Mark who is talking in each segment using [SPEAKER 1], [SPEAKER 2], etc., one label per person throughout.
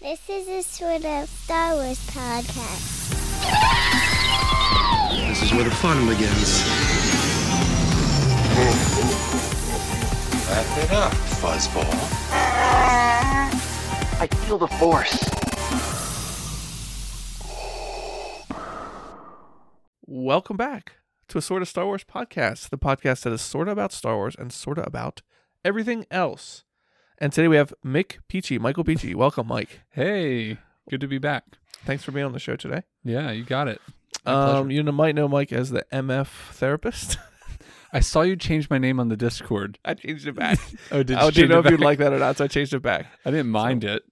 [SPEAKER 1] This is a sort of Star Wars podcast.
[SPEAKER 2] This is where the fun begins.
[SPEAKER 3] Wrap it up, fuzzball.
[SPEAKER 4] I feel the force.
[SPEAKER 5] Welcome back to a sort of Star Wars podcast, the podcast that is sort of about Star Wars and sort of about everything else. And today we have Mick Peachy, Michael Peachy. Welcome, Mike.
[SPEAKER 6] Hey, good to be back.
[SPEAKER 5] Thanks for being on the show today.
[SPEAKER 6] Yeah, you got it. My
[SPEAKER 5] Um,
[SPEAKER 6] pleasure.
[SPEAKER 5] you know, might know Mike as the MF therapist.
[SPEAKER 6] I saw you change my name on the Discord.
[SPEAKER 5] I changed it back.
[SPEAKER 6] Oh, did
[SPEAKER 5] I
[SPEAKER 6] you
[SPEAKER 5] didn't
[SPEAKER 6] change
[SPEAKER 5] know
[SPEAKER 6] it
[SPEAKER 5] if you'd
[SPEAKER 6] back?
[SPEAKER 5] like that or not, so I changed it back.
[SPEAKER 6] I didn't mind it.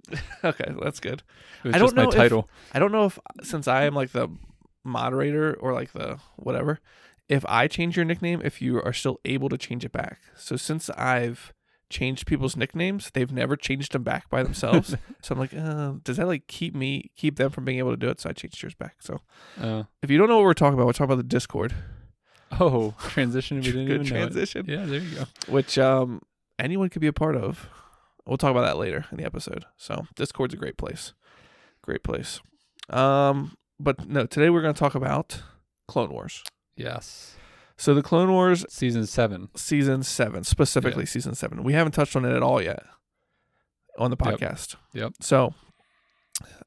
[SPEAKER 5] Okay, that's good.
[SPEAKER 6] It was
[SPEAKER 5] I
[SPEAKER 6] just
[SPEAKER 5] don't know
[SPEAKER 6] my
[SPEAKER 5] if-
[SPEAKER 6] title.
[SPEAKER 5] I don't know if since I am like the moderator or like the whatever, if I change your nickname, if you are still able to change it back. So since I've changed people's nicknames, they've never changed them back by themselves. so I'm like, uh, does that like keep me keep them from being able to do it? So I changed yours back. So
[SPEAKER 6] Uh,
[SPEAKER 5] if you don't know what we're talking about, we're talking about the Discord,
[SPEAKER 6] oh, transition. We didn't
[SPEAKER 5] Good
[SPEAKER 6] even know it.
[SPEAKER 5] transition.
[SPEAKER 6] Yeah, there you go.
[SPEAKER 5] which um anyone could be a part of. We'll talk about that later in the episode. So Discord's a great place. Great place. Um but no, today we're going to talk about Clone Wars.
[SPEAKER 6] Yes,
[SPEAKER 5] So the Clone Wars
[SPEAKER 6] season seven.
[SPEAKER 5] season seven, specifically
[SPEAKER 6] Yeah.
[SPEAKER 5] season seven. We haven't touched on it at all yet on the
[SPEAKER 6] Yep.
[SPEAKER 5] podcast.
[SPEAKER 6] Yep.
[SPEAKER 5] So,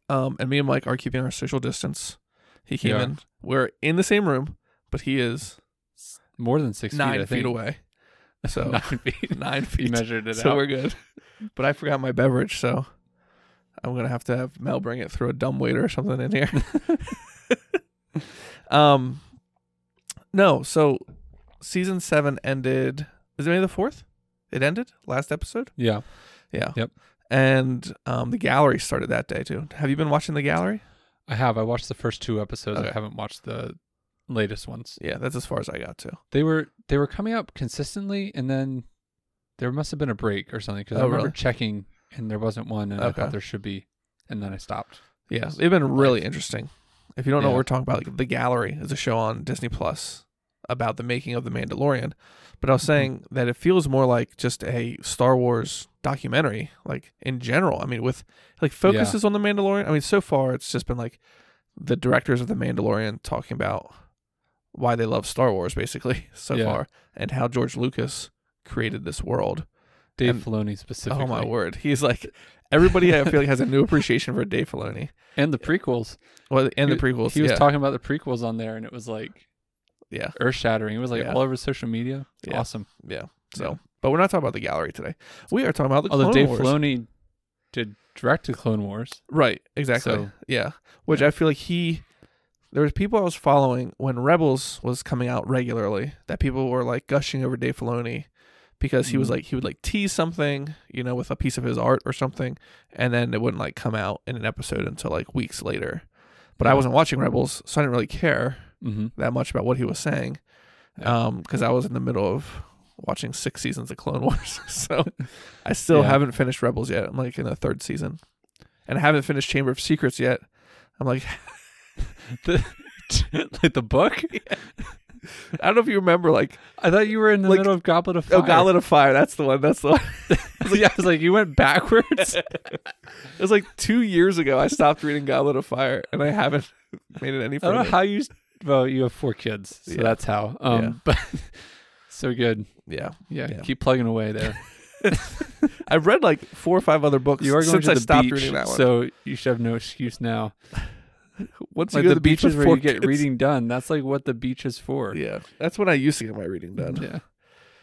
[SPEAKER 5] um, and me and Mike are keeping our social distance. He came
[SPEAKER 6] Yeah.
[SPEAKER 5] in. We're in the same room, but he is
[SPEAKER 6] More than six
[SPEAKER 5] nine
[SPEAKER 6] feet. I
[SPEAKER 5] feet
[SPEAKER 6] think.
[SPEAKER 5] away. So
[SPEAKER 6] Nine feet.
[SPEAKER 5] nine
[SPEAKER 6] You
[SPEAKER 5] feet.
[SPEAKER 6] measured it
[SPEAKER 5] so
[SPEAKER 6] out.
[SPEAKER 5] we're good. But I forgot my beverage, so I'm gonna have to have Mel bring it through a dumb waiter or something in here. um, no. So season seven ended. Is it May the fourth? It ended last episode.
[SPEAKER 6] yeah.
[SPEAKER 5] Yeah.
[SPEAKER 6] Yep.
[SPEAKER 5] And um, the gallery started that day too. Have you been watching the gallery?
[SPEAKER 6] I have. I watched the first two episodes.
[SPEAKER 5] Okay.
[SPEAKER 6] I haven't watched the latest ones.
[SPEAKER 5] Yeah, that's as far as I got to.
[SPEAKER 6] They were they were coming up consistently, and then there must have been a break or something because
[SPEAKER 5] Oh,
[SPEAKER 6] I remember
[SPEAKER 5] really?
[SPEAKER 6] checking and there wasn't one, and I
[SPEAKER 5] Okay.
[SPEAKER 6] thought there should be, and then I stopped.
[SPEAKER 5] Yeah,
[SPEAKER 6] Yes.
[SPEAKER 5] they've been really interesting. If you don't know what
[SPEAKER 6] Yeah.
[SPEAKER 5] we're talking about, like, The Gallery is a show on Disney Plus about the making of The Mandalorian. But I
[SPEAKER 6] Mm-hmm.
[SPEAKER 5] was saying that it feels more like just a Star Wars documentary, like in general. I mean, with like focuses on The Mandalorian. I mean, so far it's just been like the directors of The Mandalorian talking about why they love Star Wars, basically, so
[SPEAKER 6] Yeah.
[SPEAKER 5] far, and how George Lucas created this world.
[SPEAKER 6] Dave
[SPEAKER 5] And-
[SPEAKER 6] Filoni specifically.
[SPEAKER 5] Oh, my word. He's like, everybody I feel like has a new appreciation for Dave Filoni.
[SPEAKER 6] And the prequels.
[SPEAKER 5] Well, and the
[SPEAKER 6] He-
[SPEAKER 5] prequels.
[SPEAKER 6] He was
[SPEAKER 5] yeah.
[SPEAKER 6] talking about the prequels on there, and it was like
[SPEAKER 5] Yeah.
[SPEAKER 6] earth shattering. It was like
[SPEAKER 5] Yeah.
[SPEAKER 6] all over social media. It's
[SPEAKER 5] Yeah.
[SPEAKER 6] Awesome.
[SPEAKER 5] Yeah. So, but we're not talking about the gallery today. We are talking about the
[SPEAKER 6] Although
[SPEAKER 5] Clone
[SPEAKER 6] Oh, Dave
[SPEAKER 5] Wars.
[SPEAKER 6] Filoni did direct to Clone Wars.
[SPEAKER 5] Right. Exactly.
[SPEAKER 6] So-
[SPEAKER 5] yeah. Which I feel like he. There was people I was following when Rebels was coming out regularly that people were like gushing over Dave Filoni because he was
[SPEAKER 6] Mhm.
[SPEAKER 5] like he would like tease something, you know, with a piece of his art or something, and then it wouldn't like come out in an episode until like weeks later. But I
[SPEAKER 6] Yeah.
[SPEAKER 5] wasn't watching Rebels, so I didn't really care
[SPEAKER 6] Mm-hmm.
[SPEAKER 5] that much about what he was saying,
[SPEAKER 6] Yeah.
[SPEAKER 5] um, because I was in the middle of watching six seasons of Clone Wars, so I still
[SPEAKER 6] Yeah.
[SPEAKER 5] haven't finished Rebels yet. I'm like in the third season, and I haven't finished Chamber of Secrets yet. I'm like,
[SPEAKER 6] like the book?
[SPEAKER 5] I don't know if you remember, like,
[SPEAKER 6] I thought you were in the
[SPEAKER 5] Like-
[SPEAKER 6] middle of Goblet of Fire.
[SPEAKER 5] oh, Goblet of Fire, that's the one, that's the one.
[SPEAKER 6] yeah, I was like, you went backwards.
[SPEAKER 5] It was like two years ago I stopped reading Goblet of Fire, and I haven't made it any
[SPEAKER 6] I don't know
[SPEAKER 5] further.
[SPEAKER 6] how you. Well, you have four kids, so
[SPEAKER 5] Yeah.
[SPEAKER 6] that's how. Um,
[SPEAKER 5] Yeah.
[SPEAKER 6] but so good.
[SPEAKER 5] yeah,
[SPEAKER 6] Yeah,
[SPEAKER 5] Yeah.
[SPEAKER 6] keep plugging away there.
[SPEAKER 5] I've read like four or five other books
[SPEAKER 6] You are going
[SPEAKER 5] since
[SPEAKER 6] to
[SPEAKER 5] I
[SPEAKER 6] the
[SPEAKER 5] stopped
[SPEAKER 6] beach,
[SPEAKER 5] reading that one.
[SPEAKER 6] so you should have no excuse now.
[SPEAKER 5] Once you
[SPEAKER 6] like the,
[SPEAKER 5] go to the beach
[SPEAKER 6] beaches where
[SPEAKER 5] with
[SPEAKER 6] you
[SPEAKER 5] four
[SPEAKER 6] get
[SPEAKER 5] kids-
[SPEAKER 6] reading done. That's like what the beach is for.
[SPEAKER 5] Yeah, that's when I used to get my reading done.
[SPEAKER 6] Yeah. Uh,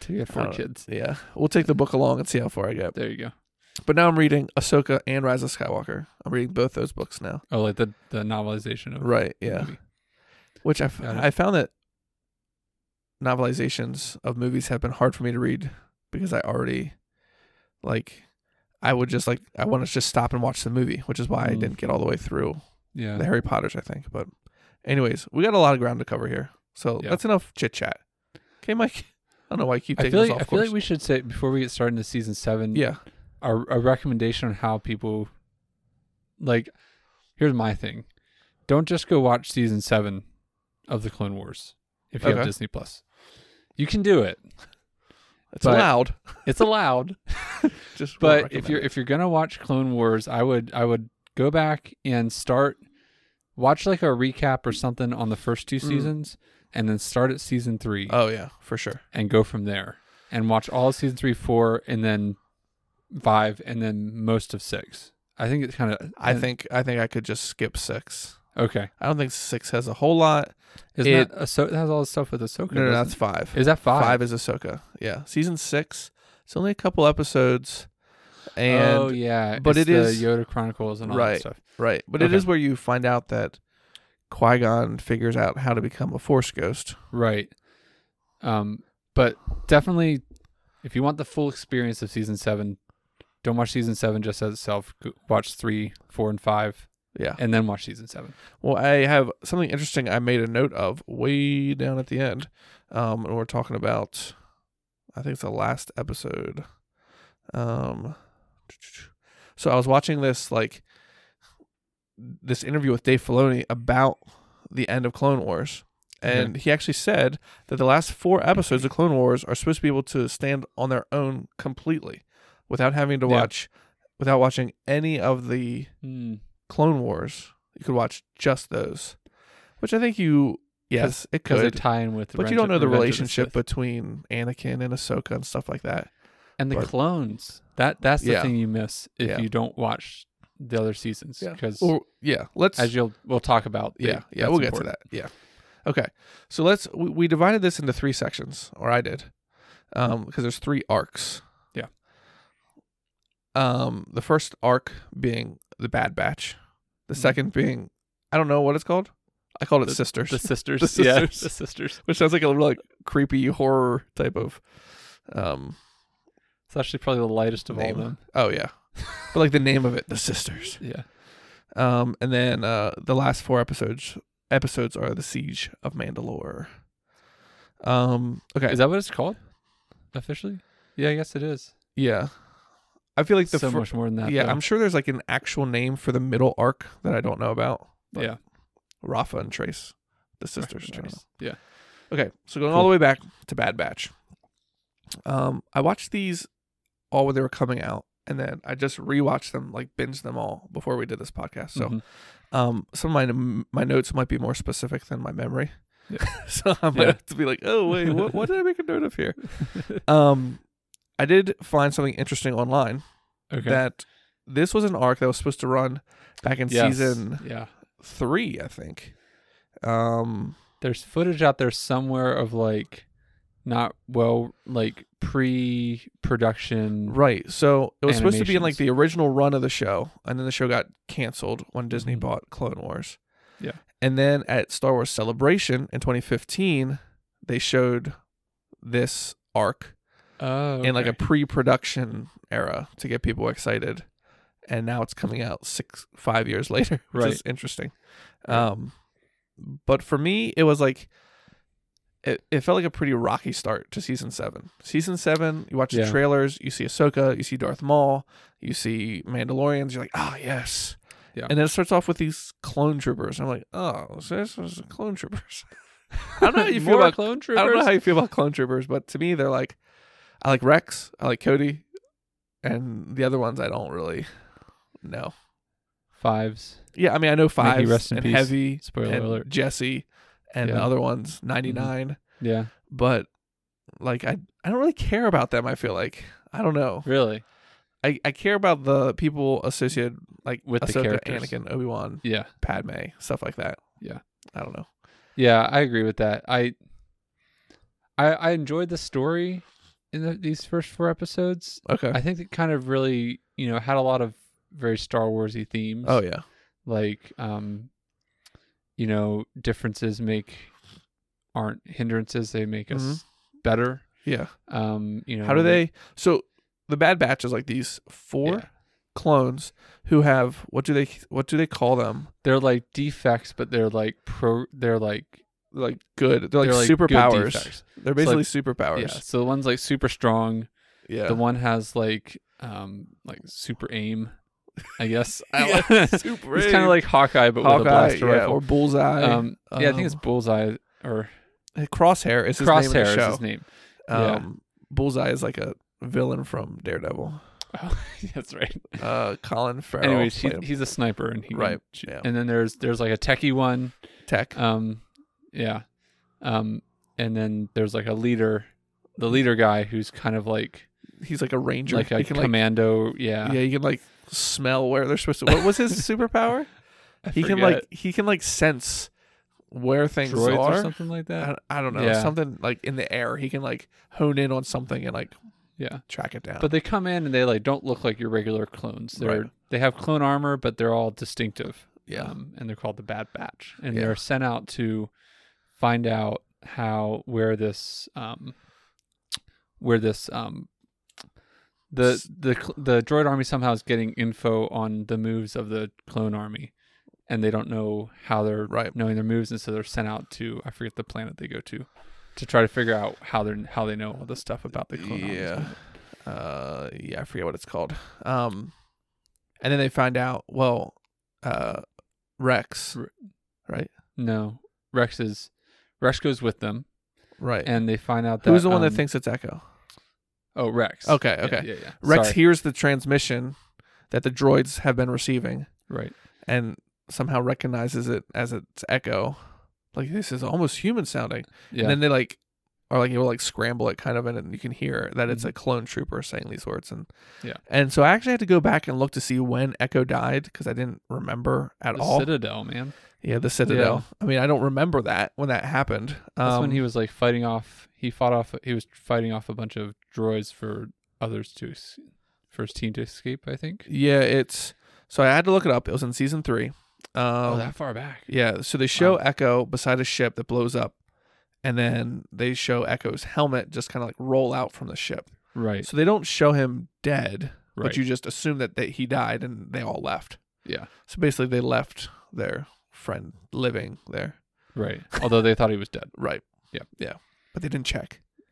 [SPEAKER 6] To get
[SPEAKER 5] I
[SPEAKER 6] four
[SPEAKER 5] don't know.
[SPEAKER 6] kids.
[SPEAKER 5] Yeah, we'll take the book along and see how far I get.
[SPEAKER 6] There you go.
[SPEAKER 5] But now I'm reading Ahsoka and Rise of Skywalker. I'm reading both those books now.
[SPEAKER 6] Oh, like the, the novelization of
[SPEAKER 5] Right.
[SPEAKER 6] the
[SPEAKER 5] Yeah.
[SPEAKER 6] movie.
[SPEAKER 5] Which I, f-
[SPEAKER 6] Mm-hmm. Got it.
[SPEAKER 5] I found that novelizations of movies have been hard for me to read because I already like I would just like I want to just stop and watch the movie, which is why I
[SPEAKER 6] Mm.
[SPEAKER 5] didn't get all the way through
[SPEAKER 6] Yeah.
[SPEAKER 5] the Harry Potters, I think. But anyways, we got a lot of ground to cover here, so
[SPEAKER 6] Yeah.
[SPEAKER 5] that's enough chit chat. Okay, Mike. I don't know why you keep
[SPEAKER 6] I
[SPEAKER 5] taking
[SPEAKER 6] feel
[SPEAKER 5] this
[SPEAKER 6] like I
[SPEAKER 5] off
[SPEAKER 6] feel
[SPEAKER 5] course.
[SPEAKER 6] like we should say before we get started into season seven,
[SPEAKER 5] yeah.
[SPEAKER 6] our a recommendation on how people like here's my thing. Don't just go watch season seven of the Clone Wars if you
[SPEAKER 5] Okay.
[SPEAKER 6] have Disney Plus. You can do it.
[SPEAKER 5] It's
[SPEAKER 6] but-
[SPEAKER 5] allowed.
[SPEAKER 6] It's allowed.
[SPEAKER 5] Just won't
[SPEAKER 6] but if
[SPEAKER 5] recommend
[SPEAKER 6] you're
[SPEAKER 5] it.
[SPEAKER 6] if you're gonna watch Clone Wars, I would I would Go back and start watch like a recap or something on the first
[SPEAKER 5] Mm.
[SPEAKER 6] two seasons and then start at season 3
[SPEAKER 5] Oh yeah, for sure.
[SPEAKER 6] and go from there and watch all of season 3, 4 and then 5 and then most of 6. I think it's kind of
[SPEAKER 5] I think I think I could just skip six.
[SPEAKER 6] okay.
[SPEAKER 5] I don't think six has a whole lot.
[SPEAKER 6] Isn't
[SPEAKER 5] It-
[SPEAKER 6] that Ahso- that has all the stuff with Ahsoka?
[SPEAKER 5] No, no,
[SPEAKER 6] doesn't
[SPEAKER 5] that's five.
[SPEAKER 6] it? is that 5?
[SPEAKER 5] Five is Ahsoka. Yeah, season six. It's only a couple episodes, and
[SPEAKER 6] oh yeah,
[SPEAKER 5] but
[SPEAKER 6] it's
[SPEAKER 5] it
[SPEAKER 6] the
[SPEAKER 5] is-
[SPEAKER 6] Yoda Chronicles and all that stuff.
[SPEAKER 5] right. But it
[SPEAKER 6] Okay.
[SPEAKER 5] is where you find out that Qui Gon figures out how to become a Force ghost.
[SPEAKER 6] Right. Um, but definitely, if you want the full experience of season seven, don't watch season seven just as itself. Go- Watch three, four, and five,
[SPEAKER 5] Yeah.
[SPEAKER 6] and then watch season seven.
[SPEAKER 5] Well, I have something interesting I made a note of way down at the end. Um, and we're talking about, I think it's the last episode. Um, so I was watching this like this interview with Dave Filoni about the end of Clone Wars, and he actually said that the last four episodes of Clone Wars are supposed to be able to stand on their own completely, without having to
[SPEAKER 6] Yeah.
[SPEAKER 5] watch, without watching any of the
[SPEAKER 6] Hmm.
[SPEAKER 5] Clone Wars. You could watch just those, which I think you yes it
[SPEAKER 6] Because they
[SPEAKER 5] could,
[SPEAKER 6] tie in with,
[SPEAKER 5] but you
[SPEAKER 6] Revenge-
[SPEAKER 5] don't know the
[SPEAKER 6] Revenge of
[SPEAKER 5] relationship
[SPEAKER 6] Sith.
[SPEAKER 5] between Anakin and Ahsoka and stuff like that.
[SPEAKER 6] and the
[SPEAKER 5] but-
[SPEAKER 6] clones. That that's the
[SPEAKER 5] Yeah.
[SPEAKER 6] thing you miss if
[SPEAKER 5] Yeah.
[SPEAKER 6] you don't watch the other seasons. Because
[SPEAKER 5] or yeah, let's
[SPEAKER 6] as you'll we'll talk about.
[SPEAKER 5] yeah yeah we'll get to that yeah. Okay, so let's we, we divided this into three sections, or I did, um, because there's three arcs.
[SPEAKER 6] Yeah.
[SPEAKER 5] Um, the first arc being the Bad Batch, the
[SPEAKER 6] Mhm.
[SPEAKER 5] second being I don't know what it's called. I called it Sisters.
[SPEAKER 6] The sisters,
[SPEAKER 5] The
[SPEAKER 6] yeah,
[SPEAKER 5] sisters.
[SPEAKER 6] the sisters.
[SPEAKER 5] which sounds like a like creepy horror type of um
[SPEAKER 6] It's actually probably the lightest of all
[SPEAKER 5] name.
[SPEAKER 6] of them.
[SPEAKER 5] Oh yeah. but like the name of it, the sisters.
[SPEAKER 6] Yeah,
[SPEAKER 5] Um and then uh the last four episodes episodes are the siege of Mandalore. Um okay.
[SPEAKER 6] is that what it's called officially? Yeah, I guess it is.
[SPEAKER 5] yeah. I feel like the
[SPEAKER 6] so
[SPEAKER 5] fir-
[SPEAKER 6] much more than that.
[SPEAKER 5] Yeah,
[SPEAKER 6] though.
[SPEAKER 5] I'm sure there's like an actual name for the middle arc that I don't know about. but
[SPEAKER 6] yeah.
[SPEAKER 5] Rafa and Trace, the sisters. I don't know.
[SPEAKER 6] Yeah.
[SPEAKER 5] Okay, so going all the way back to Bad Batch. Um, I watched these all when they were coming out, and then I just rewatched them, like binged them all before we did this podcast. So,
[SPEAKER 6] Mhm.
[SPEAKER 5] um, some of my my notes might be more specific than my memory,
[SPEAKER 6] Yeah.
[SPEAKER 5] so I might
[SPEAKER 6] Yeah.
[SPEAKER 5] have to be like, "Oh wait, what, what did I make a note of here?" um, I did find something interesting online
[SPEAKER 6] okay.
[SPEAKER 5] that this was an arc that was supposed to run back in
[SPEAKER 6] Yes.
[SPEAKER 5] season
[SPEAKER 6] Yeah.
[SPEAKER 5] three, I think. Um,
[SPEAKER 6] There's footage out there somewhere of like not well like pre production
[SPEAKER 5] right. So it was supposed to be in like the original run of the show, and then the show got canceled when Disney
[SPEAKER 6] Mhm.
[SPEAKER 5] bought Clone Wars.
[SPEAKER 6] Yeah.
[SPEAKER 5] And then at Star Wars Celebration in 2015, they showed this arc
[SPEAKER 6] oh,
[SPEAKER 5] in like a
[SPEAKER 6] okay.
[SPEAKER 5] pre-production era to get people excited, and now it's coming out six five years later, which
[SPEAKER 6] Right.
[SPEAKER 5] is interesting.
[SPEAKER 6] Right.
[SPEAKER 5] Um, but for me, it was like it, it felt like a pretty rocky start to season seven. Season seven, you watch
[SPEAKER 6] Yeah.
[SPEAKER 5] the trailers, you see Ahsoka, you see Darth Maul, you see Mandalorians, you're like, ah, yes.
[SPEAKER 6] Yeah.
[SPEAKER 5] And then it starts off with these clone troopers. I'm like, oh, so this was clone troopers. I don't know how you feel
[SPEAKER 6] More
[SPEAKER 5] about
[SPEAKER 6] clone
[SPEAKER 5] I don't know
[SPEAKER 6] troopers.
[SPEAKER 5] how you feel about clone troopers, but to me, they're like, I like Rex, I like Cody, and the other ones I don't really know.
[SPEAKER 6] Fives.
[SPEAKER 5] Yeah, I mean, I know Five
[SPEAKER 6] rest in
[SPEAKER 5] and
[SPEAKER 6] peace.
[SPEAKER 5] Heavy
[SPEAKER 6] Spoiler
[SPEAKER 5] and
[SPEAKER 6] alert.
[SPEAKER 5] Jesse, and the
[SPEAKER 6] Yeah. Mm-hmm.
[SPEAKER 5] other ones ninety
[SPEAKER 6] Yeah.
[SPEAKER 5] but like I I don't really care about them. I feel like I don't know.
[SPEAKER 6] Really.
[SPEAKER 5] I, I care about the people associated like
[SPEAKER 6] With the
[SPEAKER 5] Ahsoka,
[SPEAKER 6] characters.
[SPEAKER 5] Anakin, Obi Wan,
[SPEAKER 6] Yeah.
[SPEAKER 5] Padme, stuff like that.
[SPEAKER 6] Yeah.
[SPEAKER 5] I don't know.
[SPEAKER 6] Yeah. I agree with that. I. I I enjoyed the story in the, these first four episodes.
[SPEAKER 5] Okay.
[SPEAKER 6] I think it kind of really you know had a lot of very Star Warsy themes.
[SPEAKER 5] oh yeah.
[SPEAKER 6] like um you know differences make aren't hindrances they make us better
[SPEAKER 5] Mm-hmm. Yeah.
[SPEAKER 6] um you know
[SPEAKER 5] How do
[SPEAKER 6] like-
[SPEAKER 5] they? So the Bad Batch is like these four
[SPEAKER 6] Yeah.
[SPEAKER 5] clones who have what do they what do they call them?
[SPEAKER 6] they're like defects but they're like pro they're like
[SPEAKER 5] They're like good. They're like
[SPEAKER 6] They're like good
[SPEAKER 5] superpowers.
[SPEAKER 6] defects.
[SPEAKER 5] They're basically
[SPEAKER 6] like- yeah
[SPEAKER 5] superpowers.
[SPEAKER 6] so the one's like super strong
[SPEAKER 5] Yeah.
[SPEAKER 6] the one has like um like super aim i guess I
[SPEAKER 5] Yeah,
[SPEAKER 6] like-
[SPEAKER 5] super
[SPEAKER 6] it's kind of
[SPEAKER 5] aim.
[SPEAKER 6] like hawkeye but with a
[SPEAKER 5] Hawkeye,
[SPEAKER 6] blaster
[SPEAKER 5] yeah,
[SPEAKER 6] rifle
[SPEAKER 5] or Bullseye.
[SPEAKER 6] um, yeah i think it's
[SPEAKER 5] um,
[SPEAKER 6] bullseye or
[SPEAKER 5] Crosshair is his name in
[SPEAKER 6] crosshair
[SPEAKER 5] the show.
[SPEAKER 6] is his name yeah.
[SPEAKER 5] Um, Bullseye is like a villain from Daredevil.
[SPEAKER 6] Oh, that's right.
[SPEAKER 5] Uh, Colin Farrell.
[SPEAKER 6] Anyways, he's,
[SPEAKER 5] played
[SPEAKER 6] he's a sniper, and he
[SPEAKER 5] Right,
[SPEAKER 6] sh-
[SPEAKER 5] yeah.
[SPEAKER 6] And then there's there's like a techie one.
[SPEAKER 5] Tech.
[SPEAKER 6] Um, yeah. Um, and then there's like a leader, the leader guy who's kind of like
[SPEAKER 5] he's like a ranger.
[SPEAKER 6] like a
[SPEAKER 5] Hmm. he can like
[SPEAKER 6] commando.
[SPEAKER 5] yeah.
[SPEAKER 6] yeah.
[SPEAKER 5] you can like smell where they're supposed to. What was his superpower?
[SPEAKER 6] I
[SPEAKER 5] He can
[SPEAKER 6] forget.
[SPEAKER 5] like he can like sense where things
[SPEAKER 6] droids
[SPEAKER 5] are.
[SPEAKER 6] or something like
[SPEAKER 5] I,
[SPEAKER 6] that.
[SPEAKER 5] don't- I don't know
[SPEAKER 6] Yeah.
[SPEAKER 5] something like in the air. He can like hone in on something and like
[SPEAKER 6] Yeah.
[SPEAKER 5] track it down.
[SPEAKER 6] But they come in and they like don't look like your regular clones. They're
[SPEAKER 5] Right.
[SPEAKER 6] they have clone armor, but they're all distinctive.
[SPEAKER 5] yeah,
[SPEAKER 6] Um, and they're called the Bad Batch, and
[SPEAKER 5] Yeah.
[SPEAKER 6] they're sent out to find out how where this um where this um the
[SPEAKER 5] S-
[SPEAKER 6] the cl- the droid army somehow is getting info on the moves of the clone army, and they don't know how they're
[SPEAKER 5] Right.
[SPEAKER 6] knowing their moves, and so they're sent out to I forget the planet they go to to try to figure out how they're how they know all this stuff about the clone army's
[SPEAKER 5] yeah,
[SPEAKER 6] movement.
[SPEAKER 5] uh, yeah. I forget what it's called. Um, and then they find out. Well, uh, Rex.
[SPEAKER 6] Re-
[SPEAKER 5] Right.
[SPEAKER 6] No, Rex is Rex goes with them,
[SPEAKER 5] Right.
[SPEAKER 6] and they find out that
[SPEAKER 5] Who's the one that
[SPEAKER 6] um,
[SPEAKER 5] thinks it's Echo?
[SPEAKER 6] Oh, Rex.
[SPEAKER 5] Okay,
[SPEAKER 6] Yeah,
[SPEAKER 5] okay.
[SPEAKER 6] Yeah, yeah.
[SPEAKER 5] Rex
[SPEAKER 6] Sorry.
[SPEAKER 5] hears the transmission that the droids have been receiving
[SPEAKER 6] Right.
[SPEAKER 5] and somehow recognizes it as its echo. Like this is almost human sounding.
[SPEAKER 6] Yeah.
[SPEAKER 5] And then they like are like able to like scramble it kind of and you can hear that it's a clone trooper saying these words and
[SPEAKER 6] Mm-hmm. Yeah.
[SPEAKER 5] And so I actually had to go back and look to see when Echo died because I didn't remember at
[SPEAKER 6] the
[SPEAKER 5] all.
[SPEAKER 6] Citadel, man.
[SPEAKER 5] yeah, the Citadel. I mean, I don't remember that when that happened. Um,
[SPEAKER 6] That's when he was like fighting off. He fought off. He was fighting off a bunch of droids for others to, es- for his team to escape. I think.
[SPEAKER 5] Yeah, it's so I had to look it up. It was in season three. Um,
[SPEAKER 6] oh, that far back.
[SPEAKER 5] Yeah, so they show
[SPEAKER 6] Wow.
[SPEAKER 5] Echo beside a ship that blows up, and then they show Echo's helmet just kind of like roll out from the ship.
[SPEAKER 6] Right.
[SPEAKER 5] So they don't show him dead,
[SPEAKER 6] Right.
[SPEAKER 5] but you just assume that they, he died and they all left.
[SPEAKER 6] Yeah.
[SPEAKER 5] So basically, they left their friend living there,
[SPEAKER 6] Right. Although they thought he was dead.
[SPEAKER 5] right?
[SPEAKER 6] Yeah.
[SPEAKER 5] yeah, but they didn't check.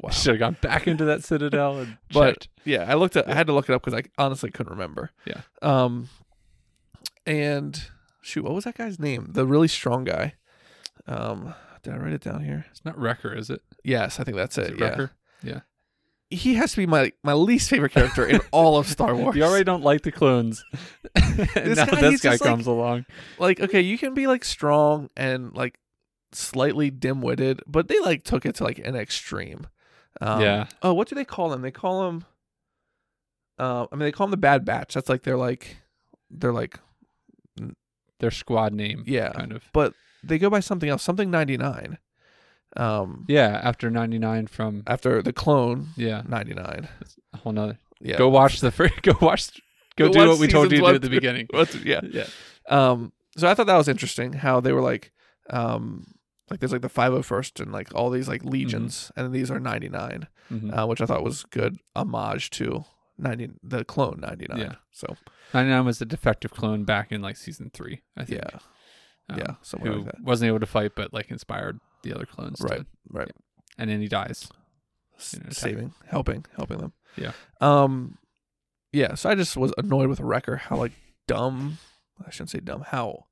[SPEAKER 5] wow.
[SPEAKER 6] Should have gone back into that Citadel and
[SPEAKER 5] But-
[SPEAKER 6] checked.
[SPEAKER 5] Yeah, I looked. At, I had to look it up because I honestly couldn't remember.
[SPEAKER 6] Yeah.
[SPEAKER 5] Um, and shoot, what was that guy's name? The really strong guy. Um, did I write it down here?
[SPEAKER 6] It's not Wrecker, is it?
[SPEAKER 5] Yes, I think that's
[SPEAKER 6] Is
[SPEAKER 5] it.
[SPEAKER 6] it
[SPEAKER 5] yeah.
[SPEAKER 6] Wrecker?
[SPEAKER 5] He has to be my my least favorite character in all of Star Wars.
[SPEAKER 6] You already don't like the clones. And
[SPEAKER 5] This
[SPEAKER 6] now
[SPEAKER 5] guy,
[SPEAKER 6] this
[SPEAKER 5] he's
[SPEAKER 6] guy
[SPEAKER 5] just like-
[SPEAKER 6] comes along.
[SPEAKER 5] like okay, you can be like strong and like slightly dim-witted, but they like took it to like an extreme. Um,
[SPEAKER 6] Yeah.
[SPEAKER 5] Oh, what do they call them? They call them. Uh, I mean, they call them the Bad Batch. That's like they're like, they're like
[SPEAKER 6] Their squad name.
[SPEAKER 5] Yeah.
[SPEAKER 6] Kind of.
[SPEAKER 5] but they go by something else, something 99. Um,
[SPEAKER 6] Yeah. After ninety nine from.
[SPEAKER 5] after the clone
[SPEAKER 6] Yeah.
[SPEAKER 5] 99.
[SPEAKER 6] A whole nother.
[SPEAKER 5] Yeah.
[SPEAKER 6] Go watch the first. Go watch. Go,
[SPEAKER 5] Go
[SPEAKER 6] do
[SPEAKER 5] watch
[SPEAKER 6] what we told
[SPEAKER 5] seasons
[SPEAKER 6] you to
[SPEAKER 5] one
[SPEAKER 6] do at the
[SPEAKER 5] through-
[SPEAKER 6] beginning.
[SPEAKER 5] What's- yeah.
[SPEAKER 6] Yeah.
[SPEAKER 5] Um, so I thought that was interesting how they were like, um, like there's like the 501st and like all these like
[SPEAKER 6] Mm-hmm.
[SPEAKER 5] legions, and these are 99,
[SPEAKER 6] Mhm.
[SPEAKER 5] uh, which I thought was good homage to 90 the clone 99.
[SPEAKER 6] Yeah.
[SPEAKER 5] So
[SPEAKER 6] 99 was the defective clone back in like season three, I think. uh, Um,
[SPEAKER 5] yeah, yeah, somewhere
[SPEAKER 6] Who
[SPEAKER 5] like that.
[SPEAKER 6] wasn't able to fight, but like inspired the other clones. to-
[SPEAKER 5] Right, right.
[SPEAKER 6] and then he dies.
[SPEAKER 5] S-
[SPEAKER 6] You know, attack.
[SPEAKER 5] saving, helping, helping them.
[SPEAKER 6] Yeah.
[SPEAKER 5] Um, yeah. So I just was annoyed with Wrecker how like dumb. I shouldn't say dumb. How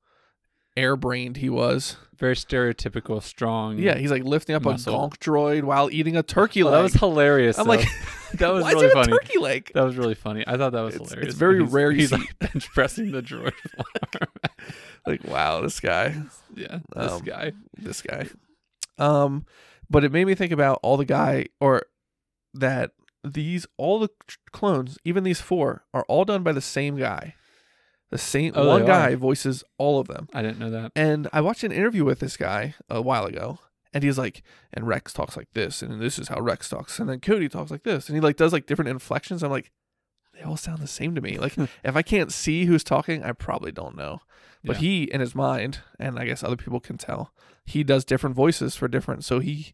[SPEAKER 5] airbrained he was.
[SPEAKER 6] Very stereotypical, strong.
[SPEAKER 5] Yeah, he's like lifting up
[SPEAKER 6] Muscle.
[SPEAKER 5] a gonk droid while eating a turkey
[SPEAKER 6] Well,
[SPEAKER 5] leg.
[SPEAKER 6] Mm. that was hilarious.
[SPEAKER 5] I'm
[SPEAKER 6] though.
[SPEAKER 5] like,
[SPEAKER 6] that was
[SPEAKER 5] Why
[SPEAKER 6] really
[SPEAKER 5] is it
[SPEAKER 6] funny.
[SPEAKER 5] a turkey leg?
[SPEAKER 6] That was really funny. I thought that was
[SPEAKER 5] It's- it's
[SPEAKER 6] hilarious.
[SPEAKER 5] very
[SPEAKER 6] He's-
[SPEAKER 5] rare you
[SPEAKER 6] He's
[SPEAKER 5] see-
[SPEAKER 6] like bench pressing the droid. with one arm.
[SPEAKER 5] Like wow, this guy,
[SPEAKER 6] yeah, this
[SPEAKER 5] Um,
[SPEAKER 6] guy.
[SPEAKER 5] this guy. Um, but it made me think about all the guy or that these all the tr- clones, even these four, are all done by the same guy. The same
[SPEAKER 6] Oh,
[SPEAKER 5] one
[SPEAKER 6] they are.
[SPEAKER 5] guy voices all of them.
[SPEAKER 6] I didn't know that.
[SPEAKER 5] And I watched an interview with this guy a while ago, and he's like, and Rex talks like this, and this is how Rex talks, and then Cody talks like this, and he like does like different inflections. I'm like, they all sound the same to me. Like if I can't see who's talking, I probably don't know. But
[SPEAKER 6] Yeah.
[SPEAKER 5] he, in his mind, and I guess other people can tell, he does different voices for different. So he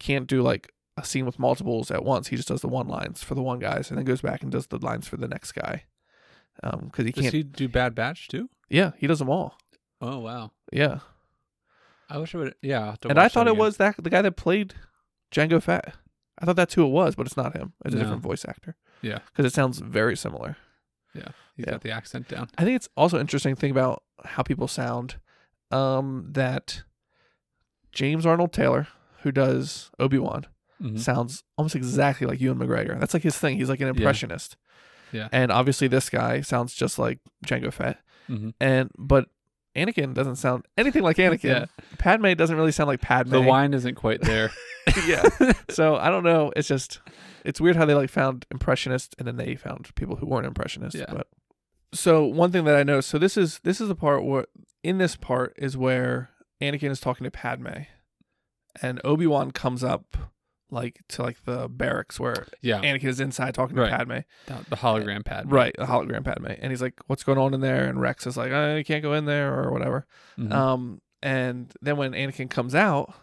[SPEAKER 5] can't do like a scene with multiples at once. He just does the one lines for the one guys, and then goes back and does the lines for the next guy. Um, because he
[SPEAKER 6] Does
[SPEAKER 5] can't.
[SPEAKER 6] he do Bad Batch too?
[SPEAKER 5] yeah, he does them all.
[SPEAKER 6] Oh wow.
[SPEAKER 5] Yeah.
[SPEAKER 6] I wish I would. Yeah. I'll have to
[SPEAKER 5] and
[SPEAKER 6] watch
[SPEAKER 5] I
[SPEAKER 6] that
[SPEAKER 5] thought it
[SPEAKER 6] again.
[SPEAKER 5] was that the guy that played Django Fat. I thought that's who it was, but it's not him. It's a
[SPEAKER 6] No.
[SPEAKER 5] different voice actor.
[SPEAKER 6] Yeah.
[SPEAKER 5] because it sounds very similar.
[SPEAKER 6] Yeah. He's
[SPEAKER 5] Yeah.
[SPEAKER 6] got the accent down.
[SPEAKER 5] I think it's also interesting to think about how people sound. Um, that James Arnold Taylor, who does Obi Wan,
[SPEAKER 6] Mhm.
[SPEAKER 5] sounds almost exactly like Ewan McGregor. That's like his thing. He's like an impressionist.
[SPEAKER 6] Yeah.
[SPEAKER 5] And obviously this guy sounds just like Jango Fett.
[SPEAKER 6] Mhm.
[SPEAKER 5] And but Anakin doesn't sound anything like Anakin.
[SPEAKER 6] Yeah.
[SPEAKER 5] Padme doesn't really sound like Padme.
[SPEAKER 6] The wine isn't quite there.
[SPEAKER 5] yeah. So I don't know. It's just it's weird how they like found impressionists and then they found people who weren't impressionists.
[SPEAKER 6] Yeah.
[SPEAKER 5] But so one thing that I noticed, so this is this is the part where in this part is where Anakin is talking to Padme and Obi Wan comes up like to like the barracks where
[SPEAKER 6] Yeah.
[SPEAKER 5] Anakin is inside talking
[SPEAKER 6] Right.
[SPEAKER 5] to Padme.
[SPEAKER 6] the, the hologram pad.
[SPEAKER 5] Right, the hologram Padme. And he's like, What's going on in there? And Rex is like, I can't go in there or whatever.
[SPEAKER 6] Mhm.
[SPEAKER 5] Um, and then when Anakin comes out,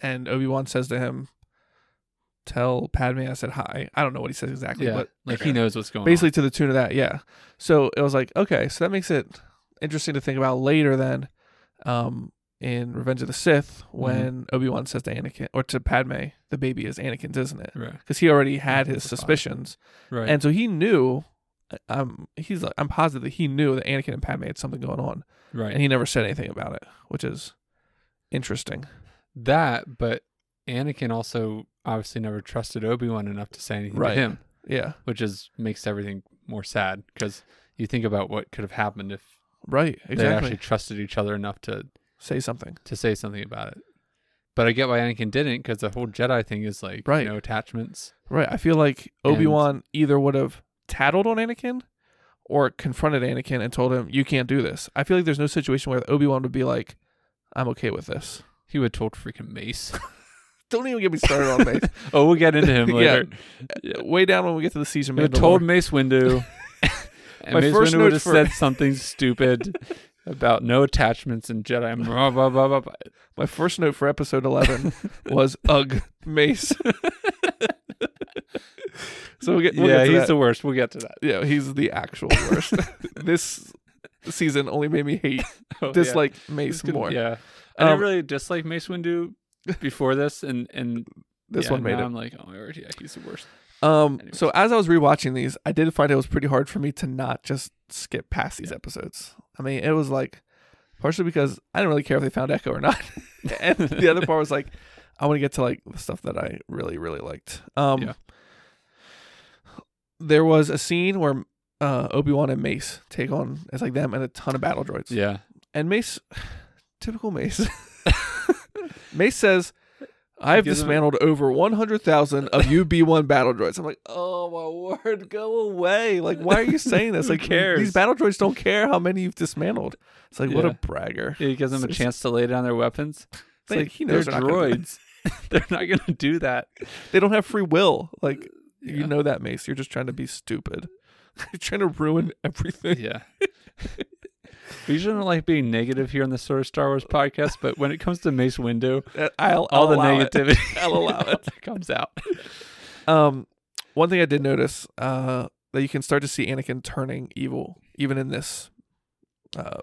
[SPEAKER 5] and Obi Wan says to him, "Tell Padme I said hi." I don't know what he says exactly,
[SPEAKER 6] yeah.
[SPEAKER 5] but
[SPEAKER 6] like he knows what's going
[SPEAKER 5] basically to the tune of that. Yeah. So it was like, okay, so that makes it interesting to think about later. Then, um, in Revenge of the Sith,
[SPEAKER 6] Mm-hmm.
[SPEAKER 5] when Obi Wan says to Anakin or to Padme, "The baby is Anakin's, isn't it?"
[SPEAKER 6] on. Right.
[SPEAKER 5] Because he already had his
[SPEAKER 6] That's fine.
[SPEAKER 5] suspicions,
[SPEAKER 6] Right.
[SPEAKER 5] and so he knew. Um, he's like, I'm positive that he knew that Anakin and Padme had something going on
[SPEAKER 6] right.
[SPEAKER 5] and he never said anything about it, which is interesting.
[SPEAKER 6] that, but Anakin also obviously never trusted Obi Wan enough to say anything
[SPEAKER 5] Right.
[SPEAKER 6] to him,
[SPEAKER 5] Yeah,
[SPEAKER 6] which is makes everything more sad because you think about what could have happened if
[SPEAKER 5] right,
[SPEAKER 6] they
[SPEAKER 5] exactly.
[SPEAKER 6] actually trusted each other enough to
[SPEAKER 5] Say something.
[SPEAKER 6] to say something about it. But I get why Anakin didn't because the whole Jedi thing is like
[SPEAKER 5] Right.
[SPEAKER 6] you know attachments.
[SPEAKER 5] Right. I feel like
[SPEAKER 6] And-
[SPEAKER 5] Obi Wan either would have tattled on Anakin or confronted Anakin and told him, "You can't do this." I feel like there's no situation where Obi Wan would be like, "I'm okay with this."
[SPEAKER 6] He would told freaking Mace.
[SPEAKER 5] Don't even get me started on Mace.
[SPEAKER 6] oh, we'll get into him later.
[SPEAKER 5] Way down when we get to the season.
[SPEAKER 6] He would told Mace Windu. and
[SPEAKER 5] My
[SPEAKER 6] Mace
[SPEAKER 5] first
[SPEAKER 6] Windu would
[SPEAKER 5] note
[SPEAKER 6] have
[SPEAKER 5] for-
[SPEAKER 6] said something stupid about no attachments and Jedi. Blah, blah, blah, blah, blah.
[SPEAKER 5] My first note for episode 11 was ugh Mace. so we'll get we'll
[SPEAKER 6] yeah,
[SPEAKER 5] get to
[SPEAKER 6] he's
[SPEAKER 5] that.
[SPEAKER 6] the worst. We'll get to that.
[SPEAKER 5] yeah, he's the actual worst. this season only made me hate
[SPEAKER 6] Oh, yeah.
[SPEAKER 5] dislike Mace
[SPEAKER 6] It's gonna-
[SPEAKER 5] more.
[SPEAKER 6] Yeah, I didn't
[SPEAKER 5] Um,
[SPEAKER 6] really dislike Mace Windu before this, and and
[SPEAKER 5] This
[SPEAKER 6] yeah,
[SPEAKER 5] one made
[SPEAKER 6] now
[SPEAKER 5] it.
[SPEAKER 6] I'm like, oh my word, yeah, he's the worst.
[SPEAKER 5] Um,
[SPEAKER 6] anyways.
[SPEAKER 5] so as I was rewatching these, I did find it was pretty hard for me to not just skip past these episodes. I mean, it was like partially because I didn't really care if they found Echo or not, and the other part was like I want to get to like the stuff that I really really liked. Um,
[SPEAKER 6] Yeah.
[SPEAKER 5] there was a scene where uh, Obi Wan and Mace take on it's like them and a ton of battle droids.
[SPEAKER 6] Yeah,
[SPEAKER 5] And Mace, typical Mace. Mace says, "I have
[SPEAKER 6] Gives him-
[SPEAKER 5] dismantled over one hundred thousand of UB-1 battle droids." I'm like, "Oh my word, go away! Like, why are you saying this?
[SPEAKER 6] Who
[SPEAKER 5] Like,
[SPEAKER 6] cares?
[SPEAKER 5] these battle droids don't care how many you've dismantled." It's like, what a
[SPEAKER 6] Yeah.
[SPEAKER 5] bragger!
[SPEAKER 6] it gives them a
[SPEAKER 5] It's-
[SPEAKER 6] chance to lay down their weapons. It's
[SPEAKER 5] They-
[SPEAKER 6] like
[SPEAKER 5] he knows
[SPEAKER 6] they're
[SPEAKER 5] they're not gonna do
[SPEAKER 6] droids. they're not gonna do that.
[SPEAKER 5] They don't have free will. Like,
[SPEAKER 6] Yeah.
[SPEAKER 5] you know that Mace. You're just trying to be stupid. You're trying to ruin everything.
[SPEAKER 6] Yeah. We shouldn't like being negative here on the sort of Star Wars podcast, but when it comes to Mace Windu,
[SPEAKER 5] Uh, I'll, I'll
[SPEAKER 6] all the
[SPEAKER 5] allow it.
[SPEAKER 6] negativity
[SPEAKER 5] I'll allow it.
[SPEAKER 6] comes out.
[SPEAKER 5] Um, one thing I did notice uh, that you can start to see Anakin turning evil, even in this uh,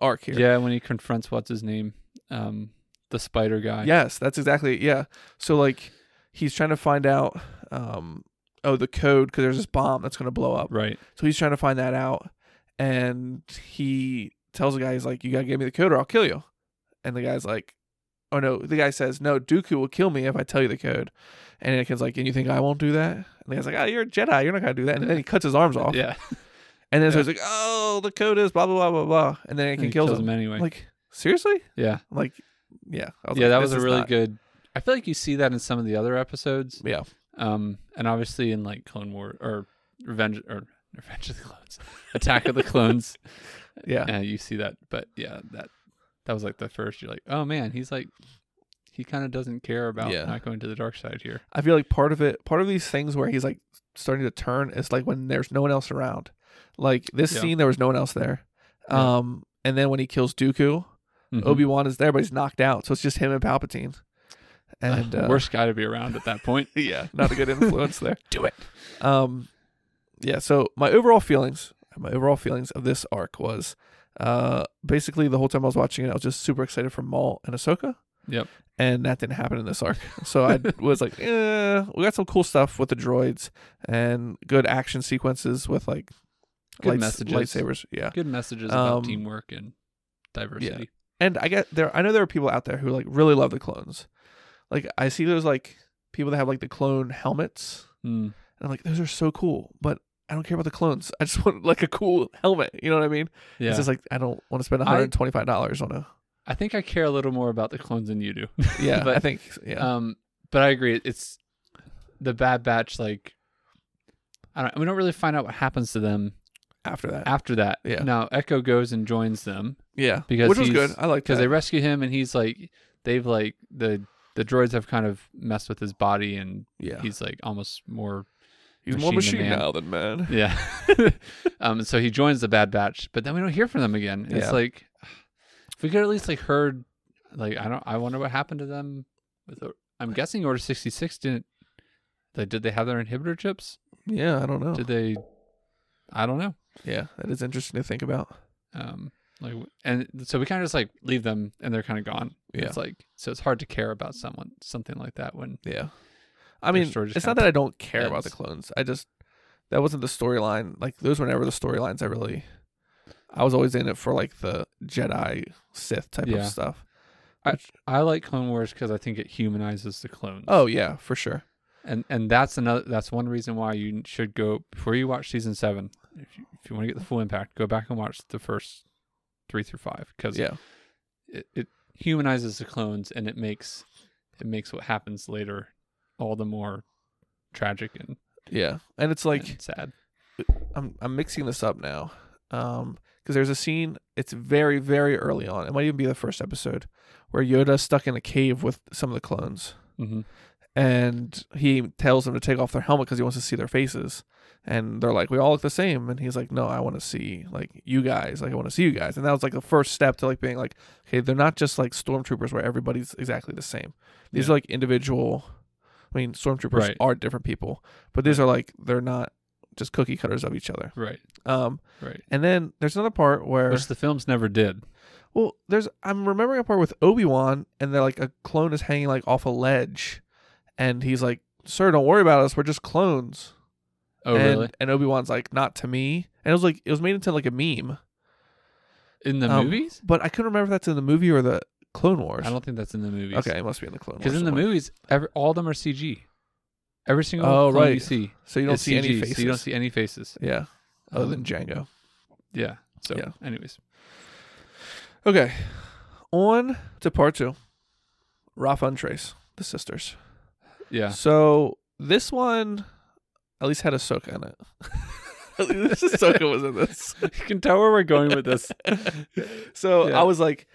[SPEAKER 5] arc here.
[SPEAKER 6] Yeah, when he confronts what's his name, um, the spider guy.
[SPEAKER 5] Yes, that's exactly. Yeah. So like, he's trying to find out. Um, oh, the code because there's this bomb that's gonna blow up.
[SPEAKER 6] Right.
[SPEAKER 5] So he's trying to find that out, and he tells the guy, he's like, "You gotta give me the code, or I'll kill you." And the guy's like, "Oh no!" The guy says, "No, Dooku will kill me if I tell you the code." And Anakin's like, "And you think I won't do that?" And the guy's like, "Oh, you're a Jedi. You're not gonna do that." And then Oh, he cuts his arms off.
[SPEAKER 6] Yeah.
[SPEAKER 5] And then so
[SPEAKER 6] Yeah.
[SPEAKER 5] he's like, "Oh, the code is blah blah blah blah blah." And then Anakin
[SPEAKER 6] And he
[SPEAKER 5] kills, him.
[SPEAKER 6] anyway.
[SPEAKER 5] I'm like, seriously?
[SPEAKER 6] yeah.
[SPEAKER 5] I'm like, yeah. I
[SPEAKER 6] yeah,
[SPEAKER 5] like,
[SPEAKER 6] that
[SPEAKER 5] this
[SPEAKER 6] was a
[SPEAKER 5] is
[SPEAKER 6] really
[SPEAKER 5] not-
[SPEAKER 6] good. I feel like you see that in some of the other episodes,
[SPEAKER 5] Yeah.
[SPEAKER 6] um, and obviously in like Clone War or Revenge or Revenge of the Clones, Attack of the Clones.
[SPEAKER 5] Yeah.
[SPEAKER 6] uh, you see that, but yeah, that that was like the first. You're like, oh man, he's like, he kind of doesn't care about
[SPEAKER 5] Yeah.
[SPEAKER 6] not going to the dark side here.
[SPEAKER 5] I feel like part of it, part of these things where he's like starting to turn is like when there's no one else around. Like this
[SPEAKER 6] Yeah.
[SPEAKER 5] scene, there was no one else there.
[SPEAKER 6] Yeah.
[SPEAKER 5] Um, and then when he kills Dooku,
[SPEAKER 6] Mhm.
[SPEAKER 5] Obi Wan is there, but he's knocked out, so it's just him and Palpatine. And uh,
[SPEAKER 6] worst guy to be around at that point.
[SPEAKER 5] yeah, not a good influence there.
[SPEAKER 6] Do it.
[SPEAKER 5] Um, yeah. So my overall feelings, my overall feelings of this arc was, uh, basically the whole time I was watching it, I was just super excited for Maul and Ahsoka.
[SPEAKER 6] Yep.
[SPEAKER 5] And that didn't happen in this arc, so I was like, eh, we got some cool stuff with the droids and good action sequences with like
[SPEAKER 6] Good messages.
[SPEAKER 5] lightsabers. Yeah.
[SPEAKER 6] Good messages about
[SPEAKER 5] Um,
[SPEAKER 6] teamwork and diversity.
[SPEAKER 5] and I get there. I know there are people out there who like really love the clones. Like I see those like people that have like the clone helmets.
[SPEAKER 6] Mm.
[SPEAKER 5] And I'm like, those are so cool, but I don't care about the clones. I just want like a cool helmet. You know what I mean?
[SPEAKER 6] Yeah.
[SPEAKER 5] It's just like I don't want to spend
[SPEAKER 6] I-
[SPEAKER 5] $125 on a
[SPEAKER 6] I think I care a little more about the clones than you do.
[SPEAKER 5] Yeah,
[SPEAKER 6] But-
[SPEAKER 5] I think yeah.
[SPEAKER 6] Um, but I agree. It's the Bad Batch. Like, I don't. We don't really find out what happens to them
[SPEAKER 5] after that.
[SPEAKER 6] after that.
[SPEAKER 5] Yeah.
[SPEAKER 6] Now Echo goes and joins them
[SPEAKER 5] yeah.
[SPEAKER 6] because
[SPEAKER 5] Which was
[SPEAKER 6] he's-
[SPEAKER 5] good. I like
[SPEAKER 6] because
[SPEAKER 5] that.
[SPEAKER 6] they rescue him, and he's like, they've like the the droids have kind of messed with his body, and
[SPEAKER 5] yeah.
[SPEAKER 6] he's like almost more.
[SPEAKER 5] He's more
[SPEAKER 6] machine
[SPEAKER 5] machine
[SPEAKER 6] than man.
[SPEAKER 5] now than man.
[SPEAKER 6] Yeah. um. So he joins the Bad Batch, but then we don't hear from them again. It's
[SPEAKER 5] Yeah.
[SPEAKER 6] like, if we could at least like heard, like I don't. I wonder what happened to them. With the, I'm guessing Order 66 didn't. Like, did they have their inhibitor chips?
[SPEAKER 5] Yeah, I don't know.
[SPEAKER 6] Did they? I don't know.
[SPEAKER 5] yeah, that is interesting to think about.
[SPEAKER 6] Um. Like, and so we kind of just like leave them, and they're kind of gone.
[SPEAKER 5] Yeah.
[SPEAKER 6] It's like so it's hard to care about someone something like that when
[SPEAKER 5] Yeah. I
[SPEAKER 6] Their
[SPEAKER 5] mean,
[SPEAKER 6] story just
[SPEAKER 5] it's
[SPEAKER 6] kinda
[SPEAKER 5] not that I don't care about the
[SPEAKER 6] ends.
[SPEAKER 5] clones. I just that wasn't the storyline. Like those were never the storylines I really I was always in it for like the Jedi Sith type
[SPEAKER 6] Yeah.
[SPEAKER 5] of stuff. Which-
[SPEAKER 6] I like Clone Wars because I think it humanizes the clones.
[SPEAKER 5] oh yeah, for sure.
[SPEAKER 6] and and that's another that's one reason why you should go before you watch season seven. If you, if you want to get the full impact, go back and watch the first three through five because
[SPEAKER 5] Yeah.
[SPEAKER 6] it, it humanizes the clones and it makes it makes what happens later all the more tragic and,
[SPEAKER 5] Yeah. And it's like
[SPEAKER 6] and sad.
[SPEAKER 5] I'm I'm mixing this up now. Um because there's a scene, it's very, very early on. It might even be the first episode where Yoda's stuck in a cave with some of the clones.
[SPEAKER 6] Mm-hmm.
[SPEAKER 5] and he tells them to take off their helmet because he wants to see their faces and they're like we all look the same and he's like no i want to see like you guys like i want to see you guys and that was like the first step to like being like okay they're not just like stormtroopers where everybody's exactly the same these
[SPEAKER 6] Yeah.
[SPEAKER 5] are like individual i mean stormtroopers
[SPEAKER 6] Right.
[SPEAKER 5] are different people but these are like they're not just cookie cutters of each other
[SPEAKER 6] Right,
[SPEAKER 5] um
[SPEAKER 6] right.
[SPEAKER 5] and then there's another part where
[SPEAKER 6] Which the films never did.
[SPEAKER 5] well, there's I'm remembering a part with Obi Wan, and they're like a clone is hanging like off a ledge, and he's like, "Sir, don't worry about us. We're just clones."
[SPEAKER 6] Oh,
[SPEAKER 5] and,
[SPEAKER 6] really?
[SPEAKER 5] And Obi Wan's like, "Not to me." And it was like it was made into like a meme,
[SPEAKER 6] In the
[SPEAKER 5] um,
[SPEAKER 6] movies?
[SPEAKER 5] but I couldn't remember if that's in the movie or the Clone Wars.
[SPEAKER 6] I don't think that's in the movies.
[SPEAKER 5] okay, it must be in the Clone Wars.
[SPEAKER 6] Because in the
[SPEAKER 5] somewhere.
[SPEAKER 6] movies, every, all of them are CG. Every single
[SPEAKER 5] Oh,
[SPEAKER 6] clone you
[SPEAKER 5] right.
[SPEAKER 6] see,
[SPEAKER 5] so you don't
[SPEAKER 6] is
[SPEAKER 5] see any
[SPEAKER 6] CG,
[SPEAKER 5] faces.
[SPEAKER 6] So you don't see any faces.
[SPEAKER 5] yeah, other
[SPEAKER 6] Um,
[SPEAKER 5] than Django.
[SPEAKER 6] Yeah. So,
[SPEAKER 5] Yeah.
[SPEAKER 6] anyways,
[SPEAKER 5] Okay, on to part two. Rafa and Trace, the sisters.
[SPEAKER 6] yeah.
[SPEAKER 5] So this one at least had Ahsoka in it. at least Ahsoka was in this.
[SPEAKER 6] you can tell where we're going with this.
[SPEAKER 5] So
[SPEAKER 6] Yeah.
[SPEAKER 5] I was like,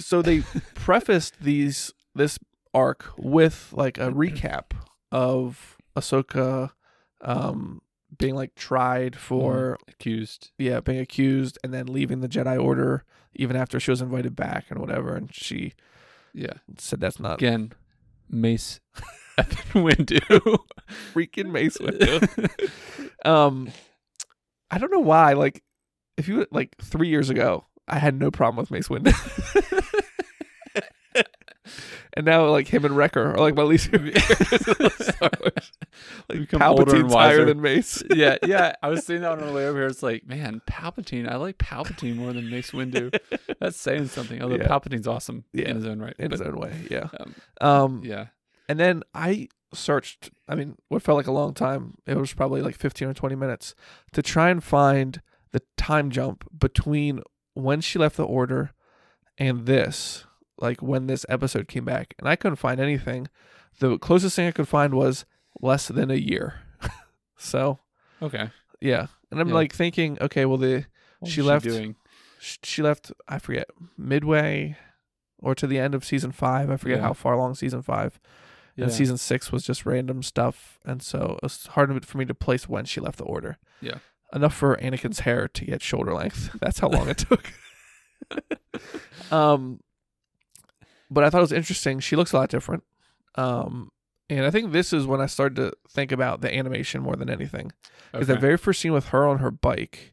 [SPEAKER 5] so they prefaced these this arc with like a recap of Ahsoka um, being like tried for
[SPEAKER 6] Accused.
[SPEAKER 5] yeah being accused and then leaving the Jedi Order even after she was invited back and whatever and she
[SPEAKER 6] Yeah.
[SPEAKER 5] said that's not
[SPEAKER 6] Again, Mace Windu.
[SPEAKER 5] freaking Mace Windu. um, I don't know why. Like, if you like three years ago, I had no problem with Mace Windu, and now like him and Wrecker are like my least favorite. characters in Star Wars. Like
[SPEAKER 6] Become older and
[SPEAKER 5] Palpatine's higher
[SPEAKER 6] wiser.
[SPEAKER 5] than Mace.
[SPEAKER 6] yeah, yeah. I was seeing that on the way over here. It's like, man, Palpatine. I like Palpatine more than Mace Windu. That's saying something. Although
[SPEAKER 5] Yeah.
[SPEAKER 6] Palpatine's awesome
[SPEAKER 5] Yeah.
[SPEAKER 6] in his own right.
[SPEAKER 5] In
[SPEAKER 6] but,
[SPEAKER 5] his own way, yeah.
[SPEAKER 6] Um,
[SPEAKER 5] Um,
[SPEAKER 6] yeah.
[SPEAKER 5] and then I searched. I mean, what felt like a long time. It was probably like fifteen or twenty minutes to try and find the time jump between when she left the order and this, like when this episode came back, and I couldn't find anything. The closest thing I could find was less than a year. so
[SPEAKER 6] Okay.
[SPEAKER 5] yeah, and I'm
[SPEAKER 6] Yeah.
[SPEAKER 5] like thinking, okay, well the
[SPEAKER 6] What
[SPEAKER 5] She
[SPEAKER 6] was
[SPEAKER 5] left-
[SPEAKER 6] Doing?
[SPEAKER 5] sh- she left i forget midway or to the end of season five i forget
[SPEAKER 6] Yeah.
[SPEAKER 5] how far along season five
[SPEAKER 6] Yeah.
[SPEAKER 5] and season six was just random stuff and so it was hard for me to place when she left the order
[SPEAKER 6] Yeah.
[SPEAKER 5] enough for anakin's hair to get shoulder length that's how long it took um but i thought it was interesting she looks a lot different um and i think this is when i started to think about the animation more than anything
[SPEAKER 6] Okay.
[SPEAKER 5] is that very first scene with her on her bike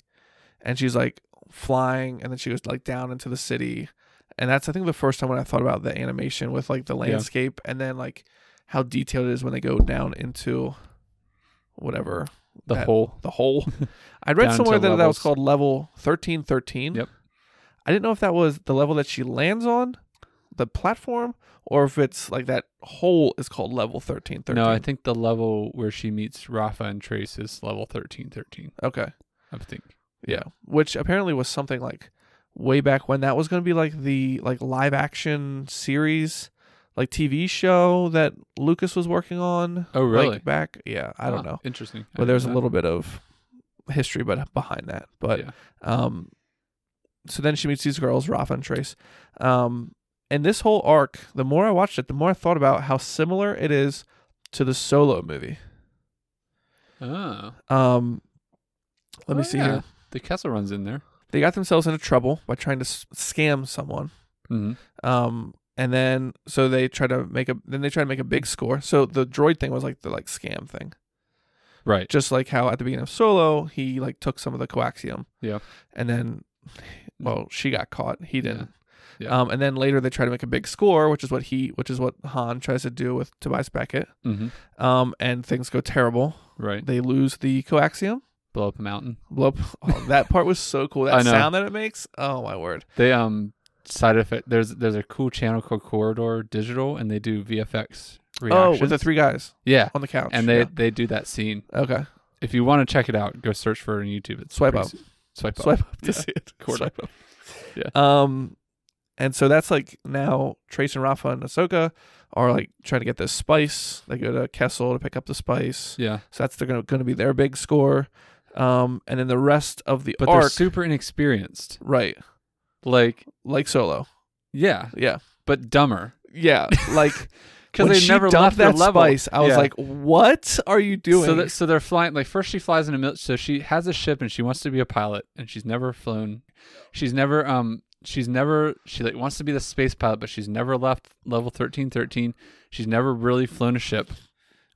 [SPEAKER 5] and she's like flying and then she goes like down into the city and that's i think the first time when i thought about the animation with like the landscape and then like how detailed it is when they go down into whatever
[SPEAKER 6] the
[SPEAKER 5] that-
[SPEAKER 6] whole.
[SPEAKER 5] the hole i read
[SPEAKER 6] Down
[SPEAKER 5] somewhere
[SPEAKER 6] to
[SPEAKER 5] that that was
[SPEAKER 6] levels.
[SPEAKER 5] called level 1313
[SPEAKER 6] Yep.
[SPEAKER 5] i didn't know if that was the level that she lands on the platform or if it's like that hole is called level 1313.
[SPEAKER 6] No, I think the level where she meets Rafa and Trace is level thirteen thirteen.
[SPEAKER 5] Okay.
[SPEAKER 6] I think.
[SPEAKER 5] Yeah. Which apparently was something like way back when that was going to be like the like live action series like TV show that Lucas was working on.
[SPEAKER 6] Oh, really?
[SPEAKER 5] Like back, yeah, I don't
[SPEAKER 6] Huh,
[SPEAKER 5] know.
[SPEAKER 6] Interesting. I
[SPEAKER 5] But
[SPEAKER 6] didn't
[SPEAKER 5] there's
[SPEAKER 6] know
[SPEAKER 5] a
[SPEAKER 6] that.
[SPEAKER 5] little bit of history but behind that. But
[SPEAKER 6] Yeah.
[SPEAKER 5] Um, so then she meets these girls, Rafa and Trace. Um, and this whole arc, the more I watched it, the more I thought about how similar it is to the solo movie.
[SPEAKER 6] Oh.
[SPEAKER 5] Um, let me
[SPEAKER 6] Oh,
[SPEAKER 5] see
[SPEAKER 6] yeah.
[SPEAKER 5] here.
[SPEAKER 6] The castle runs in there.
[SPEAKER 5] They got themselves into trouble by trying to s- scam someone.
[SPEAKER 6] Mm-hmm.
[SPEAKER 5] Um, and then so they try to make a then they try to make a big score. So the droid thing was like the like scam thing.
[SPEAKER 6] Right.
[SPEAKER 5] Just like how at the beginning of Solo, he like took some of the coaxium.
[SPEAKER 6] Yeah.
[SPEAKER 5] And then well, she got caught. He
[SPEAKER 6] Yeah.
[SPEAKER 5] didn't.
[SPEAKER 6] Yeah.
[SPEAKER 5] Um, and then later they try to make a big score, which is what he which is what Han tries to do with Tobias Beckett.
[SPEAKER 6] Mm-hmm.
[SPEAKER 5] Um, and things go terrible.
[SPEAKER 6] Right.
[SPEAKER 5] They lose the coaxium.
[SPEAKER 6] Blow up a mountain.
[SPEAKER 5] Blow up. Oh, that part was so cool.
[SPEAKER 6] I
[SPEAKER 5] That
[SPEAKER 6] know.
[SPEAKER 5] sound that it makes. Oh my word.
[SPEAKER 6] They um side effect. There's there's a cool channel called Corridor Digital, and they do VFX reactions.
[SPEAKER 5] Oh, with the three guys
[SPEAKER 6] Yeah,
[SPEAKER 5] on the couch.
[SPEAKER 6] and they
[SPEAKER 5] Yeah.
[SPEAKER 6] they do that scene.
[SPEAKER 5] okay
[SPEAKER 6] If you want to check it out, go search for it on YouTube. It's
[SPEAKER 5] Swipe
[SPEAKER 6] pretty
[SPEAKER 5] up.
[SPEAKER 6] s- Swipe up.
[SPEAKER 5] swipe up to
[SPEAKER 6] Yeah.
[SPEAKER 5] see it.
[SPEAKER 6] Corridor.
[SPEAKER 5] Swipe up.
[SPEAKER 6] Yeah.
[SPEAKER 5] Um, and so that's like now Trace and Rafa and Ahsoka are like trying to get this spice. They go to Kessel to pick up the spice.
[SPEAKER 6] Yeah,
[SPEAKER 5] So that's they're gonna, gonna be their big score. Um, and then the rest of the
[SPEAKER 6] but they're
[SPEAKER 5] arc,
[SPEAKER 6] super inexperienced.
[SPEAKER 5] right?
[SPEAKER 6] Like
[SPEAKER 5] Like Solo,
[SPEAKER 6] yeah,
[SPEAKER 5] yeah,
[SPEAKER 6] but dumber
[SPEAKER 5] yeah. Like
[SPEAKER 6] because
[SPEAKER 5] when
[SPEAKER 6] they
[SPEAKER 5] she
[SPEAKER 6] never left
[SPEAKER 5] dumped
[SPEAKER 6] their
[SPEAKER 5] that
[SPEAKER 6] level.
[SPEAKER 5] spice. I was
[SPEAKER 6] Yeah.
[SPEAKER 5] like, what are you doing?
[SPEAKER 6] So, that, so they're flying. Like first, she flies in a mil- so she has a ship and she wants to be a pilot, and she's never flown. She's never um she's never she like wants to be the space pilot, but she's never left level thirteen thirteen. She's never really flown a ship,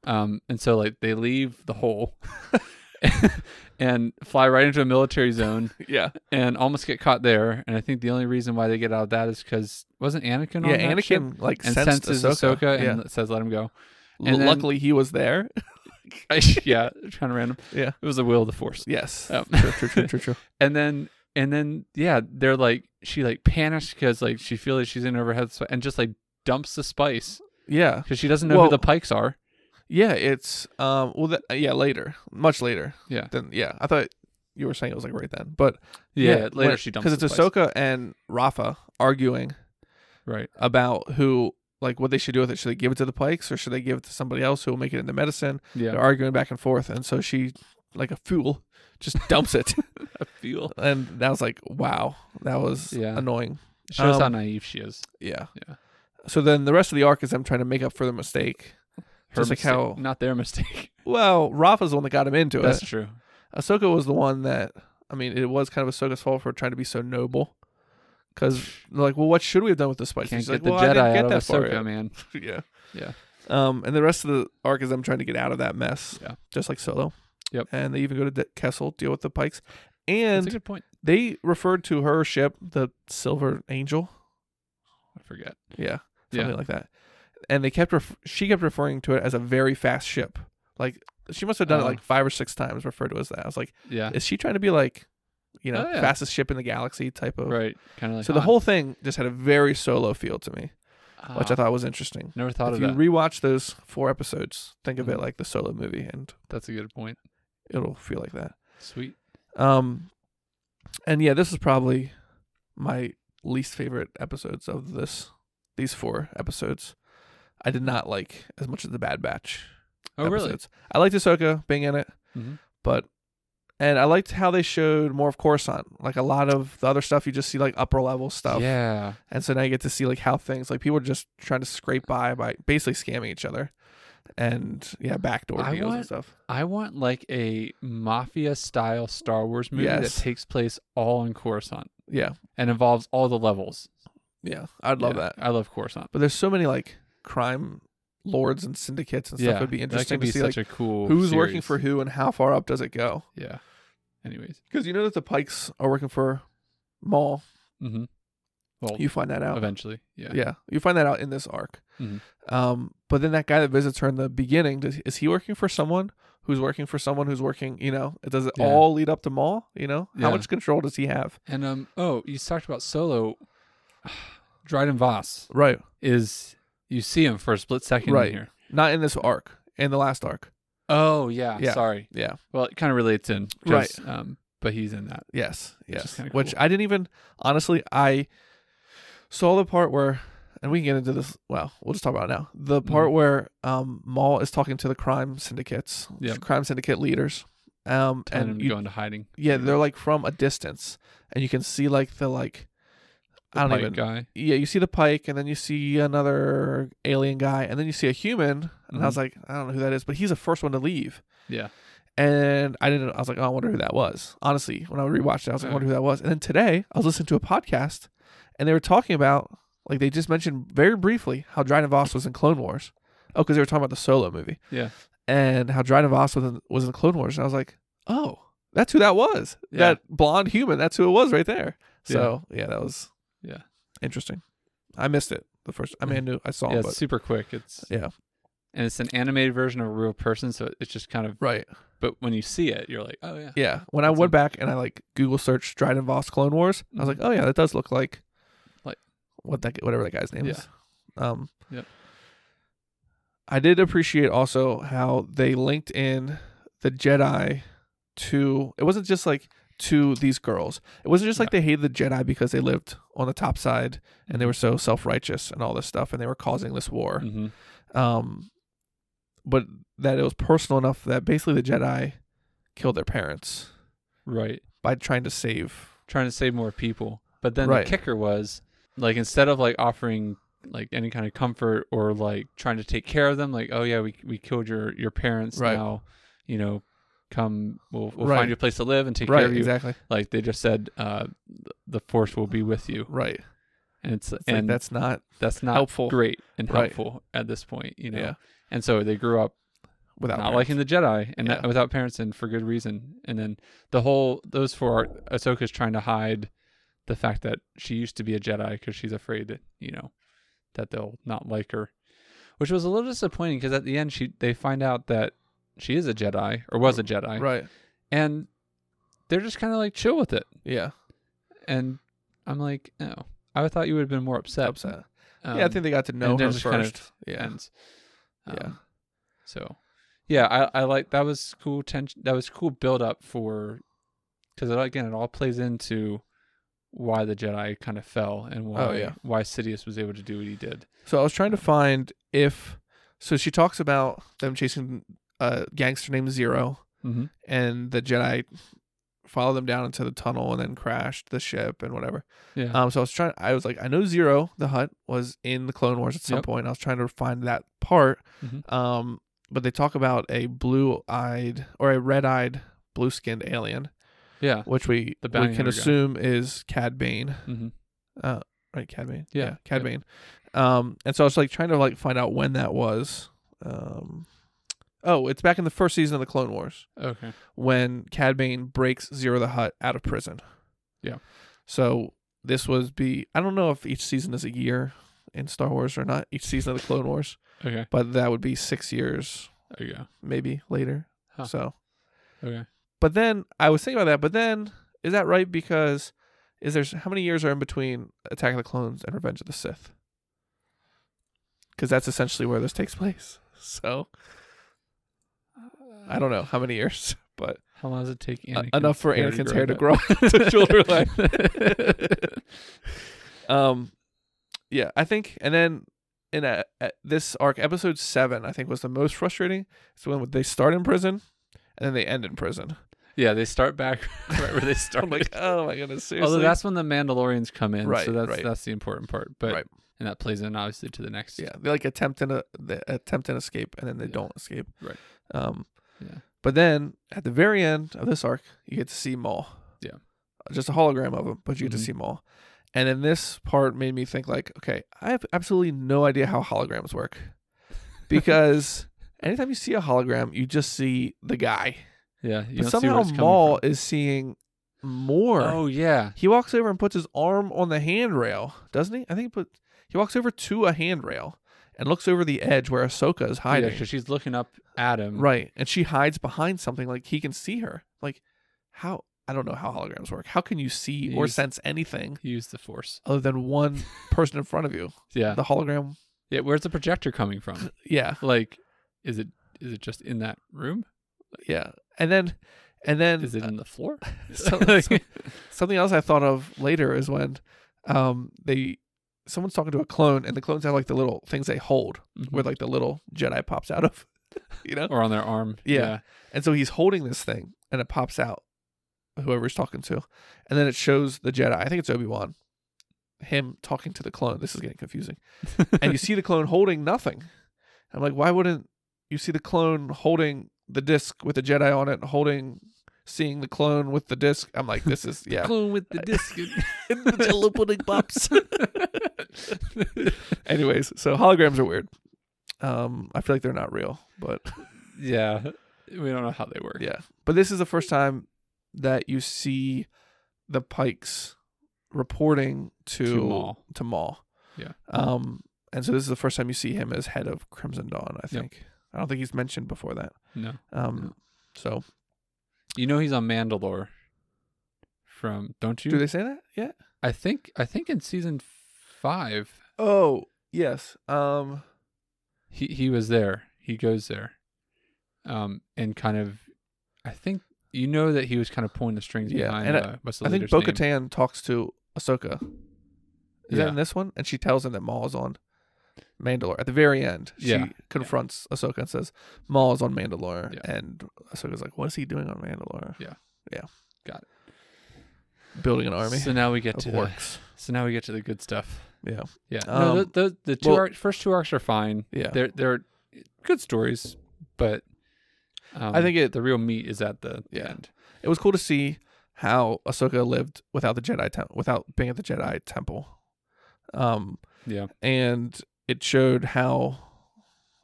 [SPEAKER 6] um and so like they leave the hole and fly right into a military zone
[SPEAKER 5] yeah,
[SPEAKER 6] and almost get caught there. And I think the only reason why they get out of that is because wasn't Anakin on
[SPEAKER 5] yeah.
[SPEAKER 6] that ship?
[SPEAKER 5] Anakin like
[SPEAKER 6] and
[SPEAKER 5] sensed
[SPEAKER 6] senses
[SPEAKER 5] Ahsoka.
[SPEAKER 6] Ahsoka
[SPEAKER 5] yeah.
[SPEAKER 6] and says, "Let him go."
[SPEAKER 5] L-
[SPEAKER 6] and then-
[SPEAKER 5] luckily he was there.
[SPEAKER 6] yeah, kind of random.
[SPEAKER 5] Yeah.
[SPEAKER 6] it was the will of the force.
[SPEAKER 5] Yes.
[SPEAKER 6] Um,
[SPEAKER 5] True, true, true, true, true.
[SPEAKER 6] and then and then yeah they're like she like panics because like she feels like she's in over her head sp- and just like dumps the spice
[SPEAKER 5] Yeah.
[SPEAKER 6] because she doesn't know
[SPEAKER 5] Well-
[SPEAKER 6] who the pikes are
[SPEAKER 5] Yeah, it's um well that, yeah, later. Much later.
[SPEAKER 6] Yeah.
[SPEAKER 5] Then yeah. I thought you were saying it was like right then. But
[SPEAKER 6] yeah, later she dumps
[SPEAKER 5] because it's
[SPEAKER 6] the spice.
[SPEAKER 5] Ahsoka and Rafa arguing
[SPEAKER 6] right
[SPEAKER 5] about who like what they should do with it. Should they give it to the Pikes or should they give it to somebody else who will make it into medicine?
[SPEAKER 6] yeah
[SPEAKER 5] They're arguing back and forth and so she like a fool just dumps it.
[SPEAKER 6] I feel
[SPEAKER 5] and that was like, wow. That was
[SPEAKER 6] Yeah.
[SPEAKER 5] annoying.
[SPEAKER 6] it shows how
[SPEAKER 5] Um,
[SPEAKER 6] naive she is
[SPEAKER 5] Yeah.
[SPEAKER 6] Yeah.
[SPEAKER 5] So then the rest of the arc is them trying to make up for the mistake.
[SPEAKER 6] her
[SPEAKER 5] just like
[SPEAKER 6] mistake-
[SPEAKER 5] how-
[SPEAKER 6] not their mistake
[SPEAKER 5] Well, Rafa's the one that got him into it.
[SPEAKER 6] that's true
[SPEAKER 5] Ahsoka was the one that I mean, it was kind of Ahsoka's fault for trying to be so noble. Because like, well, what should we have done with the spice?
[SPEAKER 6] can't
[SPEAKER 5] She's
[SPEAKER 6] get
[SPEAKER 5] like,
[SPEAKER 6] the
[SPEAKER 5] well, I
[SPEAKER 6] Jedi
[SPEAKER 5] didn't get
[SPEAKER 6] out
[SPEAKER 5] that
[SPEAKER 6] of
[SPEAKER 5] far
[SPEAKER 6] Ahsoka
[SPEAKER 5] yet."
[SPEAKER 6] man
[SPEAKER 5] yeah,
[SPEAKER 6] Yeah.
[SPEAKER 5] Um, and the rest of the arc is them trying to get out of that mess.
[SPEAKER 6] Yeah.
[SPEAKER 5] just like Solo.
[SPEAKER 6] Yep.
[SPEAKER 5] And they even go to De- Kessel, deal with the Pikes,
[SPEAKER 6] that's a
[SPEAKER 5] and
[SPEAKER 6] good point
[SPEAKER 5] they referred to her ship, the Silver Angel.
[SPEAKER 6] I forget
[SPEAKER 5] Yeah,
[SPEAKER 6] Yeah.
[SPEAKER 5] something like that. And they kept ref- she kept referring to it as a very fast ship. Like she must have done it
[SPEAKER 6] Oh.
[SPEAKER 5] like five or six times, referred to it as that. I was like.
[SPEAKER 6] yeah
[SPEAKER 5] Is she trying to be like, you know,
[SPEAKER 6] Oh, yeah.
[SPEAKER 5] fastest ship in the galaxy type of?
[SPEAKER 6] right kind of like uh,
[SPEAKER 5] so the
[SPEAKER 6] Han.
[SPEAKER 5] whole thing just had a very solo feel to me,
[SPEAKER 6] Ah,
[SPEAKER 5] which I thought was interesting.
[SPEAKER 6] never thought of
[SPEAKER 5] if you
[SPEAKER 6] that
[SPEAKER 5] rewatch those four episodes, think of it
[SPEAKER 6] Mhm.
[SPEAKER 5] like the solo movie, and
[SPEAKER 6] that's a good point
[SPEAKER 5] it'll feel like that.
[SPEAKER 6] sweet
[SPEAKER 5] Um, and yeah, this is probably my least favorite episodes of this. These four episodes, I did not like as much as the Bad Batch.
[SPEAKER 6] oh really
[SPEAKER 5] episodes. I liked Ahsoka being in it,
[SPEAKER 6] Mhm.
[SPEAKER 5] but and I liked how they showed more of Coruscant. Like a lot of the other stuff, you just see like upper level stuff,
[SPEAKER 6] yeah
[SPEAKER 5] and so now you get to see like how things like people are just trying to scrape by by basically scamming each other, and yeah, backdoor
[SPEAKER 6] I
[SPEAKER 5] deals and
[SPEAKER 6] want-
[SPEAKER 5] stuff.
[SPEAKER 6] I want like a mafia style Star Wars movie
[SPEAKER 5] Yes.
[SPEAKER 6] that takes place all in Coruscant
[SPEAKER 5] Yeah,
[SPEAKER 6] and involves all the levels.
[SPEAKER 5] yeah, I'd love
[SPEAKER 6] Yeah,
[SPEAKER 5] that.
[SPEAKER 6] I love Coruscant.
[SPEAKER 5] But there's so many like crime lords and syndicates and stuff.
[SPEAKER 6] yeah,
[SPEAKER 5] It'd be
[SPEAKER 6] that
[SPEAKER 5] interesting
[SPEAKER 6] could be
[SPEAKER 5] to see
[SPEAKER 6] such
[SPEAKER 5] like
[SPEAKER 6] a cool.
[SPEAKER 5] who's working for
[SPEAKER 6] series.
[SPEAKER 5] who and how far up does it go.
[SPEAKER 6] Yeah. Anyways,
[SPEAKER 5] Because you know that the Pikes are working for Maul.
[SPEAKER 6] hmm well,
[SPEAKER 5] You find that out.
[SPEAKER 6] eventually, yeah,
[SPEAKER 5] Yeah, you find that out in this arc.
[SPEAKER 6] Mhm.
[SPEAKER 5] Um, but then that guy that visits her in the beginning, does, is he working for someone who's working for someone who's working? You know, does it
[SPEAKER 6] Yeah.
[SPEAKER 5] all lead up to Maul? You know,
[SPEAKER 6] Yeah.
[SPEAKER 5] how much control does he have?
[SPEAKER 6] And um, oh, you talked about Solo. Dryden Voss
[SPEAKER 5] Right.
[SPEAKER 6] is you see him for a split second
[SPEAKER 5] Right.
[SPEAKER 6] in here.
[SPEAKER 5] Not in this arc. In the last arc.
[SPEAKER 6] Oh yeah,
[SPEAKER 5] Yeah.
[SPEAKER 6] sorry.
[SPEAKER 5] Yeah.
[SPEAKER 6] Well, it kind of relates in, 'cause, Um, but he's in that.
[SPEAKER 5] Yes.
[SPEAKER 6] is
[SPEAKER 5] Yes.
[SPEAKER 6] kinda
[SPEAKER 5] Which
[SPEAKER 6] cool.
[SPEAKER 5] I didn't even honestly I saw the part where and we can get into this well, we'll just talk about it now. The
[SPEAKER 6] Mm-hmm.
[SPEAKER 5] part where um Maul is talking to the crime syndicates,
[SPEAKER 6] Yep.
[SPEAKER 5] crime syndicate leaders.
[SPEAKER 6] Telling
[SPEAKER 5] Um
[SPEAKER 6] him
[SPEAKER 5] and
[SPEAKER 6] to
[SPEAKER 5] you
[SPEAKER 6] go into hiding.
[SPEAKER 5] Yeah, they're like from a distance, and you can see like the like. I don't
[SPEAKER 6] Pike
[SPEAKER 5] even.
[SPEAKER 6] guy.
[SPEAKER 5] Yeah, you see the pike, and then you see another alien guy, and then you see a human, and I was like, I don't know who that is, but he's the first one to leave,
[SPEAKER 6] Mm-hmm. Yeah.
[SPEAKER 5] and I didn't. I was like, oh, I wonder who that was. Honestly, when I rewatched it, I was like, I wonder who that was. And then today, I was listening to a podcast, and they were talking about like they just mentioned very briefly how Dryden Voss was in Clone Wars. Oh, because they were talking about the Solo movie
[SPEAKER 6] Yeah.
[SPEAKER 5] and how Dryden Voss was in, was in Clone Wars. And I was like, oh, that's who that was.
[SPEAKER 6] Yeah.
[SPEAKER 5] That blonde human. That's who it was right there. So yeah, that was
[SPEAKER 6] Yeah.
[SPEAKER 5] interesting. I missed it the first. I mean, I knew I saw,
[SPEAKER 6] Yeah,
[SPEAKER 5] it,
[SPEAKER 6] it's
[SPEAKER 5] but
[SPEAKER 6] super quick. It's
[SPEAKER 5] yeah,
[SPEAKER 6] and it's an animated version of a real person, so it's just kind of.
[SPEAKER 5] right.
[SPEAKER 6] But when you see it, you're like, oh yeah,
[SPEAKER 5] Yeah, when I
[SPEAKER 6] That's
[SPEAKER 5] went
[SPEAKER 6] in-
[SPEAKER 5] back and I like Google searched Dryden Voss Clone Wars, I was like, oh yeah, that does look like
[SPEAKER 6] Like-
[SPEAKER 5] what that whatever that guy's name
[SPEAKER 6] Yeah.
[SPEAKER 5] is. Um,
[SPEAKER 6] Yep.
[SPEAKER 5] I did appreciate also how they linked in the Jedi to it wasn't just like to these girls. It wasn't just like they hated the Jedi because they lived on the top side
[SPEAKER 6] Mm-hmm.
[SPEAKER 5] and they were so self righteous and all this stuff and they were causing this war.
[SPEAKER 6] hmm
[SPEAKER 5] Um, but that it was personal enough that basically the Jedi killed their parents
[SPEAKER 6] right.
[SPEAKER 5] by trying to save.
[SPEAKER 6] Trying to save more people, but then
[SPEAKER 5] Right.
[SPEAKER 6] the kicker was like instead of like offering like any kind of comfort or like trying to take care of them, like oh yeah, we we killed your your parents
[SPEAKER 5] Right.
[SPEAKER 6] now, you know, come we'll, we'll
[SPEAKER 5] Right.
[SPEAKER 6] find you a place to live and take care
[SPEAKER 5] Right,
[SPEAKER 6] of you.
[SPEAKER 5] exactly.
[SPEAKER 6] Like they just said, uh, th- the force will be with you,
[SPEAKER 5] Right.
[SPEAKER 6] and it's,
[SPEAKER 5] It's like,
[SPEAKER 6] and that's
[SPEAKER 5] that's not
[SPEAKER 6] that's not
[SPEAKER 5] helpful.
[SPEAKER 6] great and
[SPEAKER 5] Right.
[SPEAKER 6] helpful at this point, you know.
[SPEAKER 5] Yeah.
[SPEAKER 6] And so they grew up
[SPEAKER 5] without
[SPEAKER 6] not
[SPEAKER 5] parents.
[SPEAKER 6] liking the Jedi and that-
[SPEAKER 5] Yeah.
[SPEAKER 6] without parents and for good reason. And then the whole those four are Ahsoka's trying to hide the fact that she used to be a Jedi because she's afraid that you know that they'll not like her, which was a little disappointing because at the end she they find out that she is a Jedi or was a Jedi,
[SPEAKER 5] Right.
[SPEAKER 6] and they're just kind of like chill with it.
[SPEAKER 5] Yeah.
[SPEAKER 6] And I'm like, oh, I thought you would have been more upset.
[SPEAKER 5] Upset.
[SPEAKER 6] Um,
[SPEAKER 5] yeah, I think they got to know
[SPEAKER 6] and
[SPEAKER 5] her
[SPEAKER 6] then
[SPEAKER 5] first.
[SPEAKER 6] just kind of
[SPEAKER 5] yeah.
[SPEAKER 6] ends.
[SPEAKER 5] Yeah.
[SPEAKER 6] So, yeah, I, I like that was cool tension. That was cool build up for because again, it all plays into why the Jedi kind of fell and why
[SPEAKER 5] Oh, yeah.
[SPEAKER 6] why Sidious was able to do what he did.
[SPEAKER 5] so I was trying to find if. So she talks about them chasing a gangster named Zero,
[SPEAKER 6] Mm-hmm.
[SPEAKER 5] and the Jedi follow them down into the tunnel and then crashed the ship and whatever.
[SPEAKER 6] Yeah.
[SPEAKER 5] Um, so I was trying. I was like, I know Zero the Hut was in the Clone Wars at some
[SPEAKER 6] Yep.
[SPEAKER 5] point. I was trying to find that part.
[SPEAKER 6] Mhm.
[SPEAKER 5] Um, but they talk about a blue-eyed or a red-eyed, blue-skinned alien,
[SPEAKER 6] yeah.
[SPEAKER 5] which we
[SPEAKER 6] The bounty
[SPEAKER 5] we can
[SPEAKER 6] hunter guy.
[SPEAKER 5] assume is Cad Bane, Uh,
[SPEAKER 6] Mm-hmm.
[SPEAKER 5] right? Cad Bane.
[SPEAKER 6] Yeah,
[SPEAKER 5] Cad
[SPEAKER 6] yep.
[SPEAKER 5] Bane. Um, and so I was like trying to like find out when that was. Um, oh, it's back in the first season of the Clone Wars
[SPEAKER 6] Okay.
[SPEAKER 5] when Cad Bane breaks Zero the Hut out of prison.
[SPEAKER 6] Yeah.
[SPEAKER 5] So this was be I don't know if each season is a year in Star Wars or not. Each season of the Clone Wars,
[SPEAKER 6] Okay.
[SPEAKER 5] but that would be six years
[SPEAKER 6] There you go.
[SPEAKER 5] maybe later.
[SPEAKER 6] Huh.
[SPEAKER 5] So,
[SPEAKER 6] Okay.
[SPEAKER 5] but then I was thinking about that. But then is that right? Because is there how many years are in between Attack of the Clones and Revenge of the Sith? Because that's essentially where this takes place. So I don't know how many years, but
[SPEAKER 6] How long does it take
[SPEAKER 5] Uh,
[SPEAKER 6] Anakin's
[SPEAKER 5] enough for
[SPEAKER 6] hair
[SPEAKER 5] Anakin's hair to
[SPEAKER 6] back?
[SPEAKER 5] grow to shoulder length. um, yeah, I think, and then in a, a- this arc, episode seven, I think was the most frustrating. It's when they start in prison and then they end in prison.
[SPEAKER 6] Yeah, they start back right where they
[SPEAKER 5] I'm
[SPEAKER 6] started.
[SPEAKER 5] like, oh my goodness, seriously.
[SPEAKER 6] Although that's when the Mandalorians come in,
[SPEAKER 5] Right,
[SPEAKER 6] so that's
[SPEAKER 5] right.
[SPEAKER 6] that's the important part. But
[SPEAKER 5] Right.
[SPEAKER 6] and that plays in obviously to the next.
[SPEAKER 5] yeah, they like attempt an uh, they attempt an escape and then they
[SPEAKER 6] Yeah.
[SPEAKER 5] don't escape.
[SPEAKER 6] Right.
[SPEAKER 5] Um.
[SPEAKER 6] Yeah.
[SPEAKER 5] But then at the very end of this arc, you get to see Maul.
[SPEAKER 6] Yeah.
[SPEAKER 5] Just a hologram of him, but you get
[SPEAKER 6] Mhm.
[SPEAKER 5] to see Maul. And then this part made me think like, okay, I have absolutely no idea how holograms work. Because anytime you see a hologram, you just see the guy.
[SPEAKER 6] Yeah. You
[SPEAKER 5] But
[SPEAKER 6] don't see where
[SPEAKER 5] somehow
[SPEAKER 6] it's coming
[SPEAKER 5] Maul
[SPEAKER 6] from.
[SPEAKER 5] is seeing more.
[SPEAKER 6] Oh yeah.
[SPEAKER 5] He walks over and puts his arm on the handrail, doesn't he? I think he put he walks over to a handrail and looks over the edge where Ahsoka is hiding.
[SPEAKER 6] because she's looking up at him.
[SPEAKER 5] Right. And she hides behind something like he can see her. Like how I don't know how holograms work. How can you see or
[SPEAKER 6] Use-
[SPEAKER 5] sense anything
[SPEAKER 6] Use the force.
[SPEAKER 5] other than one person in front of you?
[SPEAKER 6] Yeah.
[SPEAKER 5] The hologram,
[SPEAKER 6] Yeah. Where's the projector coming from?
[SPEAKER 5] yeah,
[SPEAKER 6] Like, is it is it just in that room?
[SPEAKER 5] yeah. And then, and then
[SPEAKER 6] Is it in the floor?
[SPEAKER 5] so-
[SPEAKER 6] Like-
[SPEAKER 5] so- something else I thought of later is when um they someone's talking to a clone and the clones have like the little things they hold
[SPEAKER 6] Mhm.
[SPEAKER 5] where like the little Jedi pops out of, you know.
[SPEAKER 6] or on their arm.
[SPEAKER 5] Yeah. And so he's holding this thing and it pops out whoever he's talking to. And then it shows the Jedi. I think it's Obi-Wan. Him talking to the clone. This is getting confusing. and you see the clone holding nothing. I'm like, why wouldn't you see the clone holding the disc with the Jedi on it, holding seeing the clone with the disc? I'm like, this is yeah.
[SPEAKER 6] Clone with the disc.
[SPEAKER 5] Jello pudding pops. Anyways, so holograms are weird. Um, I feel like they're not real, but
[SPEAKER 6] yeah. We don't know how they work.
[SPEAKER 5] yeah. But this is the first time that you see the Pikes reporting to
[SPEAKER 6] To Maul.
[SPEAKER 5] to Maul.
[SPEAKER 6] Yeah.
[SPEAKER 5] Um, and so this is the first time you see him as head of Crimson Dawn. I
[SPEAKER 6] Yep.
[SPEAKER 5] think. I don't think he's mentioned before that.
[SPEAKER 6] No.
[SPEAKER 5] Um, so
[SPEAKER 6] You know he's on Mandalore from don't you?
[SPEAKER 5] do they say that? Yeah.
[SPEAKER 6] I think I think in season five
[SPEAKER 5] Oh yes. Um,
[SPEAKER 6] he he was there. He goes there, um, and kind of, I think you know that he was kind of pulling the strings
[SPEAKER 5] Yeah,
[SPEAKER 6] behind.
[SPEAKER 5] and I-
[SPEAKER 6] uh, what's the
[SPEAKER 5] I think
[SPEAKER 6] leader's name?
[SPEAKER 5] Bo-Katan talks to Ahsoka. Is that
[SPEAKER 6] Yeah.
[SPEAKER 5] in this one? And she tells him that Maul is on Mandalore. At the very end, she
[SPEAKER 6] Yeah.
[SPEAKER 5] confronts Ahsoka and says, Maul is on Mandalore.
[SPEAKER 6] Yeah.
[SPEAKER 5] And Ahsoka's like, what is he doing on Mandalore?
[SPEAKER 6] Yeah.
[SPEAKER 5] Yeah.
[SPEAKER 6] Got
[SPEAKER 5] Building an army
[SPEAKER 6] So now we get
[SPEAKER 5] of
[SPEAKER 6] to the,
[SPEAKER 5] orcs.
[SPEAKER 6] so now we get to the good stuff.
[SPEAKER 5] Yeah.
[SPEAKER 6] Yeah,
[SPEAKER 5] Um,
[SPEAKER 6] no, the, the the two
[SPEAKER 5] well-
[SPEAKER 6] arc, first two arcs are fine.
[SPEAKER 5] Yeah.
[SPEAKER 6] They're they're good stories, but um,
[SPEAKER 5] think it-
[SPEAKER 6] the real meat is at the
[SPEAKER 5] Yeah.
[SPEAKER 6] end.
[SPEAKER 5] It was cool to see how Ahsoka lived without the Jedi temple, without being at the Jedi temple. Um,
[SPEAKER 6] Yeah,
[SPEAKER 5] and it showed how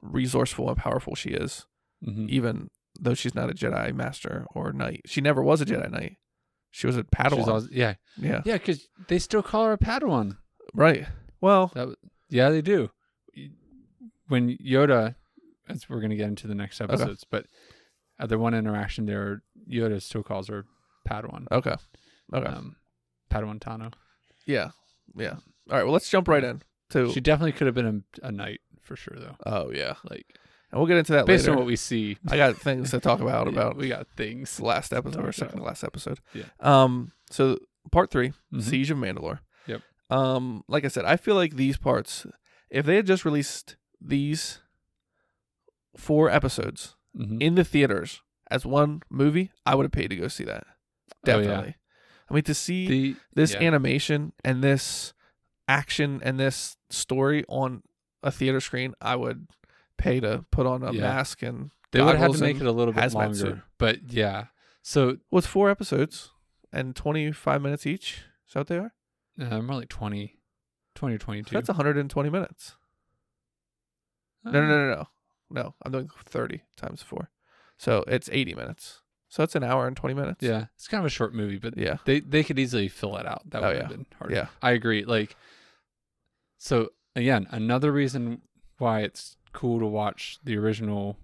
[SPEAKER 5] resourceful and powerful she is.
[SPEAKER 6] hmm
[SPEAKER 5] even though she's not a Jedi master or knight. She never was a Jedi knight. She was a Padawan.
[SPEAKER 6] She's always, yeah,
[SPEAKER 5] yeah.
[SPEAKER 6] yeah, because they still call her a Padawan.
[SPEAKER 5] Right. Well,
[SPEAKER 6] That w- yeah, they do. When Yoda, as we're gonna get into the next episodes, but at the one interaction there, Yoda still calls her Padawan.
[SPEAKER 5] okay. Okay.
[SPEAKER 6] Um, Padawan Tano.
[SPEAKER 5] yeah. Yeah. All right. Well, let's jump right in to.
[SPEAKER 6] She definitely could have been a, a knight for sure, though.
[SPEAKER 5] oh, yeah.
[SPEAKER 6] Like
[SPEAKER 5] And we'll get into that
[SPEAKER 6] based
[SPEAKER 5] later.
[SPEAKER 6] on what we see,
[SPEAKER 5] I got things to talk about about
[SPEAKER 6] we got things.
[SPEAKER 5] the last episode
[SPEAKER 6] talk
[SPEAKER 5] or second to
[SPEAKER 6] about.
[SPEAKER 5] last episode.
[SPEAKER 6] Yeah.
[SPEAKER 5] Um. So part 3
[SPEAKER 6] Mhm.
[SPEAKER 5] Siege of Mandalore.
[SPEAKER 6] Yep.
[SPEAKER 5] Um. Like I said, I feel like these parts, if they had just released these four episodes
[SPEAKER 6] Mhm.
[SPEAKER 5] in the theaters as one movie, I would have paid to go see that.
[SPEAKER 6] Oh, yeah.
[SPEAKER 5] Definitely. I mean, to see
[SPEAKER 6] The
[SPEAKER 5] this
[SPEAKER 6] yeah.
[SPEAKER 5] animation and this action and this story on a theater screen, I would pay to put on a
[SPEAKER 6] Yeah.
[SPEAKER 5] mask and
[SPEAKER 6] they would have
[SPEAKER 5] goggles
[SPEAKER 6] to make it
[SPEAKER 5] and-
[SPEAKER 6] a little bit
[SPEAKER 5] hazmat
[SPEAKER 6] longer,
[SPEAKER 5] suit.
[SPEAKER 6] but yeah. So
[SPEAKER 5] well, it's four episodes and twenty five minutes each. Is that what they are?
[SPEAKER 6] uh, more like 20, 20 or twenty
[SPEAKER 5] So
[SPEAKER 6] two.
[SPEAKER 5] that's hundred and twenty minutes. No,
[SPEAKER 6] Uh.
[SPEAKER 5] no, no, no, no. No, I'm doing thirty times four, so it's eighty minutes. So that's an hour and twenty minutes.
[SPEAKER 6] Yeah, it's kind of a short movie, but
[SPEAKER 5] yeah,
[SPEAKER 6] They they could easily fill that out. That
[SPEAKER 5] Oh,
[SPEAKER 6] would
[SPEAKER 5] yeah.
[SPEAKER 6] have been hard.
[SPEAKER 5] Yeah.
[SPEAKER 6] I agree. Like so again, another reason why it's cool to watch the original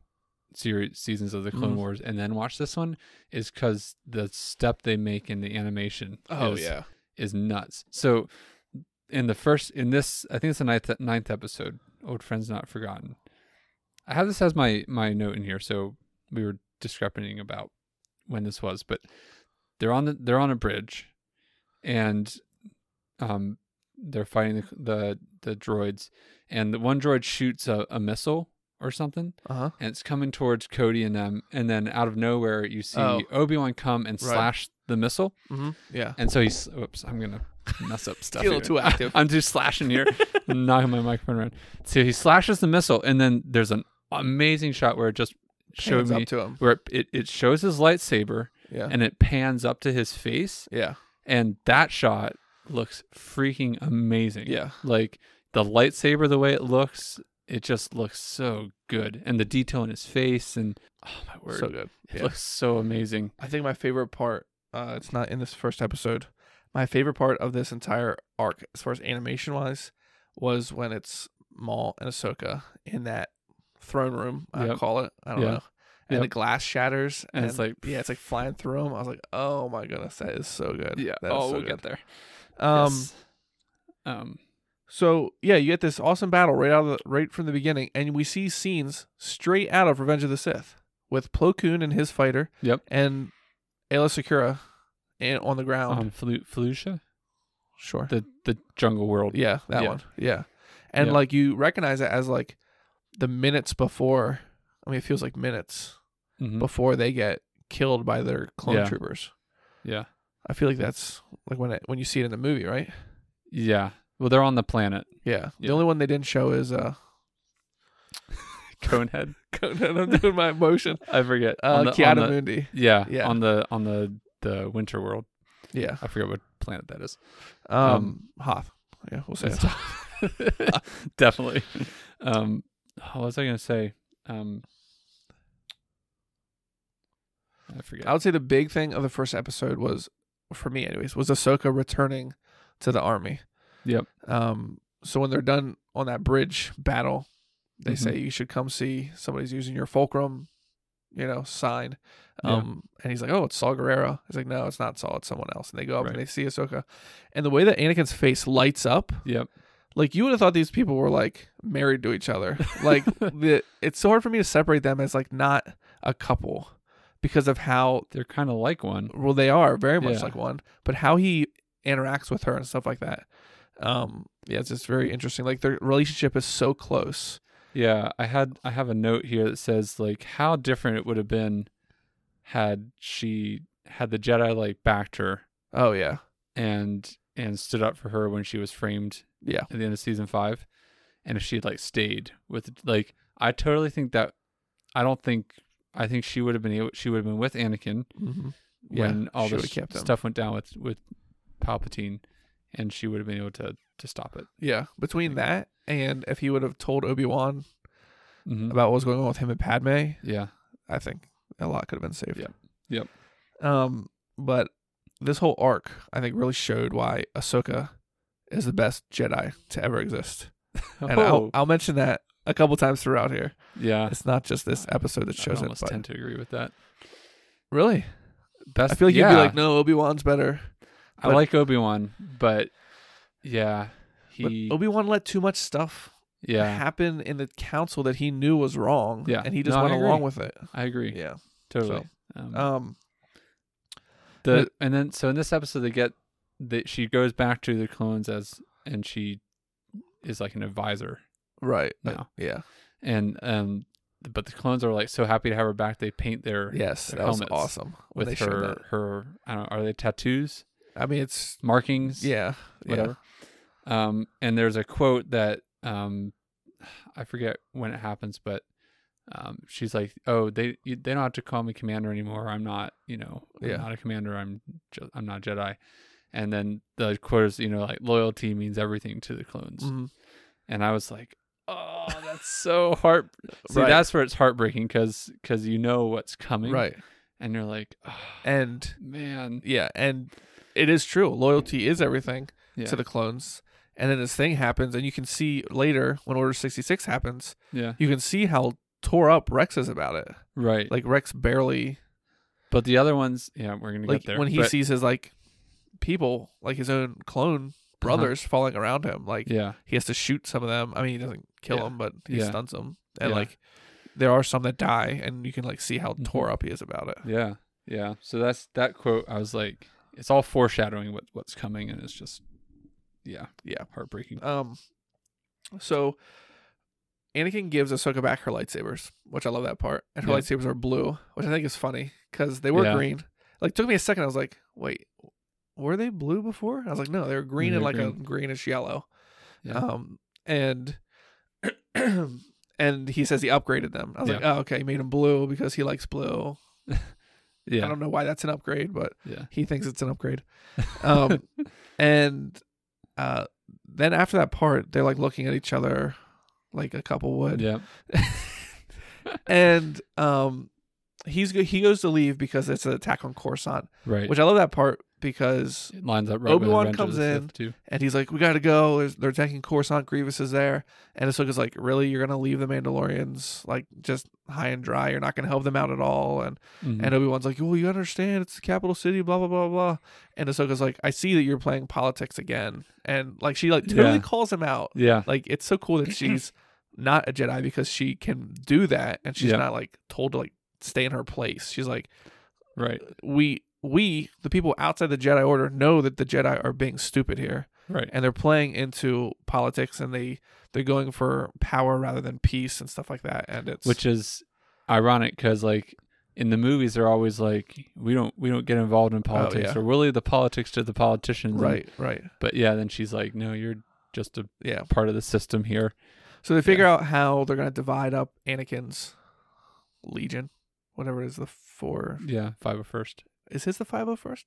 [SPEAKER 6] series seasons of the Clone
[SPEAKER 5] Mhm.
[SPEAKER 6] Wars and then watch this one is because the step they make in the animation
[SPEAKER 5] Oh,
[SPEAKER 6] is, is nuts. So in the first in this I think it's the ninth ninth episode, Old Friends Not Forgotten. I have this as my my note in here, so we were discrepating about when this was, but they're on the they're on a bridge and um they're fighting the the, the droids and the one droid shoots a, a missile or something
[SPEAKER 5] Uh huh.
[SPEAKER 6] and it's coming towards Cody and them and then out of nowhere you see
[SPEAKER 5] Oh.
[SPEAKER 6] Obi-Wan come and
[SPEAKER 5] Right.
[SPEAKER 6] slash the missile
[SPEAKER 5] Mm-hmm. Yeah.
[SPEAKER 6] and so he's, oops, I'm going to mess up stuff.
[SPEAKER 5] a little
[SPEAKER 6] here.
[SPEAKER 5] too active.
[SPEAKER 6] I'm just slashing here, knocking my microphone around. So he slashes the missile, and then there's an amazing shot where it just showed
[SPEAKER 5] Hands
[SPEAKER 6] me
[SPEAKER 5] up to him.
[SPEAKER 6] where it, it shows his lightsaber
[SPEAKER 5] Yeah.
[SPEAKER 6] and it pans up to his face.
[SPEAKER 5] yeah.
[SPEAKER 6] And that shot looks freaking amazing.
[SPEAKER 5] Yeah.
[SPEAKER 6] Like the lightsaber, the way it looks, it just looks so good. And the detail in his face, and oh my word,
[SPEAKER 5] So good.
[SPEAKER 6] it
[SPEAKER 5] Yeah.
[SPEAKER 6] looks so amazing.
[SPEAKER 5] I think my favorite part, uh, it's not in this first episode. My favorite part of this entire arc, as far as animation wise, was when it's Maul and Ahsoka in that throne room, I
[SPEAKER 6] Yep.
[SPEAKER 5] call it. I don't
[SPEAKER 6] Yeah.
[SPEAKER 5] know. and
[SPEAKER 6] Yep.
[SPEAKER 5] the glass shatters,
[SPEAKER 6] And it's like-
[SPEAKER 5] yeah, it's like flying through them. I was like, oh my goodness, that is so good.
[SPEAKER 6] Yeah.
[SPEAKER 5] That is
[SPEAKER 6] oh,
[SPEAKER 5] so
[SPEAKER 6] we'll
[SPEAKER 5] good.
[SPEAKER 6] get there.
[SPEAKER 5] Um,
[SPEAKER 6] Yes. Um.
[SPEAKER 5] so yeah, you get this awesome battle right out of the, right from the beginning, and we see scenes straight out of Revenge of the Sith with Plo Koon and his fighter,
[SPEAKER 6] Yep.
[SPEAKER 5] and Ayla Secura, and on the ground.
[SPEAKER 6] Um. Flu- Felucia,
[SPEAKER 5] sure.
[SPEAKER 6] the the jungle world.
[SPEAKER 5] Yeah, that
[SPEAKER 6] Yeah.
[SPEAKER 5] one. Yeah. And
[SPEAKER 6] Yeah.
[SPEAKER 5] like you recognize it as like the minutes before I mean it feels like minutes
[SPEAKER 6] Mhm.
[SPEAKER 5] before they get killed by their clone
[SPEAKER 6] Yeah.
[SPEAKER 5] troopers.
[SPEAKER 6] Yeah.
[SPEAKER 5] I feel like that's like when it when you see it in the movie, right?
[SPEAKER 6] Yeah. Well, they're on the planet
[SPEAKER 5] Yeah. The
[SPEAKER 6] Yeah.
[SPEAKER 5] only one they didn't show is uh
[SPEAKER 6] Conehead.
[SPEAKER 5] Conan, I'm doing my emotion.
[SPEAKER 6] I forget.
[SPEAKER 5] Uh
[SPEAKER 6] on the, on
[SPEAKER 5] Kiata
[SPEAKER 6] the-
[SPEAKER 5] Mundi.
[SPEAKER 6] yeah,
[SPEAKER 5] Yeah.
[SPEAKER 6] On the on the the winter world.
[SPEAKER 5] Yeah.
[SPEAKER 6] I forget what planet that is.
[SPEAKER 5] Um,
[SPEAKER 6] Um,
[SPEAKER 5] Hoth. Yeah, we'll say
[SPEAKER 6] It's-
[SPEAKER 5] it.
[SPEAKER 6] Definitely. Um, what was I gonna say? Um, I forget.
[SPEAKER 5] I would say the big thing of the first episode was, for me anyways, was Ahsoka returning to the army.
[SPEAKER 6] Yep.
[SPEAKER 5] Um. So when they're done on that bridge battle, they
[SPEAKER 6] Mhm.
[SPEAKER 5] say you should come see somebody's using your fulcrum, you know, sign.
[SPEAKER 6] Yeah.
[SPEAKER 5] Um. And he's like, "Oh, it's Saul Guerrero." He's like, "No, it's not Saul. It's someone else." And they go up
[SPEAKER 6] Right.
[SPEAKER 5] and they see Ahsoka, and the way that Anakin's face lights up,
[SPEAKER 6] Yep.
[SPEAKER 5] like you would have thought these people were like married to each other. Like the, it's so hard for me to separate them as like not a couple because of how
[SPEAKER 6] They're kind of like one.
[SPEAKER 5] well they are very much
[SPEAKER 6] Yeah.
[SPEAKER 5] like one but how he interacts with her and stuff like that um yeah it's just very interesting like their relationship is so close
[SPEAKER 6] Yeah, I had I have a note here that says like how different it would have been had she had the Jedi like backed her
[SPEAKER 5] oh yeah
[SPEAKER 6] and and stood up for her when she was framed
[SPEAKER 5] yeah
[SPEAKER 6] at the end of season five, and if she had like stayed with like I totally think that I don't think I think she would have been able she would have been with Anakin
[SPEAKER 5] mm-hmm.
[SPEAKER 6] when all
[SPEAKER 5] she
[SPEAKER 6] this
[SPEAKER 5] would've kept him.
[SPEAKER 6] stuff went down with with Palpatine, and she would have been able to to stop it.
[SPEAKER 5] yeah between that and if he would have told obi-wan
[SPEAKER 6] Mhm.
[SPEAKER 5] about what was going on with him and padme
[SPEAKER 6] Yeah,
[SPEAKER 5] i think a lot could have been saved
[SPEAKER 6] Yep. Yep.
[SPEAKER 5] um but this whole arc i think really showed why ahsoka is the best jedi to ever exist and
[SPEAKER 6] Oh.
[SPEAKER 5] I'll, I'll mention that a couple times throughout here
[SPEAKER 6] yeah.
[SPEAKER 5] it's not just this episode that
[SPEAKER 6] Uh, I
[SPEAKER 5] shows it
[SPEAKER 6] almost
[SPEAKER 5] but
[SPEAKER 6] tend to agree with that.
[SPEAKER 5] Really?
[SPEAKER 6] Best,
[SPEAKER 5] I feel like
[SPEAKER 6] yeah,
[SPEAKER 5] you'd be like, no, Obi Wan's better.
[SPEAKER 6] I
[SPEAKER 5] but-
[SPEAKER 6] like Obi Wan, but yeah, he,
[SPEAKER 5] But Obi Wan let too much stuff
[SPEAKER 6] yeah,
[SPEAKER 5] happen in the council that he knew was wrong.
[SPEAKER 6] Yeah.
[SPEAKER 5] And he just
[SPEAKER 6] No, I
[SPEAKER 5] went along
[SPEAKER 6] agree.
[SPEAKER 5] with it.
[SPEAKER 6] I agree
[SPEAKER 5] Yeah.
[SPEAKER 6] totally. um,
[SPEAKER 5] Um
[SPEAKER 6] the and then so in this episode they get that she goes back to the clones as and she is like an advisor
[SPEAKER 5] right.
[SPEAKER 6] No.
[SPEAKER 5] Uh, yeah.
[SPEAKER 6] and um but the clones are like so happy to have her back they paint their
[SPEAKER 5] Yes.
[SPEAKER 6] their
[SPEAKER 5] That was
[SPEAKER 6] helmets
[SPEAKER 5] awesome. When they
[SPEAKER 6] with
[SPEAKER 5] showed
[SPEAKER 6] her her I don't know, are they tattoos
[SPEAKER 5] that. I mean it's
[SPEAKER 6] markings
[SPEAKER 5] yeah.
[SPEAKER 6] whatever. Um, and there's a quote that um, I forget when it happens, but um, she's like, "Oh, they you, they don't have to call me commander anymore. I'm not, you know, I'm
[SPEAKER 5] Yeah.
[SPEAKER 6] not a commander. I'm ju- I'm not Jedi." And then the quote is, you know, like loyalty means everything to the clones.
[SPEAKER 5] Yeah. Mhm.
[SPEAKER 6] And I was like, "Oh, that's so heart." See,
[SPEAKER 5] Right.
[SPEAKER 6] that's where it's heartbreaking because you know what's coming,
[SPEAKER 5] Right.
[SPEAKER 6] And you're like, "Ah,
[SPEAKER 5] And
[SPEAKER 6] "Man,
[SPEAKER 5] yeah, and it is true. Loyalty is everything
[SPEAKER 6] yeah,
[SPEAKER 5] to the clones. And then this thing happens, and you can see later when Order sixty six happens,
[SPEAKER 6] yeah,
[SPEAKER 5] you can see how tore up Rex is about it.
[SPEAKER 6] right."
[SPEAKER 5] Like Rex barely
[SPEAKER 6] but the other ones, yeah, we're gonna
[SPEAKER 5] like
[SPEAKER 6] get there.
[SPEAKER 5] when he
[SPEAKER 6] but-
[SPEAKER 5] sees his like people like his own clone brothers falling around him like
[SPEAKER 6] Uh-huh. yeah,
[SPEAKER 5] he has to shoot some of them i mean he doesn't kill
[SPEAKER 6] Yeah.
[SPEAKER 5] them but he
[SPEAKER 6] Yeah.
[SPEAKER 5] stunts them
[SPEAKER 6] Yeah.
[SPEAKER 5] and
[SPEAKER 6] Mm-hmm.
[SPEAKER 5] like there are some that die and you can like see how tore up he is about it
[SPEAKER 6] Yeah, yeah. So that's that quote. I was like, it's all foreshadowing what what's coming, and it's just, yeah,
[SPEAKER 5] Yeah.
[SPEAKER 6] heartbreaking.
[SPEAKER 5] um so Anakin gives Ahsoka back her lightsabers, which I love that part. And her
[SPEAKER 6] Yeah.
[SPEAKER 5] lightsabers are blue, which I think is funny because they were
[SPEAKER 6] Yeah.
[SPEAKER 5] green. Like, took me a second. I was like, wait, were they blue before? I was like, no, they were green
[SPEAKER 6] they
[SPEAKER 5] and
[SPEAKER 6] were
[SPEAKER 5] like a
[SPEAKER 6] green.
[SPEAKER 5] greenish yellow.
[SPEAKER 6] Yeah.
[SPEAKER 5] Um, and and he says he upgraded them. I was like, oh, okay, he made them blue because he likes blue. I
[SPEAKER 6] yeah,
[SPEAKER 5] don't know why that's an upgrade, but
[SPEAKER 6] yeah,
[SPEAKER 5] he thinks it's an upgrade. Um, and uh, then after that part, they're like looking at each other like a couple would.
[SPEAKER 6] yeah,
[SPEAKER 5] And um, he's go- he goes to leave because it's an attack on Coruscant,
[SPEAKER 6] right.
[SPEAKER 5] which I love that part because
[SPEAKER 6] It lines up right with
[SPEAKER 5] Obi-Wan
[SPEAKER 6] Revenge of
[SPEAKER 5] comes
[SPEAKER 6] the
[SPEAKER 5] in.
[SPEAKER 6] Sith, too.
[SPEAKER 5] and he's like, "We gotta go." There's, they're attacking Coruscant. Grievous is there, and Ahsoka's like, "Really, you're gonna leave the Mandalorians like just high and dry? You're not gonna help them out at all?" And
[SPEAKER 6] Mhm.
[SPEAKER 5] and uh, Obi Wan's like, "Well, you understand, it's the capital city, blah blah blah blah." And Ahsoka's like, "I see that you're playing politics again," and like she like totally
[SPEAKER 6] Yeah.
[SPEAKER 5] calls him out.
[SPEAKER 6] yeah,
[SPEAKER 5] Like it's so cool that she's not a Jedi because she can do that, and she's
[SPEAKER 6] Yeah.
[SPEAKER 5] not like told to like stay in her place. She's like,
[SPEAKER 6] right,
[SPEAKER 5] "We." We, the people outside the Jedi Order, know that the Jedi are being stupid here
[SPEAKER 6] right,
[SPEAKER 5] and they're playing into politics and they they're going for power rather than peace and stuff like that and it's
[SPEAKER 6] which is ironic because like in the movies they're always like we don't we don't get involved in politics
[SPEAKER 5] Oh, yeah.
[SPEAKER 6] or we'll leave the politics to the politicians. and-
[SPEAKER 5] right right
[SPEAKER 6] but yeah, then she's like, no, you're just a
[SPEAKER 5] yeah
[SPEAKER 6] part of the system here.
[SPEAKER 5] so they figure out how they're going to divide up Anakin's legion whatever it is the four
[SPEAKER 6] Yeah, five or first.
[SPEAKER 5] is his the 501st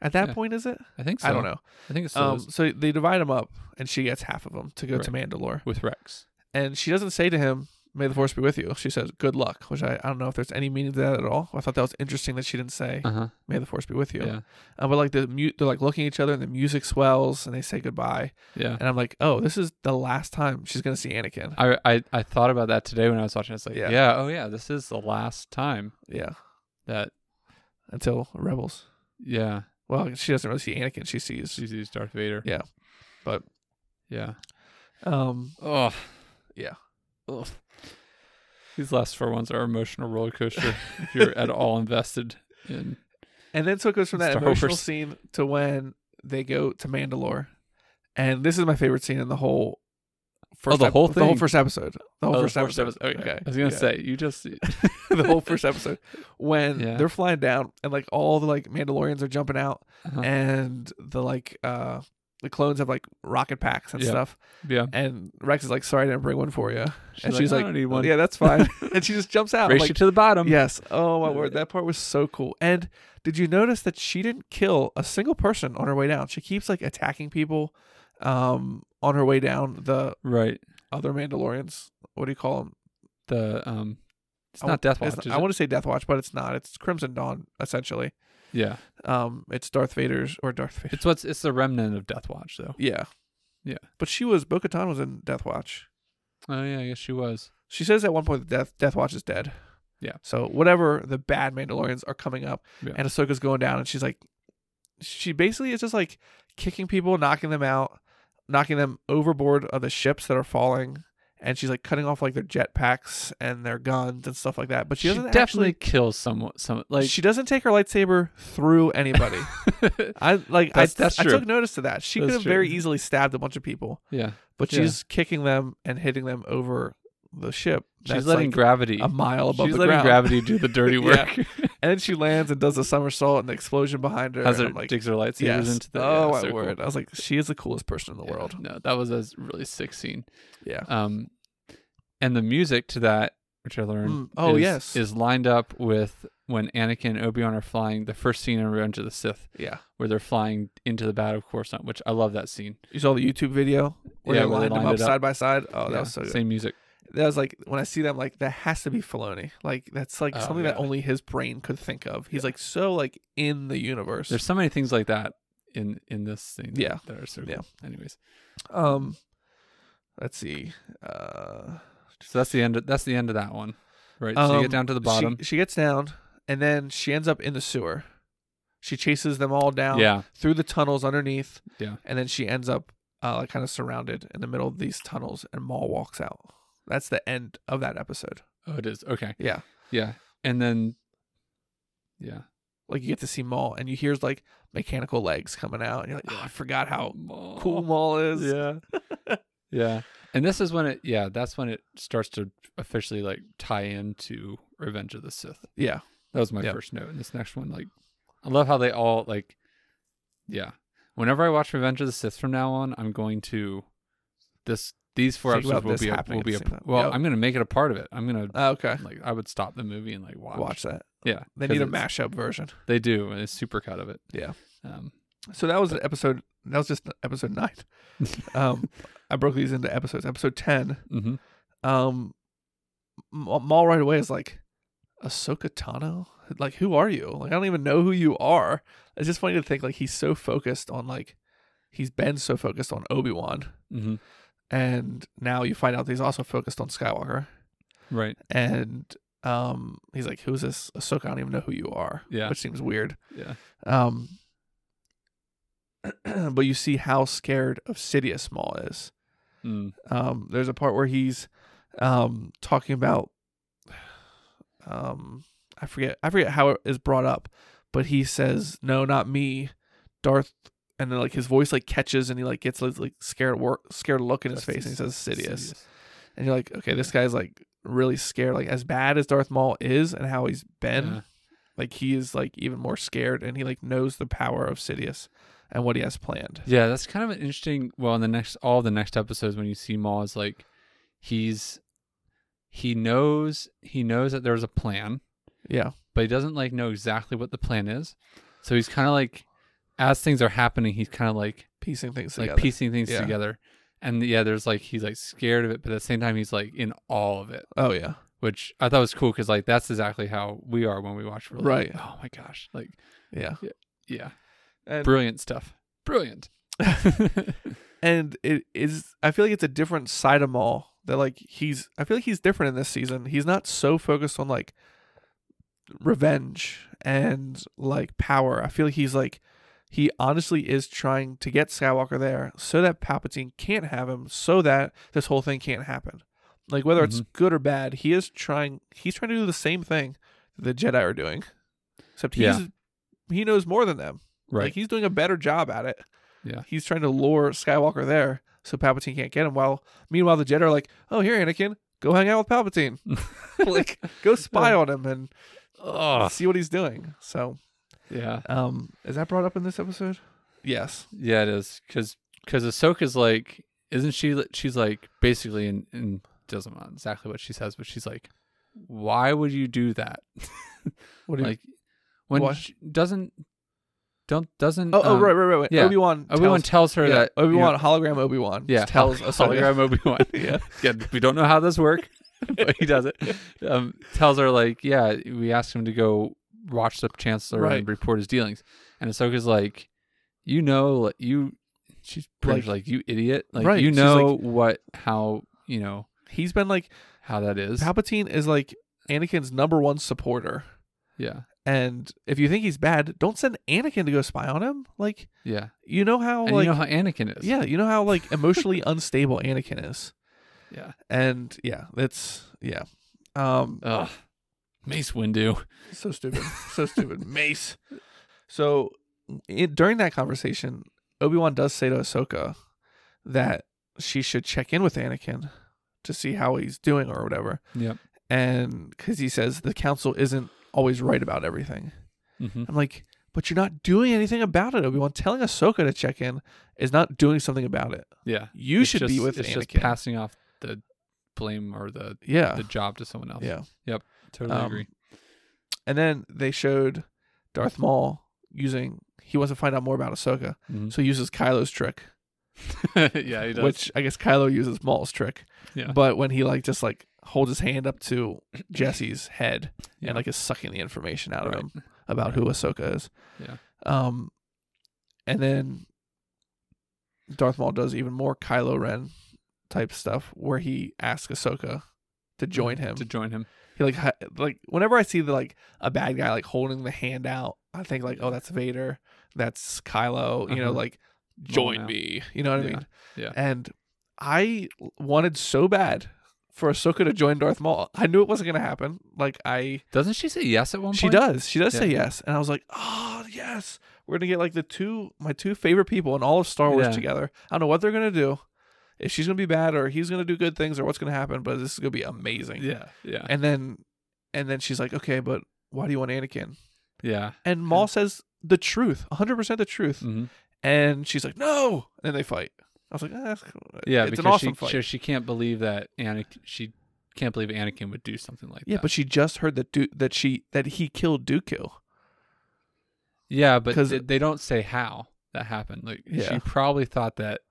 [SPEAKER 5] at that
[SPEAKER 6] Yeah.
[SPEAKER 5] point is it
[SPEAKER 6] I think so.
[SPEAKER 5] I don't know
[SPEAKER 6] I think it's
[SPEAKER 5] um so they divide him up and she gets half of them to go to Mandalore
[SPEAKER 6] with Rex.
[SPEAKER 5] and she doesn't say to him may the force be with you she says good luck which I, I don't know if there's any meaning to that at all I thought that was interesting that she didn't say
[SPEAKER 6] Uh huh.
[SPEAKER 5] may the force be with you
[SPEAKER 6] Yeah.
[SPEAKER 5] Uh, but like the mu- they're like looking at each other, and the music swells, and they say goodbye.
[SPEAKER 6] Yeah. Uh,
[SPEAKER 5] And I'm like, oh, this is the last time she's gonna see Anakin.
[SPEAKER 6] I, I I thought about that today when I was watching. It's like,
[SPEAKER 5] Yeah.
[SPEAKER 6] yeah. oh yeah, this is the last time
[SPEAKER 5] Yeah,
[SPEAKER 6] that
[SPEAKER 5] until Rebels.
[SPEAKER 6] yeah
[SPEAKER 5] Well, she doesn't really see Anakin; she sees.
[SPEAKER 6] she sees Darth Vader.
[SPEAKER 5] Yeah. But-
[SPEAKER 6] yeah.
[SPEAKER 5] Um,
[SPEAKER 6] Oh
[SPEAKER 5] Yeah.
[SPEAKER 6] Ugh. These last four ones are emotional roller coaster. if you're at all invested in,
[SPEAKER 5] and then so it goes from that
[SPEAKER 6] Star
[SPEAKER 5] emotional
[SPEAKER 6] Wars.
[SPEAKER 5] scene to when they go to Mandalore, and this is my favorite scene in the whole. First
[SPEAKER 6] Oh, the
[SPEAKER 5] ep-
[SPEAKER 6] whole
[SPEAKER 5] The whole
[SPEAKER 6] thing?
[SPEAKER 5] first episode. The whole
[SPEAKER 6] Oh, the
[SPEAKER 5] first,
[SPEAKER 6] first
[SPEAKER 5] episode.
[SPEAKER 6] episode. Okay. I was gonna
[SPEAKER 5] Yeah.
[SPEAKER 6] say you just uh-huh.
[SPEAKER 5] the whole first episode when
[SPEAKER 6] Yeah.
[SPEAKER 5] they're flying down and like all the like Mandalorians are jumping out
[SPEAKER 6] Uh-huh.
[SPEAKER 5] and the like uh the clones have like rocket packs and
[SPEAKER 6] Yeah.
[SPEAKER 5] stuff
[SPEAKER 6] yeah.
[SPEAKER 5] and Rex is like sorry I didn't bring one for you
[SPEAKER 6] She's
[SPEAKER 5] and she's
[SPEAKER 6] "I
[SPEAKER 5] like
[SPEAKER 6] don't need one.
[SPEAKER 5] yeah that's fine and she just jumps out I'm
[SPEAKER 6] race you
[SPEAKER 5] like,
[SPEAKER 6] to the bottom.
[SPEAKER 5] yes oh
[SPEAKER 6] Uh,
[SPEAKER 5] my word that part was so cool and did you notice that she didn't kill a single person on her way down she keeps like attacking people um on her way down the
[SPEAKER 6] Right.
[SPEAKER 5] other Mandalorians what do you call them
[SPEAKER 6] The um, it's
[SPEAKER 5] I
[SPEAKER 6] not Death Watch.
[SPEAKER 5] It's-
[SPEAKER 6] is
[SPEAKER 5] I
[SPEAKER 6] it?
[SPEAKER 5] want to say Death Watch, but it's not. It's Crimson Dawn, essentially.
[SPEAKER 6] Yeah.
[SPEAKER 5] Um, it's Darth Vader's or Darth Vader.
[SPEAKER 6] It's what's it's the remnant of Death Watch though.
[SPEAKER 5] yeah,
[SPEAKER 6] Yeah.
[SPEAKER 5] But she was Bo Katan was in Death Watch.
[SPEAKER 6] Oh yeah, I guess she was.
[SPEAKER 5] She says at one point that Death Death Watch is dead.
[SPEAKER 6] Yeah.
[SPEAKER 5] So whatever the bad Mandalorians are coming up,
[SPEAKER 6] Yeah.
[SPEAKER 5] and Ahsoka's going down, and she's like, she basically is just like kicking people, knocking them out, knocking them overboard of the ships that are falling. And she's like cutting off like their jetpacks and their guns and stuff like that. But she
[SPEAKER 6] She,
[SPEAKER 5] doesn't
[SPEAKER 6] definitely
[SPEAKER 5] actually
[SPEAKER 6] kills someone. Some like
[SPEAKER 5] she doesn't take her lightsaber through anybody. I like
[SPEAKER 6] That's-
[SPEAKER 5] I,
[SPEAKER 6] that's
[SPEAKER 5] I
[SPEAKER 6] true.
[SPEAKER 5] took notice to that. She could
[SPEAKER 6] That's
[SPEAKER 5] have very
[SPEAKER 6] true.
[SPEAKER 5] easily stabbed a bunch of people,
[SPEAKER 6] yeah.
[SPEAKER 5] but
[SPEAKER 6] Yeah.
[SPEAKER 5] she's kicking them and hitting them over the ship.
[SPEAKER 6] She's
[SPEAKER 5] that's,
[SPEAKER 6] letting
[SPEAKER 5] like,
[SPEAKER 6] gravity.
[SPEAKER 5] a mile above
[SPEAKER 6] she's
[SPEAKER 5] the
[SPEAKER 6] letting
[SPEAKER 5] ground.
[SPEAKER 6] gravity do the dirty
[SPEAKER 5] Yeah.
[SPEAKER 6] work.
[SPEAKER 5] And then she lands and does a somersault and the explosion behind her.
[SPEAKER 6] Has
[SPEAKER 5] and
[SPEAKER 6] her
[SPEAKER 5] I'm like,
[SPEAKER 6] digs her lightsabers
[SPEAKER 5] yes.
[SPEAKER 6] into the.
[SPEAKER 5] oh
[SPEAKER 6] yeah,
[SPEAKER 5] my
[SPEAKER 6] so cool.
[SPEAKER 5] word! I was like, she is the coolest person in the
[SPEAKER 6] Yeah,
[SPEAKER 5] world.
[SPEAKER 6] No, that was a really sick scene.
[SPEAKER 5] Yeah.
[SPEAKER 6] Um, and the music to that, which I learned,
[SPEAKER 5] Mm, oh,
[SPEAKER 6] is,
[SPEAKER 5] yes.
[SPEAKER 6] is lined up with when Anakin and Obi Wan are flying the first scene in Revenge of the Sith,
[SPEAKER 5] Yeah.
[SPEAKER 6] where they're flying into the Battle of Coruscant, which I love that scene.
[SPEAKER 5] You saw the YouTube video where
[SPEAKER 6] Yeah,
[SPEAKER 5] they
[SPEAKER 6] where they
[SPEAKER 5] lined them
[SPEAKER 6] lined
[SPEAKER 5] up,
[SPEAKER 6] it up.
[SPEAKER 5] side by side. Oh, that
[SPEAKER 6] Yeah,
[SPEAKER 5] was so good.
[SPEAKER 6] Same music.
[SPEAKER 5] That was like when I see them, like that has to be Filoni. Like that's like
[SPEAKER 6] Oh,
[SPEAKER 5] something that
[SPEAKER 6] yeah.
[SPEAKER 5] only his brain could think of. He's like so like in the universe.
[SPEAKER 6] There's so many things like that in in this scene. that-
[SPEAKER 5] Yeah.
[SPEAKER 6] That are so cool.
[SPEAKER 5] Yeah.
[SPEAKER 6] Anyways,
[SPEAKER 5] Um, let's see. Uh,
[SPEAKER 6] so that's the end. Of, that's the end of that one, right? so you
[SPEAKER 5] um,
[SPEAKER 6] get down to the
[SPEAKER 5] she-
[SPEAKER 6] bottom.
[SPEAKER 5] She, gets down, and then she ends up in the sewer. She chases them all down
[SPEAKER 6] yeah.
[SPEAKER 5] through the tunnels underneath.
[SPEAKER 6] Yeah.
[SPEAKER 5] and then she ends up uh, like kind of surrounded in the middle of these tunnels, and Maul walks out. That's the end of that episode.
[SPEAKER 6] Oh, it is. Okay.
[SPEAKER 5] Yeah,
[SPEAKER 6] Yeah. And then, yeah.
[SPEAKER 5] like you get to see Maul, and you hear like mechanical legs coming out, and you're like, oh, I forgot how cool Maul is.
[SPEAKER 6] Oh, Yeah. yeah. And this is when it yeah, that's when it starts to officially like tie into Revenge of the Sith.
[SPEAKER 5] yeah,
[SPEAKER 6] That was my
[SPEAKER 5] Yep.
[SPEAKER 6] first note. And this next one, like I love how they all like yeah. Whenever I watch Revenge of the Sith from now on, I'm going to this these four
[SPEAKER 5] Think about
[SPEAKER 6] episodes will
[SPEAKER 5] this
[SPEAKER 6] be a,
[SPEAKER 5] happening
[SPEAKER 6] will
[SPEAKER 5] at
[SPEAKER 6] be
[SPEAKER 5] the
[SPEAKER 6] a
[SPEAKER 5] same time.
[SPEAKER 6] well,
[SPEAKER 5] Yep.
[SPEAKER 6] I'm gonna make it a part of it. I'm gonna
[SPEAKER 5] Uh, okay.
[SPEAKER 6] like I would stop the movie and like watch.
[SPEAKER 5] Watch that.
[SPEAKER 6] Yeah.
[SPEAKER 5] They
[SPEAKER 6] 'cause
[SPEAKER 5] need a
[SPEAKER 6] it's-
[SPEAKER 5] mashup version.
[SPEAKER 6] They do, and it's super cut of it.
[SPEAKER 5] Yeah.
[SPEAKER 6] Um
[SPEAKER 5] So that was an episode. That was just episode nine. Um, I broke these into episodes. Episode ten.
[SPEAKER 6] hmm
[SPEAKER 5] Um, M- Maul right away is like, Ahsoka Tano like who are you? Like I don't even know who you are. It's just funny to think like he's so focused on like he's been so focused on Obi Wan,
[SPEAKER 6] hmm
[SPEAKER 5] and now you find out that he's also focused on Skywalker.
[SPEAKER 6] Right.
[SPEAKER 5] And um, he's like, "Who's this Ahsoka? I don't even know who you are."
[SPEAKER 6] Yeah.
[SPEAKER 5] which seems weird.
[SPEAKER 6] Yeah.
[SPEAKER 5] Um, but you see how scared of Sidious Maul is.
[SPEAKER 6] Mm.
[SPEAKER 5] Um, there's a part where he's um, talking about um, I forget I forget how it is brought up, but he says, "No, not me, Darth." And then like his voice like catches and he like gets like scared work scared look in his face and he says Sidious. And you're like, okay, this guy's like really scared. Like as bad as Darth Maul is and how he's been,
[SPEAKER 6] Yeah.
[SPEAKER 5] like he is like even more scared and he like knows the power of Sidious and what he has planned.
[SPEAKER 6] Yeah, that's kind of an interesting. Well, in the next, all the next episodes, when you see Maul, is like he's he knows he knows that there's a plan,
[SPEAKER 5] Yeah.
[SPEAKER 6] but he doesn't like know exactly what the plan is. So he's kind of like, as things are happening, he's kind of like
[SPEAKER 5] Piecing things
[SPEAKER 6] like
[SPEAKER 5] together.
[SPEAKER 6] piecing things
[SPEAKER 5] Yeah.
[SPEAKER 6] together. And yeah, there's like he's like scared of it, but at the same time, he's like in all of it,
[SPEAKER 5] oh yeah.
[SPEAKER 6] which I thought was cool because like that's exactly how we are when we watch. We're like,
[SPEAKER 5] Right.
[SPEAKER 6] oh my gosh. Like
[SPEAKER 5] Yeah.
[SPEAKER 6] yeah,
[SPEAKER 5] And
[SPEAKER 6] brilliant stuff. Brilliant.
[SPEAKER 5] and it is I feel like it's a different side of Maul that like he's I feel like he's different in this season. He's not so focused on like revenge and like power. I feel like he's like he honestly is trying to get Skywalker there so that Palpatine can't have him so that this whole thing can't happen. Like whether it's good or bad, he is trying he's trying to do the same thing that the Jedi are doing. Except he's he knows more than them. Like
[SPEAKER 6] right.
[SPEAKER 5] he's doing a better job at it.
[SPEAKER 6] Yeah.
[SPEAKER 5] He's trying to lure Skywalker there so Palpatine can't get him. While meanwhile the Jedi are like, "Oh, here Anakin, go hang out with Palpatine. like go spy on him and
[SPEAKER 6] Ugh.
[SPEAKER 5] see what he's doing." So,
[SPEAKER 6] Yeah.
[SPEAKER 5] um is that brought up in this episode? Yes.
[SPEAKER 6] Yeah, it is because because Ahsoka's like, isn't she? li- She's like basically, and and doesn't know exactly what she says, but she's like, why would you do that?
[SPEAKER 5] What do you
[SPEAKER 6] like when
[SPEAKER 5] Why?
[SPEAKER 6] she doesn't don't doesn't.
[SPEAKER 5] Oh, oh
[SPEAKER 6] um,
[SPEAKER 5] right, right, right. right.
[SPEAKER 6] yeah.
[SPEAKER 5] Obi-Wan
[SPEAKER 6] Obi-Wan tells
[SPEAKER 5] tells,
[SPEAKER 6] her
[SPEAKER 5] yeah,
[SPEAKER 6] that
[SPEAKER 5] Obi-Wan hologram Obi-Wan
[SPEAKER 6] Yeah,
[SPEAKER 5] just tells
[SPEAKER 6] hol-
[SPEAKER 5] Ahsoka.
[SPEAKER 6] hologram Obi Wan.
[SPEAKER 5] Yeah.
[SPEAKER 6] yeah, we don't know how this works, but he does it. Um, tells her like, yeah, we asked him to go watch the chancellor
[SPEAKER 5] Right.
[SPEAKER 6] and report his dealings, and Ahsoka's like, you know, like, you, she's pretty much like, you idiot, like
[SPEAKER 5] Right,
[SPEAKER 6] you
[SPEAKER 5] she's
[SPEAKER 6] know what how you know
[SPEAKER 5] He's been like
[SPEAKER 6] how that is.
[SPEAKER 5] Palpatine is like Anakin's number one supporter.
[SPEAKER 6] yeah,
[SPEAKER 5] And if you think he's bad, don't send Anakin to go spy on him. Like
[SPEAKER 6] yeah,
[SPEAKER 5] You know how
[SPEAKER 6] and
[SPEAKER 5] like
[SPEAKER 6] you know how Anakin is.
[SPEAKER 5] yeah, you know how like emotionally unstable Anakin is,
[SPEAKER 6] yeah.
[SPEAKER 5] and yeah, that's yeah, um,
[SPEAKER 6] Ugh, Mace Windu.
[SPEAKER 5] so stupid, so stupid, Mace. So it, during that conversation, Obi Wan does say to Ahsoka that she should check in with Anakin to see how he's doing or whatever,
[SPEAKER 6] Yep.
[SPEAKER 5] and because he says the Council isn't always right about everything.
[SPEAKER 6] hmm
[SPEAKER 5] I'm like, but you're not doing anything about it, Obi Wan. Telling Ahsoka to check in is not doing something about it.
[SPEAKER 6] Yeah,
[SPEAKER 5] You
[SPEAKER 6] It's
[SPEAKER 5] should be
[SPEAKER 6] just-
[SPEAKER 5] with
[SPEAKER 6] It's
[SPEAKER 5] Anakin.
[SPEAKER 6] just passing off the blame or the
[SPEAKER 5] yeah.
[SPEAKER 6] the job to someone else.
[SPEAKER 5] Yeah.
[SPEAKER 6] Yep. Totally
[SPEAKER 5] Um,
[SPEAKER 6] agree.
[SPEAKER 5] And then they showed Darth Maul using. He wants to find out more about Ahsoka,
[SPEAKER 6] Mhm.
[SPEAKER 5] so he uses Kylo's trick,
[SPEAKER 6] yeah, he does.
[SPEAKER 5] Mm-hmm. which I guess Kylo uses Maul's trick.
[SPEAKER 6] Yeah.
[SPEAKER 5] But when he like just like holds his hand up to Jesse's head
[SPEAKER 6] Yeah.
[SPEAKER 5] and like is sucking the information out
[SPEAKER 6] Right.
[SPEAKER 5] of him about who Ahsoka is.
[SPEAKER 6] Yeah.
[SPEAKER 5] Um, and then Darth Maul does even more Kylo Ren type stuff where he asks Ahsoka to join him
[SPEAKER 6] to join him.
[SPEAKER 5] He like hi- like whenever I see the like a bad guy like holding the hand out, I think like, oh, that's Vader, that's Kylo. You know,
[SPEAKER 6] Uh-huh.
[SPEAKER 5] like
[SPEAKER 6] now.
[SPEAKER 5] join me. You know what
[SPEAKER 6] Yeah,
[SPEAKER 5] I mean?
[SPEAKER 6] yeah.
[SPEAKER 5] And I wanted so bad for Ahsoka to join Darth Maul. I knew it wasn't gonna happen. Like I,
[SPEAKER 6] Doesn't she say yes at one
[SPEAKER 5] she
[SPEAKER 6] point?
[SPEAKER 5] does. She does
[SPEAKER 6] Yeah.
[SPEAKER 5] say yes, and I was like, oh yes, we're gonna get like the two my two favorite people in all of Star Wars
[SPEAKER 6] Yeah.
[SPEAKER 5] together. I don't know what they're gonna do. If she's gonna be bad or he's gonna do good things or what's gonna happen, but this is gonna be amazing.
[SPEAKER 6] Yeah. Yeah.
[SPEAKER 5] And then and then she's like, "Okay, but why do you want Anakin?"
[SPEAKER 6] yeah.
[SPEAKER 5] And Maul says the truth, 100% the truth.
[SPEAKER 6] hmm
[SPEAKER 5] And she's like, "No!" And they fight. I was like, ah, that's cool.
[SPEAKER 6] Yeah.
[SPEAKER 5] it's
[SPEAKER 6] because
[SPEAKER 5] an awesome
[SPEAKER 6] she,
[SPEAKER 5] fight."
[SPEAKER 6] She, she can't believe that Anakin. She can't believe Anakin would do something like
[SPEAKER 5] yeah,
[SPEAKER 6] that.
[SPEAKER 5] but she just heard that du- that she that he killed Dooku.
[SPEAKER 6] yeah, but
[SPEAKER 5] 'cause-
[SPEAKER 6] they, they don't say how that happened. Like she
[SPEAKER 5] Yeah.
[SPEAKER 6] probably thought that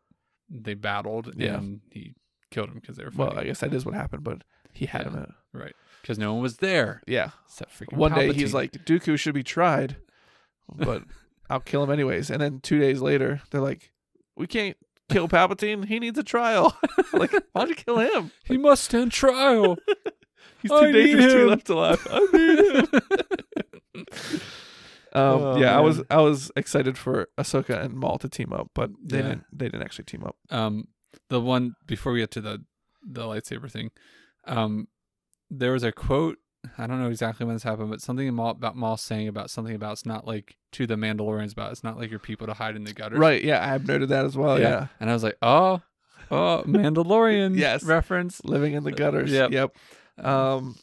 [SPEAKER 6] they battled
[SPEAKER 5] Yeah.
[SPEAKER 6] and he killed him because they were fighting.
[SPEAKER 5] Well, I guess that is what happened, but he had him. At-
[SPEAKER 6] right. because no one was there.
[SPEAKER 5] Yeah.
[SPEAKER 6] Except freaking
[SPEAKER 5] One day he's
[SPEAKER 6] Palpatine.
[SPEAKER 5] like, Dooku should be tried, but I'll kill him anyways. And then two days later, they're like, we can't kill Palpatine. He needs a trial. like, why'd you kill him?
[SPEAKER 6] he must stand trial.
[SPEAKER 5] He's
[SPEAKER 6] I
[SPEAKER 5] too
[SPEAKER 6] need
[SPEAKER 5] dangerous to be
[SPEAKER 6] him.
[SPEAKER 5] left alive. I need him. Um,
[SPEAKER 6] Oh,
[SPEAKER 5] yeah, I was
[SPEAKER 6] man.
[SPEAKER 5] I was excited for Ahsoka and Maul to team up, but they
[SPEAKER 6] Yeah.
[SPEAKER 5] didn't. They didn't actually team up.
[SPEAKER 6] um the one before we get to the the lightsaber thing um there was a quote i don't know exactly when this happened but something Maul, about Maul saying about something about it's not like to the mandalorians about it's not like your people to hide in the gutters
[SPEAKER 5] Right? Yeah, I've noted that as well. Yeah,
[SPEAKER 6] and i was like oh oh mandalorian
[SPEAKER 5] Yes.
[SPEAKER 6] reference
[SPEAKER 5] living in the gutters.
[SPEAKER 6] Yep.
[SPEAKER 5] Yep. Um,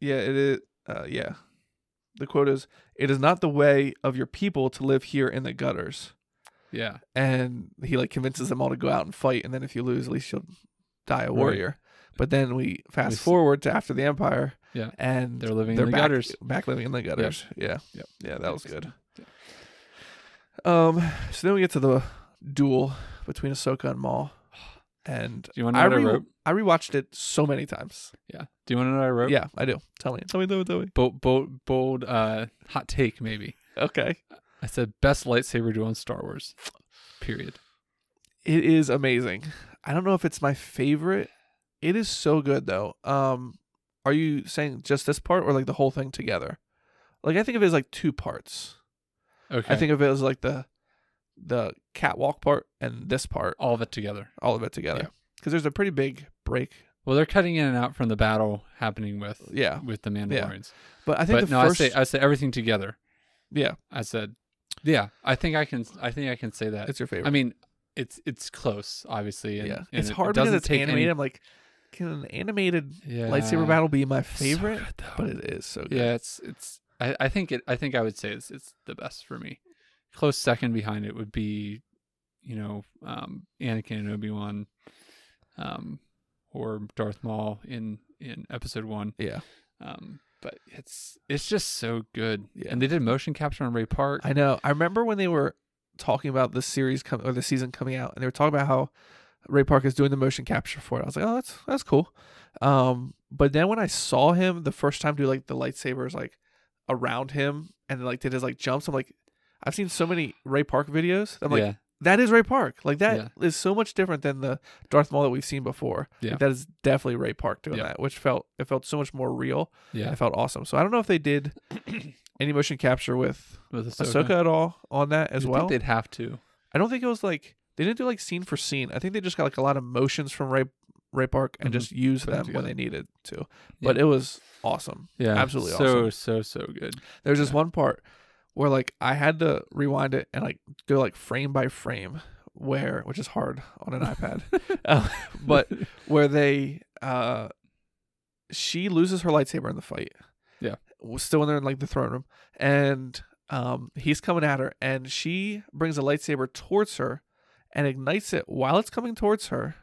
[SPEAKER 5] yeah, it is. Uh, yeah, the quote is: "It is not the way of your people to live here in the gutters."
[SPEAKER 6] yeah
[SPEAKER 5] And he like convinces them all to go out and fight, and then if you lose, at least you'll die a
[SPEAKER 6] Right.
[SPEAKER 5] warrior. But then we fast
[SPEAKER 6] We s-
[SPEAKER 5] forward to after the Empire.
[SPEAKER 6] Yeah.
[SPEAKER 5] and
[SPEAKER 6] They're living in the
[SPEAKER 5] back,
[SPEAKER 6] gutters.
[SPEAKER 5] Back living in the gutters. Yeah,
[SPEAKER 6] Yep.
[SPEAKER 5] yeah, that was good.
[SPEAKER 6] Yeah.
[SPEAKER 5] Um, so then we get to the duel between Ahsoka and Maul, and
[SPEAKER 6] do you want to know
[SPEAKER 5] I,
[SPEAKER 6] what
[SPEAKER 5] re-
[SPEAKER 6] i wrote
[SPEAKER 5] I rewatched it so many times.
[SPEAKER 6] yeah do you want to know what i wrote
[SPEAKER 5] Yeah, I do. Tell me, tell me, tell me, tell me.
[SPEAKER 6] bold bold, bold uh hot take maybe
[SPEAKER 5] Okay,
[SPEAKER 6] i said best lightsaber duel in star wars period
[SPEAKER 5] it is amazing. I don't know if it's my favorite. It is so good though. Um, are you saying just this part or like the whole thing together? Like I think of it as like two parts.
[SPEAKER 6] okay
[SPEAKER 5] I think of it as like the the catwalk part and this part,
[SPEAKER 6] all of it together
[SPEAKER 5] all of it together. Because there's a pretty big break.
[SPEAKER 6] Well, they're cutting in and out from the battle happening with
[SPEAKER 5] Yeah,
[SPEAKER 6] with the Mandalorians.
[SPEAKER 5] but I think
[SPEAKER 6] But
[SPEAKER 5] the
[SPEAKER 6] no,
[SPEAKER 5] first.
[SPEAKER 6] I say I say everything together.
[SPEAKER 5] yeah,
[SPEAKER 6] I said, yeah, I think I can. I think I can say that.
[SPEAKER 5] it's your favorite.
[SPEAKER 6] I mean, it's it's close, obviously. And,
[SPEAKER 5] yeah,
[SPEAKER 6] and
[SPEAKER 5] it's
[SPEAKER 6] it- it
[SPEAKER 5] hard because
[SPEAKER 6] doesn't
[SPEAKER 5] it's
[SPEAKER 6] take any-
[SPEAKER 5] animated. I'm like, can an animated
[SPEAKER 6] yeah,
[SPEAKER 5] lightsaber battle be my
[SPEAKER 6] It's so
[SPEAKER 5] favorite?
[SPEAKER 6] good, though.
[SPEAKER 5] but it is so good.
[SPEAKER 6] yeah, it's it's. I, I think it. I think I would say it's it's the best for me. Close second behind it would be, you know, um, Anakin and Obi Wan, um, or Darth Maul in in Episode One.
[SPEAKER 5] Yeah.
[SPEAKER 6] Um, but it's it's just so good.
[SPEAKER 5] Yeah.
[SPEAKER 6] And they did motion capture on Ray Park.
[SPEAKER 5] I know. I remember when they were talking about the series com- or the season coming out, and they were talking about how Ray Park is doing the motion capture for it. I was like, oh, that's that's cool. Um, but then when I saw him the first time do like the lightsabers like around him and like did his like jumps, I'm like, I've seen so many Ray Park videos. I'm like,
[SPEAKER 6] yeah.
[SPEAKER 5] that is Ray Park. Like that is
[SPEAKER 6] Yeah.
[SPEAKER 5] so much different than the Darth Maul that we've seen before. Like,
[SPEAKER 6] Yeah.
[SPEAKER 5] that is definitely Ray Park doing
[SPEAKER 6] Yeah.
[SPEAKER 5] that, which felt it felt so much more real.
[SPEAKER 6] Yeah.
[SPEAKER 5] It felt awesome. So I don't know if they did any motion capture with
[SPEAKER 6] With
[SPEAKER 5] Ahsoka, at all on that as
[SPEAKER 6] You'd
[SPEAKER 5] well.
[SPEAKER 6] Think they'd have to.
[SPEAKER 5] I don't think it was like they didn't do like scene for scene. I think they just got like a lot of motions from Ray Ray Park and
[SPEAKER 6] Mhm.
[SPEAKER 5] just used
[SPEAKER 6] Put them
[SPEAKER 5] them when
[SPEAKER 6] together.
[SPEAKER 5] they needed to. But
[SPEAKER 6] Yeah.
[SPEAKER 5] it was awesome.
[SPEAKER 6] Yeah.
[SPEAKER 5] absolutely
[SPEAKER 6] So
[SPEAKER 5] awesome.
[SPEAKER 6] so so good.
[SPEAKER 5] There's this one part where like I had to rewind it and like go like frame by frame where which is hard on an iPad. Um, but where they uh she loses her lightsaber in the fight.
[SPEAKER 6] Yeah.
[SPEAKER 5] W- Still in there in like the throne room. And um he's coming at her and she brings a lightsaber towards her and ignites it while it's coming towards her.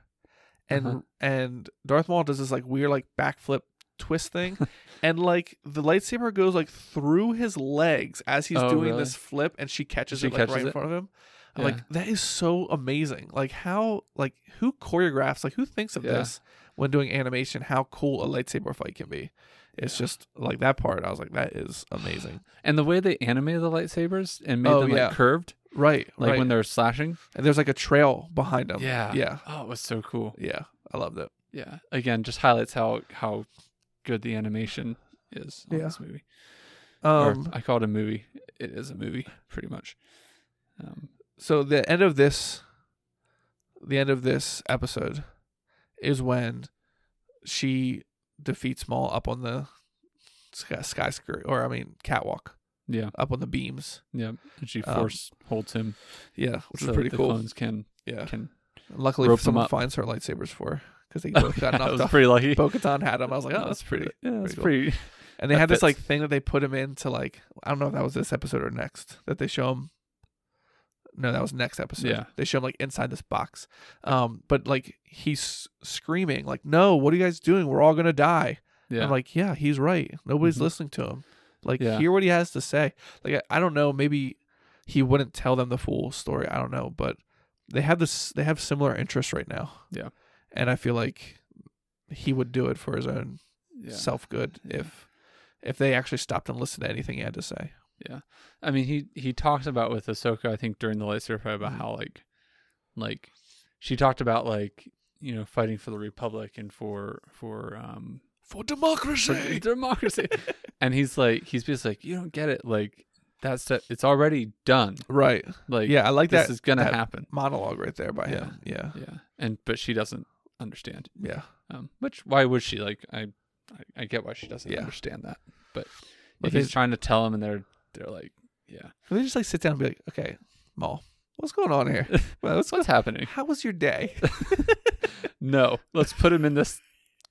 [SPEAKER 5] And
[SPEAKER 6] Uh-huh.
[SPEAKER 5] and Darth Maul does this like weird like backflip twist thing. and like the lightsaber goes like through his legs as he's
[SPEAKER 6] Oh,
[SPEAKER 5] doing
[SPEAKER 6] really?
[SPEAKER 5] this flip and she catches
[SPEAKER 6] She
[SPEAKER 5] it like
[SPEAKER 6] catches
[SPEAKER 5] right in
[SPEAKER 6] it?
[SPEAKER 5] front of him. I'm
[SPEAKER 6] Yeah.
[SPEAKER 5] Like that is so amazing. Like how like who choreographs like who thinks of
[SPEAKER 6] Yeah.
[SPEAKER 5] this when doing animation? How cool a lightsaber fight can be. It's just like that part. I was like that is amazing.
[SPEAKER 6] And the way they animated the lightsabers and made
[SPEAKER 5] Oh,
[SPEAKER 6] them
[SPEAKER 5] yeah.
[SPEAKER 6] like curved,
[SPEAKER 5] right.
[SPEAKER 6] like
[SPEAKER 5] right.
[SPEAKER 6] when they're slashing.
[SPEAKER 5] and there's like a trail behind them.
[SPEAKER 6] Yeah.
[SPEAKER 5] Yeah.
[SPEAKER 6] Oh, it was so cool.
[SPEAKER 5] Yeah. I loved it.
[SPEAKER 6] Yeah. Again, just highlights how how good the animation is on
[SPEAKER 5] Yeah.
[SPEAKER 6] this movie. Or
[SPEAKER 5] Um
[SPEAKER 6] I call it a movie. It is a movie, pretty much. Um,
[SPEAKER 5] so the end of this the end of this episode is when she defeats Maul up on the sky, skyscraper or I mean catwalk
[SPEAKER 6] yeah.
[SPEAKER 5] up on the beams.
[SPEAKER 6] Yeah, and she
[SPEAKER 5] Um,
[SPEAKER 6] force holds him,
[SPEAKER 5] Yeah, which
[SPEAKER 6] so
[SPEAKER 5] is pretty
[SPEAKER 6] the
[SPEAKER 5] cool.
[SPEAKER 6] clones can
[SPEAKER 5] Yeah.
[SPEAKER 6] can.
[SPEAKER 5] Luckily,
[SPEAKER 6] rope them
[SPEAKER 5] someone
[SPEAKER 6] up.
[SPEAKER 5] finds her lightsabers for her because they both got
[SPEAKER 6] I
[SPEAKER 5] knocked
[SPEAKER 6] was
[SPEAKER 5] off.
[SPEAKER 6] pretty lucky.
[SPEAKER 5] bo had them. I was like, oh, that's pretty.
[SPEAKER 6] Yeah, that's
[SPEAKER 5] cool.
[SPEAKER 6] pretty.
[SPEAKER 5] And they
[SPEAKER 6] that
[SPEAKER 5] had this
[SPEAKER 6] fits.
[SPEAKER 5] like thing that they put him in to like I don't know if that was this episode or next that they show him. No, that was next episode.
[SPEAKER 6] Yeah.
[SPEAKER 5] they show him like inside this box. Um, but like he's screaming like, "No, what are you guys doing? We're all gonna die."
[SPEAKER 6] Yeah,
[SPEAKER 5] I'm like, yeah, he's right. Nobody's
[SPEAKER 6] Mhm.
[SPEAKER 5] listening to him. Like,
[SPEAKER 6] Yeah.
[SPEAKER 5] hear what he has to say. Like, I, I don't know. Maybe he wouldn't tell them the full story. I don't know, but they have this. They have similar interests right now.
[SPEAKER 6] Yeah.
[SPEAKER 5] and I feel like he would do it for his own
[SPEAKER 6] Yeah.
[SPEAKER 5] self good if if they actually stopped and listened to anything he had to say.
[SPEAKER 6] I mean, he he talked about with Ahsoka, I think during the last episode about
[SPEAKER 5] Mm-hmm.
[SPEAKER 6] how like, like, she talked about like you know fighting for the republic and for for um
[SPEAKER 5] For
[SPEAKER 6] for
[SPEAKER 5] democracy.
[SPEAKER 6] democracy, and he's like he's just like you don't get it like that's that it's already done
[SPEAKER 5] Right.
[SPEAKER 6] like
[SPEAKER 5] Yeah, I like
[SPEAKER 6] this
[SPEAKER 5] that-
[SPEAKER 6] is gonna
[SPEAKER 5] that-
[SPEAKER 6] happen
[SPEAKER 5] Monologue right there by him. Yeah.
[SPEAKER 6] yeah and but she doesn't understand
[SPEAKER 5] Yeah.
[SPEAKER 6] um which why would she like I I, I get why she doesn't
[SPEAKER 5] Yeah.
[SPEAKER 6] understand that but
[SPEAKER 5] But
[SPEAKER 6] if he's
[SPEAKER 5] they-
[SPEAKER 6] trying to tell him and they're they're like yeah
[SPEAKER 5] They just like sit down and be like, okay, Maul, what's going on here? Well, what's,
[SPEAKER 6] what's happening
[SPEAKER 5] how was your day?
[SPEAKER 6] no let's put him in this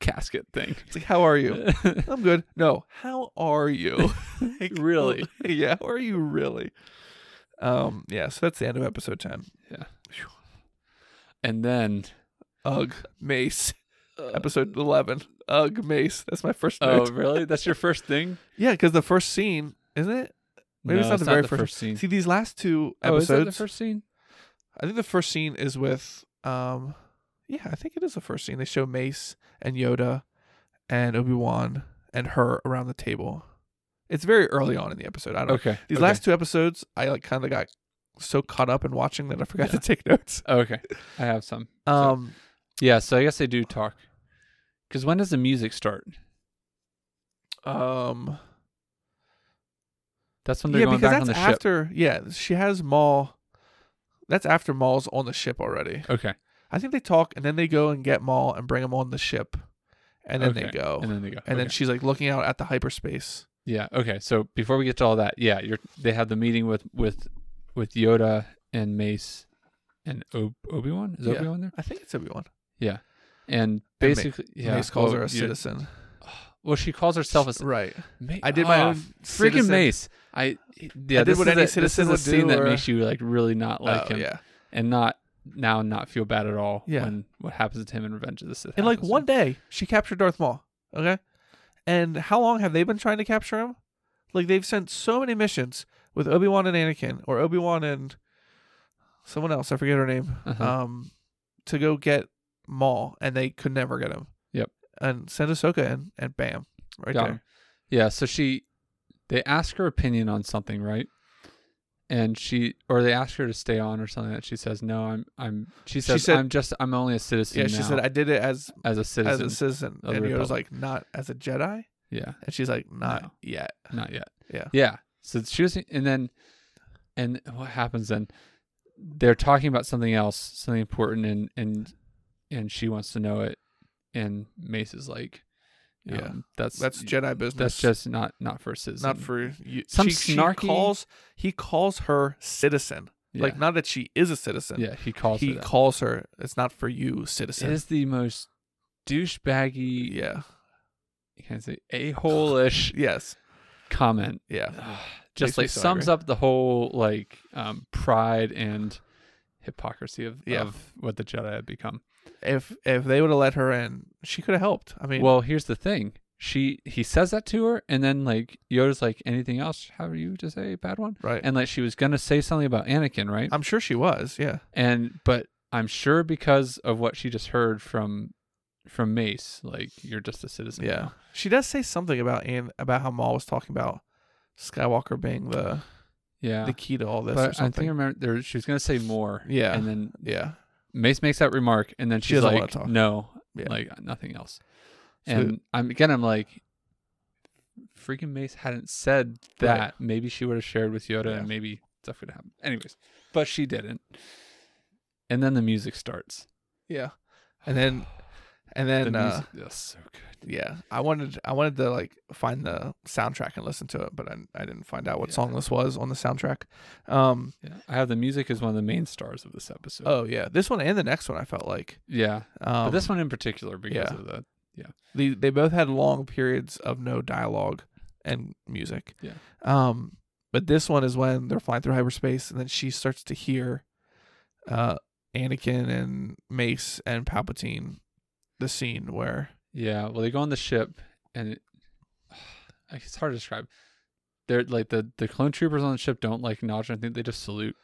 [SPEAKER 6] casket thing
[SPEAKER 5] It's like, how are you? I'm good. No, how are you? Like,
[SPEAKER 6] Really?
[SPEAKER 5] oh, yeah, how are you really? Um, yeah, so that's the end of episode 10.
[SPEAKER 6] and then
[SPEAKER 5] Ugh, Mace. episode 11. Ugh, Mace. That's my first
[SPEAKER 6] Uh, oh
[SPEAKER 5] note.
[SPEAKER 6] really that's your first thing
[SPEAKER 5] Yeah, because the first scene, isn't it?
[SPEAKER 6] No,
[SPEAKER 5] Maybe it's not the very first.
[SPEAKER 6] scene
[SPEAKER 5] See, these last two
[SPEAKER 6] oh is
[SPEAKER 5] episodes.
[SPEAKER 6] that the first scene
[SPEAKER 5] I think the first scene is with um yeah, I think it is the first scene. They show Mace and Yoda and Obi-Wan and her around the table. It's very early on in the episode. I don't
[SPEAKER 6] okay
[SPEAKER 5] These
[SPEAKER 6] okay.
[SPEAKER 5] last two episodes, I like kind of got so caught up in watching that I forgot to
[SPEAKER 6] Yeah.
[SPEAKER 5] take notes.
[SPEAKER 6] Oh, okay i have some
[SPEAKER 5] Um
[SPEAKER 6] yeah so i guess they do talk because when does the music start
[SPEAKER 5] um
[SPEAKER 6] that's when they're
[SPEAKER 5] yeah,
[SPEAKER 6] going
[SPEAKER 5] because
[SPEAKER 6] back on
[SPEAKER 5] that's
[SPEAKER 6] the ship
[SPEAKER 5] after yeah, she has Maul that's after Maul's on the ship already.
[SPEAKER 6] okay
[SPEAKER 5] I think they talk and then they go and get Maul and bring him on the ship and then they
[SPEAKER 6] Okay.
[SPEAKER 5] go.
[SPEAKER 6] and then they go
[SPEAKER 5] Oh, and then
[SPEAKER 6] Okay.
[SPEAKER 5] she's like looking out at the hyperspace.
[SPEAKER 6] Yeah. Okay. So before we get to all that, yeah, you're they have the meeting with with with Yoda and Mace and Obi Wan. Is
[SPEAKER 5] Yeah.
[SPEAKER 6] Obi Wan there?
[SPEAKER 5] I think it's everyone.
[SPEAKER 6] Yeah. And
[SPEAKER 5] Ma-
[SPEAKER 6] basically, yeah,
[SPEAKER 5] Mace calls
[SPEAKER 6] well,
[SPEAKER 5] her a
[SPEAKER 6] you-
[SPEAKER 5] citizen.
[SPEAKER 6] Well, she calls herself a. c-
[SPEAKER 5] Right.
[SPEAKER 6] Ma-
[SPEAKER 5] I did my
[SPEAKER 6] Ah,
[SPEAKER 5] own
[SPEAKER 6] Freaking
[SPEAKER 5] citizen-
[SPEAKER 6] Mace. I yeah.
[SPEAKER 5] did
[SPEAKER 6] this
[SPEAKER 5] what
[SPEAKER 6] is
[SPEAKER 5] any
[SPEAKER 6] a,
[SPEAKER 5] citizen
[SPEAKER 6] This is a
[SPEAKER 5] would
[SPEAKER 6] scene
[SPEAKER 5] do,
[SPEAKER 6] that
[SPEAKER 5] or-
[SPEAKER 6] makes you like really not like
[SPEAKER 5] oh,
[SPEAKER 6] him
[SPEAKER 5] Yeah.
[SPEAKER 6] and not now not feel bad at all
[SPEAKER 5] Yeah.
[SPEAKER 6] when what happens to him in Revenge of the Sith.
[SPEAKER 5] And like
[SPEAKER 6] happens to
[SPEAKER 5] one
[SPEAKER 6] him.
[SPEAKER 5] day, she captured Darth Maul. Okay. And how long have they been trying to capture him? Like they've sent so many missions with Obi Wan and Anakin, or Obi Wan and someone else. I forget her name.
[SPEAKER 6] Uh-huh.
[SPEAKER 5] Um, to go get Maul, and they could never get him.
[SPEAKER 6] Yep.
[SPEAKER 5] And send Ahsoka in, and bam, right
[SPEAKER 6] Got
[SPEAKER 5] there.
[SPEAKER 6] him. Yeah, so she they ask her opinion on something, right? And she or they ask her to stay on or something that she says, No, I'm I'm she says
[SPEAKER 5] said-
[SPEAKER 6] I'm just I'm only a citizen.
[SPEAKER 5] Yeah. She
[SPEAKER 6] now
[SPEAKER 5] said, "I did it as
[SPEAKER 6] as a
[SPEAKER 5] as
[SPEAKER 6] citizen.
[SPEAKER 5] a citizen,"
[SPEAKER 6] of the
[SPEAKER 5] and Yoda's
[SPEAKER 6] Republic.
[SPEAKER 5] like, "Not as a Jedi,"
[SPEAKER 6] yeah,
[SPEAKER 5] and she's like, "Not
[SPEAKER 6] No.
[SPEAKER 5] yet."
[SPEAKER 6] not yet.
[SPEAKER 5] Yeah.
[SPEAKER 6] Yeah. So she was and then and what happens then? They're talking about something else, something important and and and she wants to know it and Mace is like
[SPEAKER 5] Yeah.
[SPEAKER 6] um, that's
[SPEAKER 5] That's Jedi business.
[SPEAKER 6] that's just not not for a citizen.
[SPEAKER 5] not for you.
[SPEAKER 6] Some
[SPEAKER 5] she,
[SPEAKER 6] snarky-
[SPEAKER 5] She calls he calls her citizen.
[SPEAKER 6] yeah.
[SPEAKER 5] Like not that she is a citizen.
[SPEAKER 6] yeah, he calls
[SPEAKER 5] he
[SPEAKER 6] her that.
[SPEAKER 5] calls her. It's not for you,
[SPEAKER 6] It
[SPEAKER 5] citizen.
[SPEAKER 6] is the most douchebaggy,
[SPEAKER 5] Yeah.
[SPEAKER 6] you can say a hole-ish
[SPEAKER 5] Yes.
[SPEAKER 6] comment.
[SPEAKER 5] Yeah.
[SPEAKER 6] Just
[SPEAKER 5] Makes me
[SPEAKER 6] like
[SPEAKER 5] so
[SPEAKER 6] sums
[SPEAKER 5] angry.
[SPEAKER 6] up the whole like um, pride and hypocrisy of,
[SPEAKER 5] Yeah.
[SPEAKER 6] of what the Jedi have become.
[SPEAKER 5] If if they would have let her in, she could have helped. I mean,
[SPEAKER 6] well, here's the thing. She he says that to her, and then like Yoda's like, anything else? How are you to say a bad one?
[SPEAKER 5] right.
[SPEAKER 6] And like she was gonna say something about Anakin, right?
[SPEAKER 5] I'm sure she was. Yeah.
[SPEAKER 6] and but I'm sure because of what she just heard from from Mace, like you're just a citizen.
[SPEAKER 5] Yeah.
[SPEAKER 6] now.
[SPEAKER 5] She does say something about and about how Maul was talking about Skywalker being the
[SPEAKER 6] yeah.
[SPEAKER 5] the key to all this or
[SPEAKER 6] But I
[SPEAKER 5] something.
[SPEAKER 6] think I remember there, she was going to say more.
[SPEAKER 5] Yeah.
[SPEAKER 6] And then
[SPEAKER 5] yeah.
[SPEAKER 6] Mace makes that remark, and then
[SPEAKER 5] She
[SPEAKER 6] she's
[SPEAKER 5] doesn't wanna
[SPEAKER 6] like,
[SPEAKER 5] talk.
[SPEAKER 6] no,
[SPEAKER 5] Yeah.
[SPEAKER 6] like nothing else.
[SPEAKER 5] So-
[SPEAKER 6] and I'm again, I'm like, freaking Mace hadn't said that.
[SPEAKER 5] Right.
[SPEAKER 6] Maybe she would have shared with Yoda,
[SPEAKER 5] Yeah.
[SPEAKER 6] and maybe stuff would happen. Anyways, but she didn't. And then the music starts.
[SPEAKER 5] Yeah. And then and
[SPEAKER 6] The
[SPEAKER 5] then uh,
[SPEAKER 6] music, oh, that's so good.
[SPEAKER 5] yeah i wanted i wanted to like find the soundtrack and listen to it but i, I didn't find out what
[SPEAKER 6] Yeah.
[SPEAKER 5] song this was on the soundtrack um
[SPEAKER 6] Yeah. I have the music as one of the main stars of this episode.
[SPEAKER 5] oh yeah this one and the next one i felt like
[SPEAKER 6] yeah.
[SPEAKER 5] um
[SPEAKER 6] but this one in particular because
[SPEAKER 5] yeah.
[SPEAKER 6] of the
[SPEAKER 5] the, they both had long periods of no dialogue and music
[SPEAKER 6] Yeah.
[SPEAKER 5] um but this one is when they're flying through hyperspace and then she starts to hear uh anakin and mace and palpatine the scene where
[SPEAKER 6] Yeah, well, they go on the ship, and it, it's hard to describe. They're like the the clone troopers on the ship don't like acknowledge anything; they just salute.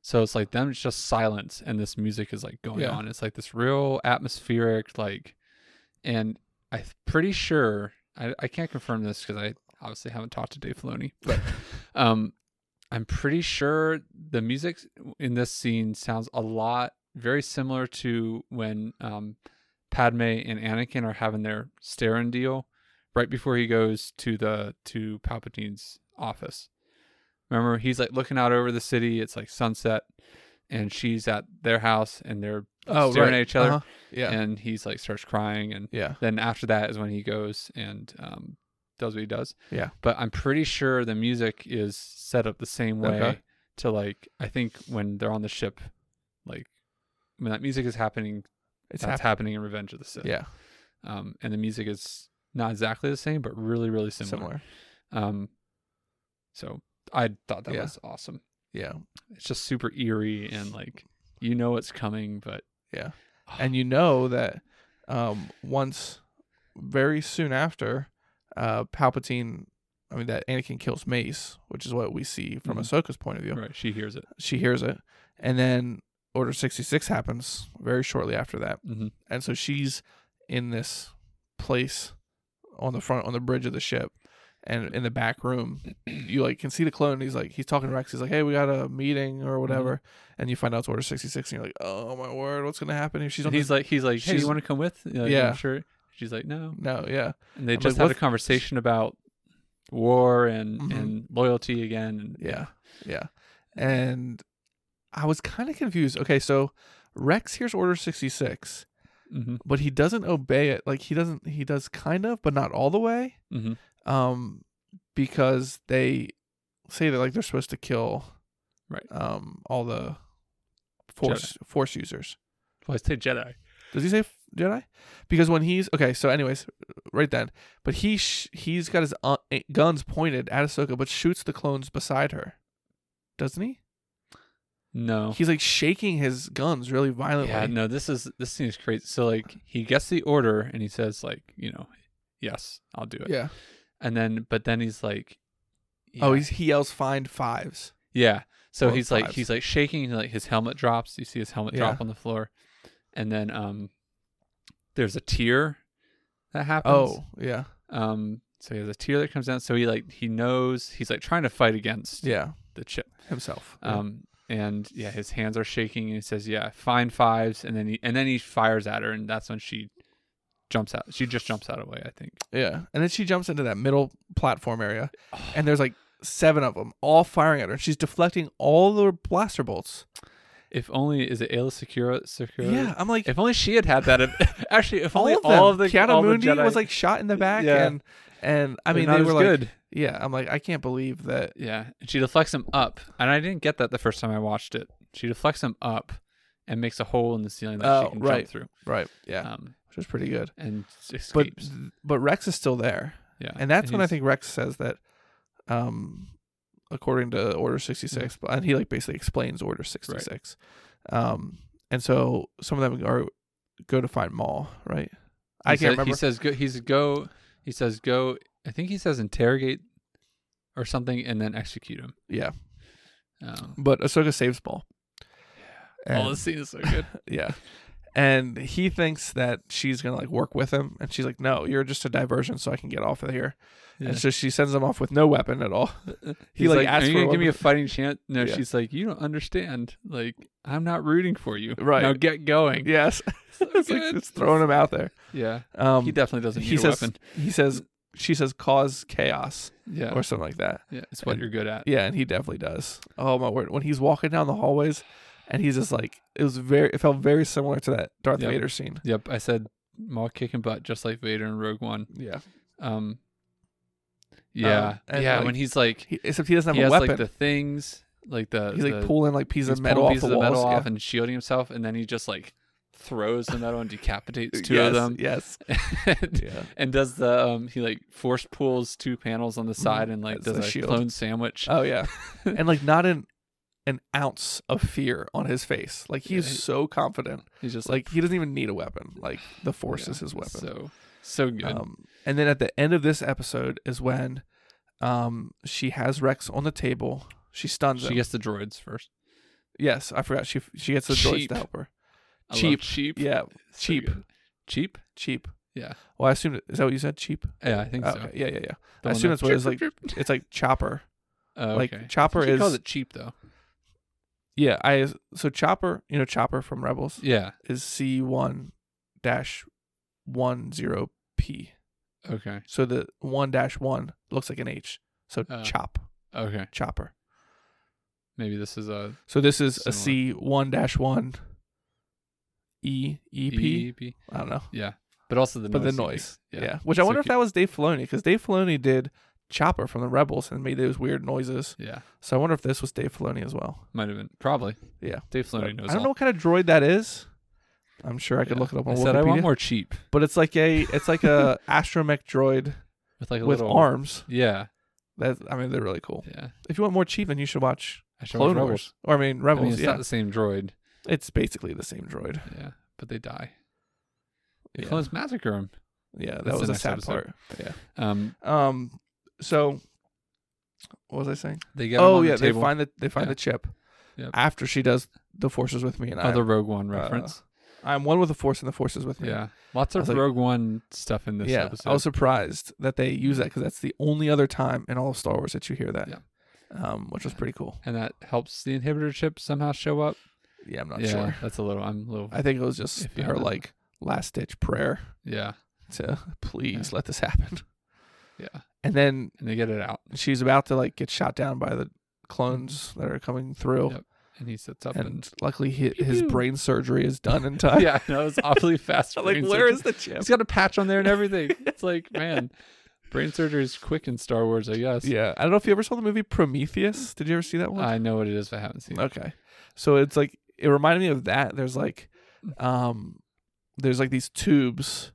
[SPEAKER 6] So it's like them; it's just silence, and this music is like going
[SPEAKER 5] Yeah.
[SPEAKER 6] on. It's like this real atmospheric, like, and I'm pretty sure I, I can't confirm this because I obviously haven't talked to Dave Filoni, but um, I'm pretty sure the music in this scene sounds a lot very similar to when um, Padme and Anakin are having their Starin deal right before he goes to the to Palpatine's office. Remember, he's like looking out over the city. It's like sunset, and she's at their house, and they're
[SPEAKER 5] Oh,
[SPEAKER 6] staring
[SPEAKER 5] right.
[SPEAKER 6] at each other.
[SPEAKER 5] Uh-huh. Yeah.
[SPEAKER 6] And he's like starts crying, and
[SPEAKER 5] yeah.
[SPEAKER 6] then after that is when he goes and um, does what he does.
[SPEAKER 5] Yeah.
[SPEAKER 6] But I'm pretty sure the music is set up the same way
[SPEAKER 5] Okay.
[SPEAKER 6] to like I think when they're on the ship, like when that music is happening,
[SPEAKER 5] It's
[SPEAKER 6] that's
[SPEAKER 5] happening.
[SPEAKER 6] happening in Revenge of the Sith.
[SPEAKER 5] Yeah.
[SPEAKER 6] Um, and the music is not exactly the same, but really, really similar.
[SPEAKER 5] Similar.
[SPEAKER 6] Um, so I thought that
[SPEAKER 5] Yeah.
[SPEAKER 6] was awesome.
[SPEAKER 5] Yeah.
[SPEAKER 6] It's just super eerie and like you know it's coming, but
[SPEAKER 5] Yeah. And you know that um, once, very soon after, uh, Palpatine, I mean, that Anakin kills Mace, which is what we see from
[SPEAKER 6] Mhm.
[SPEAKER 5] Ahsoka's point of view.
[SPEAKER 6] right, she hears it.
[SPEAKER 5] She hears it. And then Order 66 happens very shortly after that.
[SPEAKER 6] Mm-hmm.
[SPEAKER 5] And so she's in this place on the front, on the bridge of the ship. And in the back room, you like can see the clone. And he's like, he's talking to Rex. He's like, "Hey, we got a meeting or whatever." And you find out it's Order sixty six, and you're like, "Oh my word, what's gonna happen here?" She's on
[SPEAKER 6] And he's
[SPEAKER 5] this
[SPEAKER 6] like, he's like, hey,
[SPEAKER 5] she's-
[SPEAKER 6] you want to come with? Like,
[SPEAKER 5] Yeah.
[SPEAKER 6] I'm sure. She's like, no.
[SPEAKER 5] No, yeah,
[SPEAKER 6] And they
[SPEAKER 5] I'm
[SPEAKER 6] just
[SPEAKER 5] like,
[SPEAKER 6] had a
[SPEAKER 5] "What-
[SPEAKER 6] conversation about war and
[SPEAKER 5] Mhm.
[SPEAKER 6] and loyalty again. And
[SPEAKER 5] yeah, yeah. And I was kind of confused. Okay, so Rex hears Order 66,
[SPEAKER 6] hmm
[SPEAKER 5] but he doesn't obey it. Like he doesn't he does kind of, but not all the way.
[SPEAKER 6] hmm
[SPEAKER 5] Um because they say that like they're supposed to kill
[SPEAKER 6] Right.
[SPEAKER 5] um all the force force users.
[SPEAKER 6] Well, I say Jedi.
[SPEAKER 5] Does he say f- Jedi? Because when he's okay, so anyways, right then, but he sh- he's got his uh, eh, guns pointed at Ahsoka, but shoots the clones beside her, doesn't he?
[SPEAKER 6] No.
[SPEAKER 5] He's like shaking his guns really violently.
[SPEAKER 6] Oh. Yeah, no, this is this thing is crazy. So like he gets the order and he says like, you know, yes, I'll do it.
[SPEAKER 5] Yeah.
[SPEAKER 6] And then but then he's like
[SPEAKER 5] Oh,
[SPEAKER 6] yeah.
[SPEAKER 5] he's, he yells find fives.
[SPEAKER 6] Yeah. So
[SPEAKER 5] Or
[SPEAKER 6] he's like
[SPEAKER 5] fives.
[SPEAKER 6] he's like shaking and, like his helmet drops. You see his helmet
[SPEAKER 5] Yeah.
[SPEAKER 6] drop on the floor. And then um there's a tear that happens.
[SPEAKER 5] Oh, yeah,
[SPEAKER 6] Um so he has a tear that comes down. So he like he knows he's like trying to fight against
[SPEAKER 5] yeah,
[SPEAKER 6] the chip.
[SPEAKER 5] himself. Yeah.
[SPEAKER 6] Um and yeah, his hands are shaking and he says, Yeah, fine fives and then he and then he fires at her and that's when she jumps out. She just jumps out of the way, I think.
[SPEAKER 5] yeah, and then she jumps into that middle platform area, and there's like seven of them all firing at her. She's deflecting all the blaster bolts.
[SPEAKER 6] If only is it Ayla Secura Secura?
[SPEAKER 5] Yeah, I'm like,
[SPEAKER 6] If only she had had that. ab- Actually, if
[SPEAKER 5] all
[SPEAKER 6] only
[SPEAKER 5] of them.
[SPEAKER 6] all of the
[SPEAKER 5] Keanu
[SPEAKER 6] all the
[SPEAKER 5] Mundi
[SPEAKER 6] Jedi-
[SPEAKER 5] was like shot in the back,
[SPEAKER 6] Yeah.
[SPEAKER 5] and and I
[SPEAKER 6] They're
[SPEAKER 5] mean
[SPEAKER 6] not
[SPEAKER 5] they
[SPEAKER 6] as
[SPEAKER 5] were like,
[SPEAKER 6] good.
[SPEAKER 5] yeah, I'm like I can't believe that.
[SPEAKER 6] yeah. And she deflects him up, and I didn't get that the first time I watched it. She deflects him up and makes a hole in the ceiling that
[SPEAKER 5] Oh,
[SPEAKER 6] she can
[SPEAKER 5] right.
[SPEAKER 6] jump through.
[SPEAKER 5] Right, yeah,
[SPEAKER 6] Um,
[SPEAKER 5] which was pretty good.
[SPEAKER 6] and escapes.
[SPEAKER 5] But but Rex is still there,
[SPEAKER 6] yeah,
[SPEAKER 5] and that's when I
[SPEAKER 6] he's-
[SPEAKER 5] think Rex says that, um, according to Order
[SPEAKER 6] Mm-hmm.
[SPEAKER 5] sixty six, and he like basically explains Order sixty six, um, and so some of them are go to find Maul, right? I
[SPEAKER 6] he
[SPEAKER 5] can't
[SPEAKER 6] said-
[SPEAKER 5] remember.
[SPEAKER 6] He says go. He's go. He says go. I think he says interrogate or something, and then execute him.
[SPEAKER 5] yeah,
[SPEAKER 6] Um,
[SPEAKER 5] but Ahsoka saves Maul.
[SPEAKER 6] oh,
[SPEAKER 5] And-
[SPEAKER 6] this scene is so good.
[SPEAKER 5] Yeah. And he thinks that she's gonna like work with him, and she's like, "No, you're just a diversion, so I can get off of here."
[SPEAKER 6] Yeah.
[SPEAKER 5] And so she sends him off with no weapon at all.
[SPEAKER 6] He's
[SPEAKER 5] like,
[SPEAKER 6] like,
[SPEAKER 5] asked
[SPEAKER 6] "Are you
[SPEAKER 5] for a
[SPEAKER 6] gonna give me a
[SPEAKER 5] weapon."
[SPEAKER 6] fighting chance?" No,
[SPEAKER 5] Yeah.
[SPEAKER 6] she's like, "You don't understand. Like, I'm not rooting for you.
[SPEAKER 5] Right.
[SPEAKER 6] now, get going."
[SPEAKER 5] yes, it's like
[SPEAKER 6] good.
[SPEAKER 5] just throwing him out there.
[SPEAKER 6] Yeah.
[SPEAKER 5] Um,
[SPEAKER 6] he definitely doesn't need
[SPEAKER 5] he
[SPEAKER 6] a
[SPEAKER 5] says,
[SPEAKER 6] weapon.
[SPEAKER 5] He says, she says, cause chaos
[SPEAKER 6] Yeah.
[SPEAKER 5] or something like that.
[SPEAKER 6] yeah. It's what
[SPEAKER 5] and-
[SPEAKER 6] you're good at.
[SPEAKER 5] Yeah, and he definitely does. Oh my word! When he's walking down the hallways, and he's just like, it was very, it felt very similar to that Darth
[SPEAKER 6] Yep.
[SPEAKER 5] Vader scene.
[SPEAKER 6] Yep. I said Maul kicking butt just like Vader in Rogue One.
[SPEAKER 5] Yeah,
[SPEAKER 6] Um Yeah.
[SPEAKER 5] Uh, and,
[SPEAKER 6] yeah.
[SPEAKER 5] like,
[SPEAKER 6] when he's like
[SPEAKER 5] he, except he doesn't have
[SPEAKER 6] he
[SPEAKER 5] a
[SPEAKER 6] has
[SPEAKER 5] weapon.
[SPEAKER 6] like the things like the
[SPEAKER 5] he's like
[SPEAKER 6] the-
[SPEAKER 5] pulling like pieces
[SPEAKER 6] he's
[SPEAKER 5] of metal
[SPEAKER 6] pulling
[SPEAKER 5] off
[SPEAKER 6] pieces
[SPEAKER 5] the walls.
[SPEAKER 6] of metal
[SPEAKER 5] yeah.
[SPEAKER 6] off and shielding himself and then he just like throws the metal and decapitates two
[SPEAKER 5] yes,
[SPEAKER 6] of them.
[SPEAKER 5] Yes.
[SPEAKER 6] and,
[SPEAKER 5] Yeah.
[SPEAKER 6] and does the um he like force pulls two panels on the side and like
[SPEAKER 5] Mm-hmm. That's
[SPEAKER 6] does
[SPEAKER 5] the
[SPEAKER 6] a
[SPEAKER 5] shield.
[SPEAKER 6] clone sandwich.
[SPEAKER 5] Oh yeah, and like not an an ounce of fear on his face. Like he's
[SPEAKER 6] Yeah, he-
[SPEAKER 5] so confident.
[SPEAKER 6] he's just like,
[SPEAKER 5] Like he doesn't even need a weapon. Like the force
[SPEAKER 6] yeah,
[SPEAKER 5] is his weapon.
[SPEAKER 6] So so good.
[SPEAKER 5] Um, and then at the end of this episode is when um, she has Rex on the table. She stuns
[SPEAKER 6] she
[SPEAKER 5] him.
[SPEAKER 6] gets the droids first.
[SPEAKER 5] yes, I forgot. She she gets the droids
[SPEAKER 6] Cheap.
[SPEAKER 5] to help her.
[SPEAKER 6] I love
[SPEAKER 5] Cheap.
[SPEAKER 6] cheap.
[SPEAKER 5] Yeah,
[SPEAKER 6] So
[SPEAKER 5] cheap,
[SPEAKER 6] good. Cheap?
[SPEAKER 5] cheap.
[SPEAKER 6] Yeah.
[SPEAKER 5] Well, I assume is that what you said? Cheap.
[SPEAKER 6] Yeah, I think
[SPEAKER 5] Oh,
[SPEAKER 6] so.
[SPEAKER 5] okay. Yeah, yeah, yeah.
[SPEAKER 6] The
[SPEAKER 5] I
[SPEAKER 6] one
[SPEAKER 5] assume
[SPEAKER 6] that-
[SPEAKER 5] that's what it's like. It's like chopper.
[SPEAKER 6] Oh,
[SPEAKER 5] like,
[SPEAKER 6] okay.
[SPEAKER 5] Chopper
[SPEAKER 6] She calls
[SPEAKER 5] is-
[SPEAKER 6] it cheap though.
[SPEAKER 5] Yeah, I so chopper. You know chopper from Rebels
[SPEAKER 6] Yeah.
[SPEAKER 5] is C one dash one zero P.
[SPEAKER 6] Okay.
[SPEAKER 5] So the one dash one looks like an H. So
[SPEAKER 6] Oh.
[SPEAKER 5] chop
[SPEAKER 6] Okay.
[SPEAKER 5] chopper.
[SPEAKER 6] Maybe this is a
[SPEAKER 5] So this is a
[SPEAKER 6] Similar.
[SPEAKER 5] C one dash one E E P.
[SPEAKER 6] EP.
[SPEAKER 5] I don't know.
[SPEAKER 6] Yeah. But also the
[SPEAKER 5] but
[SPEAKER 6] noise. E
[SPEAKER 5] the
[SPEAKER 6] you
[SPEAKER 5] noise.
[SPEAKER 6] make.
[SPEAKER 5] Yeah. Which I
[SPEAKER 6] So
[SPEAKER 5] wonder if
[SPEAKER 6] cute.
[SPEAKER 5] that was Dave Filoni because Dave Filoni did Chopper from the Rebels and made those weird noises.
[SPEAKER 6] Yeah.
[SPEAKER 5] So I wonder if this was Dave Filoni as well.
[SPEAKER 6] Might have been probably.
[SPEAKER 5] Yeah.
[SPEAKER 6] Dave Filoni
[SPEAKER 5] But
[SPEAKER 6] knows.
[SPEAKER 5] I don't
[SPEAKER 6] all.
[SPEAKER 5] know what kind of droid that is. I'm sure I could
[SPEAKER 6] Yeah.
[SPEAKER 5] look it up on
[SPEAKER 6] I
[SPEAKER 5] Wikipedia.
[SPEAKER 6] said I want more cheap
[SPEAKER 5] But it's like a it's like a astromech droid
[SPEAKER 6] with like a
[SPEAKER 5] with
[SPEAKER 6] little
[SPEAKER 5] arms.
[SPEAKER 6] Yeah.
[SPEAKER 5] That I mean they're really cool.
[SPEAKER 6] Yeah.
[SPEAKER 5] If you want more cheap, then you should watch
[SPEAKER 6] I should
[SPEAKER 5] Clone
[SPEAKER 6] watch
[SPEAKER 5] Wars. Or I
[SPEAKER 6] Rebels.
[SPEAKER 5] mean
[SPEAKER 6] I
[SPEAKER 5] Rebels.
[SPEAKER 6] mean, it's
[SPEAKER 5] yeah,
[SPEAKER 6] not the same droid.
[SPEAKER 5] it's basically the same droid.
[SPEAKER 6] Yeah. But they die. The
[SPEAKER 5] Yeah.
[SPEAKER 6] clones massacre him.
[SPEAKER 5] Yeah, that
[SPEAKER 6] That's
[SPEAKER 5] was
[SPEAKER 6] the
[SPEAKER 5] a
[SPEAKER 6] next
[SPEAKER 5] sad
[SPEAKER 6] episode.
[SPEAKER 5] part. Yeah.
[SPEAKER 6] Um,
[SPEAKER 5] Um. So, what was I saying?
[SPEAKER 6] they get him
[SPEAKER 5] oh
[SPEAKER 6] on
[SPEAKER 5] yeah,
[SPEAKER 6] the table.
[SPEAKER 5] they find the they find
[SPEAKER 6] Yeah.
[SPEAKER 5] the chip
[SPEAKER 6] Yep.
[SPEAKER 5] after she does the forces with me, and
[SPEAKER 6] oh, the
[SPEAKER 5] I'm,
[SPEAKER 6] Rogue One reference.
[SPEAKER 5] I'm one with the force, and the forces with me.
[SPEAKER 6] yeah. Lots
[SPEAKER 5] Uh, I
[SPEAKER 6] of
[SPEAKER 5] was like-
[SPEAKER 6] Rogue One stuff in this
[SPEAKER 5] yeah.
[SPEAKER 6] episode.
[SPEAKER 5] I was surprised that they use that because that's the only other time in all of Star Wars that you hear that.
[SPEAKER 6] Yeah.
[SPEAKER 5] Um, which was pretty cool.
[SPEAKER 6] and that helps the inhibitor chip somehow show up.
[SPEAKER 5] Yeah, I'm not
[SPEAKER 6] yeah,
[SPEAKER 5] sure.
[SPEAKER 6] that's a little. I'm a little.
[SPEAKER 5] I think it was just
[SPEAKER 6] If you
[SPEAKER 5] her
[SPEAKER 6] know.
[SPEAKER 5] like last ditch prayer
[SPEAKER 6] yeah,
[SPEAKER 5] to please let this happen.
[SPEAKER 6] yeah.
[SPEAKER 5] And then
[SPEAKER 6] And they get it out,
[SPEAKER 5] she's about to like get shot down by the clones that are coming through.
[SPEAKER 6] Yep. and he sits up
[SPEAKER 5] And,
[SPEAKER 6] and.
[SPEAKER 5] luckily, hi his
[SPEAKER 6] pew.
[SPEAKER 5] brain surgery is done in time.
[SPEAKER 6] yeah, that was awfully fast.
[SPEAKER 5] like
[SPEAKER 6] brain
[SPEAKER 5] where
[SPEAKER 6] surgery.
[SPEAKER 5] is the chip?
[SPEAKER 6] He's got a patch on there and everything. It's like, man, brain surgery is quick in Star Wars, I guess.
[SPEAKER 5] Yeah, I don't know if you ever saw the movie Prometheus. Did you ever see that one?
[SPEAKER 6] I know what it is, but I haven't seen it.
[SPEAKER 5] okay, so it's like it reminded me of that. There's like, um, there's like these tubes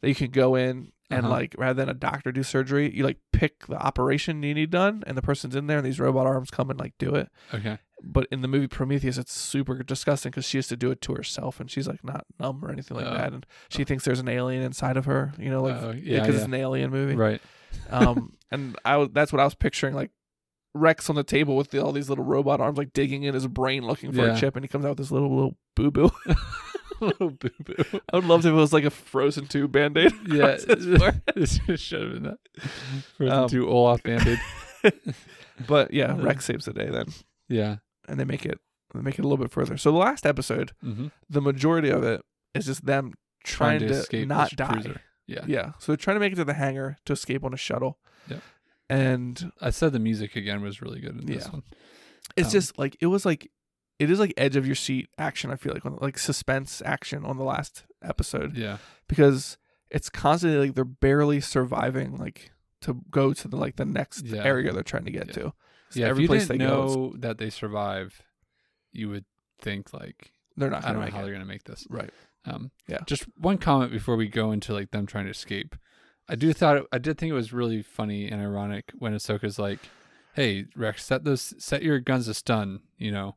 [SPEAKER 5] that you can go in. And
[SPEAKER 6] Uh-huh.
[SPEAKER 5] like, rather than a doctor do surgery, you like pick the operation you need done, and the person's in there, and these robot arms come and like do it.
[SPEAKER 6] Okay.
[SPEAKER 5] but in the movie Prometheus, it's super disgusting because she has to do it to herself, and she's like not numb or anything like
[SPEAKER 6] Oh.
[SPEAKER 5] that, and she thinks there's an alien inside of her, you know, like
[SPEAKER 6] Oh,
[SPEAKER 5] because
[SPEAKER 6] yeah,
[SPEAKER 5] it's
[SPEAKER 6] yeah.
[SPEAKER 5] an alien movie.
[SPEAKER 6] Right.
[SPEAKER 5] Um, and I was that's what I was picturing, like Rex on the table with the, all these little robot arms, like digging in his brain looking for
[SPEAKER 6] Yeah.
[SPEAKER 5] a chip, and he comes out with this little little boo boo. Oh,
[SPEAKER 6] little boo boo.
[SPEAKER 5] I would love if it was like a frozen tube band aid.
[SPEAKER 6] Yeah.
[SPEAKER 5] his forehead.
[SPEAKER 6] this should have been that. Frozen
[SPEAKER 5] Um,
[SPEAKER 6] two Olaf Band-Aid.
[SPEAKER 5] But yeah, Rex saves the day then,
[SPEAKER 6] Yeah.
[SPEAKER 5] and they make it they make it a little bit further. So the last episode,
[SPEAKER 6] Mm-hmm.
[SPEAKER 5] the majority of it is just them trying, to,
[SPEAKER 6] escape
[SPEAKER 5] not
[SPEAKER 6] this
[SPEAKER 5] die.
[SPEAKER 6] cruiser. Yeah.
[SPEAKER 5] Yeah. So they're trying to make it to the hangar to escape on a shuttle.
[SPEAKER 6] Yep.
[SPEAKER 5] And
[SPEAKER 6] I said the music again was really good in this
[SPEAKER 5] Yeah.
[SPEAKER 6] one.
[SPEAKER 5] it's
[SPEAKER 6] Um,
[SPEAKER 5] just like it was like it is like edge of your seat action, I feel like, on, like suspense action on the last episode.
[SPEAKER 6] Yeah.
[SPEAKER 5] Because it's constantly like they're barely surviving like to go to the like the next
[SPEAKER 6] Yeah.
[SPEAKER 5] area they're trying to get
[SPEAKER 6] Yeah.
[SPEAKER 5] to. So
[SPEAKER 6] Yeah.
[SPEAKER 5] every
[SPEAKER 6] if you
[SPEAKER 5] place
[SPEAKER 6] didn't
[SPEAKER 5] they go,
[SPEAKER 6] know
[SPEAKER 5] it's-
[SPEAKER 6] that they survive, you would think like,
[SPEAKER 5] they're not
[SPEAKER 6] I
[SPEAKER 5] gonna
[SPEAKER 6] don't know
[SPEAKER 5] make
[SPEAKER 6] how
[SPEAKER 5] it.
[SPEAKER 6] they're gonna make this.
[SPEAKER 5] Right.
[SPEAKER 6] Um,
[SPEAKER 5] Yeah.
[SPEAKER 6] Just one comment before we go into like them trying to escape. I do thought I did think it was really funny and ironic when Ahsoka's like, "Hey Rex, set those set your guns to stun. You know,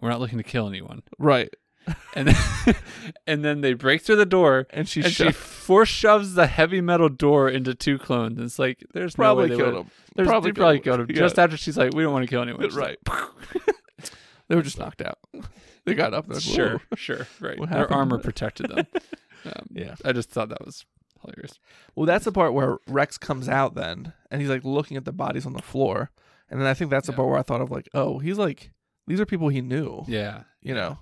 [SPEAKER 6] we're not looking to kill anyone."
[SPEAKER 5] Right.
[SPEAKER 6] And then, and then they break through the door
[SPEAKER 5] And she
[SPEAKER 6] and she
[SPEAKER 5] shoved-
[SPEAKER 6] force shoves the heavy metal door into two clones. And it's like there's
[SPEAKER 5] probably
[SPEAKER 6] no way they
[SPEAKER 5] killed
[SPEAKER 6] would-
[SPEAKER 5] him.
[SPEAKER 6] There's, probably, probably killed him
[SPEAKER 5] Yeah.
[SPEAKER 6] just after she's like, "We don't want to kill anyone." She's like,
[SPEAKER 5] right. they were just knocked out. They got up. They're like,
[SPEAKER 6] Sure,
[SPEAKER 5] "Whoa."
[SPEAKER 6] sure, right.
[SPEAKER 5] What
[SPEAKER 6] Their
[SPEAKER 5] happened?
[SPEAKER 6] armor protected them. Um,
[SPEAKER 5] Yeah.
[SPEAKER 6] I just thought that was hilarious.
[SPEAKER 5] Well, that's the part where Rex comes out then, and he's like looking at the bodies on the floor, and then I think that's the
[SPEAKER 6] Yeah.
[SPEAKER 5] part where I thought of like, oh, he's like these are people he knew.
[SPEAKER 6] Yeah,
[SPEAKER 5] You know,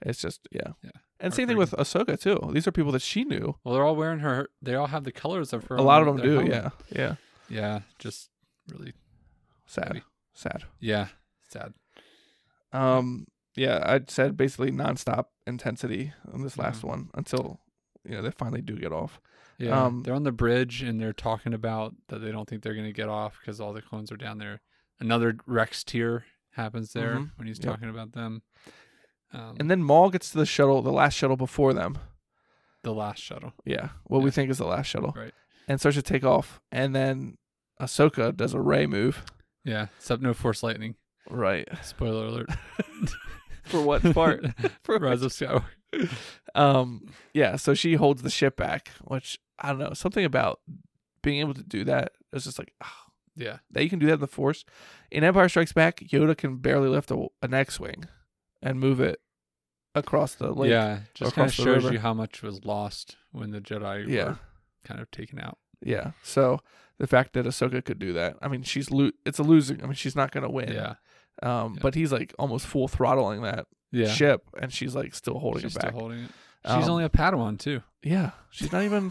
[SPEAKER 5] it's just yeah.
[SPEAKER 6] Yeah.
[SPEAKER 5] And same thing with Ahsoka too. These are people that she knew.
[SPEAKER 6] Well, they're all wearing her. They all have the colors of her.
[SPEAKER 5] A
[SPEAKER 6] on
[SPEAKER 5] lot of them
[SPEAKER 6] their
[SPEAKER 5] do.
[SPEAKER 6] helmet.
[SPEAKER 5] Yeah. Yeah.
[SPEAKER 6] Yeah. Just really.
[SPEAKER 5] Sad.
[SPEAKER 6] Maybe.
[SPEAKER 5] Sad.
[SPEAKER 6] Yeah. Sad.
[SPEAKER 5] Um. Yeah, I said basically nonstop intensity on this last
[SPEAKER 6] Mm-hmm.
[SPEAKER 5] one until you know they finally do get off.
[SPEAKER 6] Yeah.
[SPEAKER 5] Um,
[SPEAKER 6] they're on the bridge and they're talking about that they don't think they're gonna get off because all the clones are down there. Another Rex tear happens there
[SPEAKER 5] Mhm.
[SPEAKER 6] when he's
[SPEAKER 5] Yep.
[SPEAKER 6] talking about them. Um,
[SPEAKER 5] And then Maul gets to the shuttle, the last shuttle before them.
[SPEAKER 6] the last shuttle.
[SPEAKER 5] Yeah, what we think is the last shuttle.
[SPEAKER 6] Right.
[SPEAKER 5] And starts to take off, and then Ahsoka does a Ray move.
[SPEAKER 6] Yeah. Except no force lightning.
[SPEAKER 5] Right.
[SPEAKER 6] Spoiler alert.
[SPEAKER 5] For what part? For
[SPEAKER 6] Rise of Skywalker.
[SPEAKER 5] um. Yeah. So she holds the ship back, which I don't know. Something about being able to do that is just like ah,
[SPEAKER 6] Yeah.
[SPEAKER 5] that. You can do that in the Force. In Empire Strikes Back, Yoda can barely lift a, an X-wing and move it across the lake.
[SPEAKER 6] yeah. Just kind of
[SPEAKER 5] across the
[SPEAKER 6] shows
[SPEAKER 5] river.
[SPEAKER 6] you how much was lost when the Jedi
[SPEAKER 5] Yeah.
[SPEAKER 6] were kind of taken out.
[SPEAKER 5] Yeah. So the fact that Ahsoka could do that, I mean, she's lo- it's a losing. I mean, she's not gonna win.
[SPEAKER 6] Yeah.
[SPEAKER 5] Um,
[SPEAKER 6] Yeah.
[SPEAKER 5] but he's like almost full throttling that
[SPEAKER 6] Yeah.
[SPEAKER 5] ship, and she's like still holding
[SPEAKER 6] She's
[SPEAKER 5] it
[SPEAKER 6] still
[SPEAKER 5] back.
[SPEAKER 6] holding it.
[SPEAKER 5] Um,
[SPEAKER 6] She's only a Padawan too.
[SPEAKER 5] yeah. She's not even.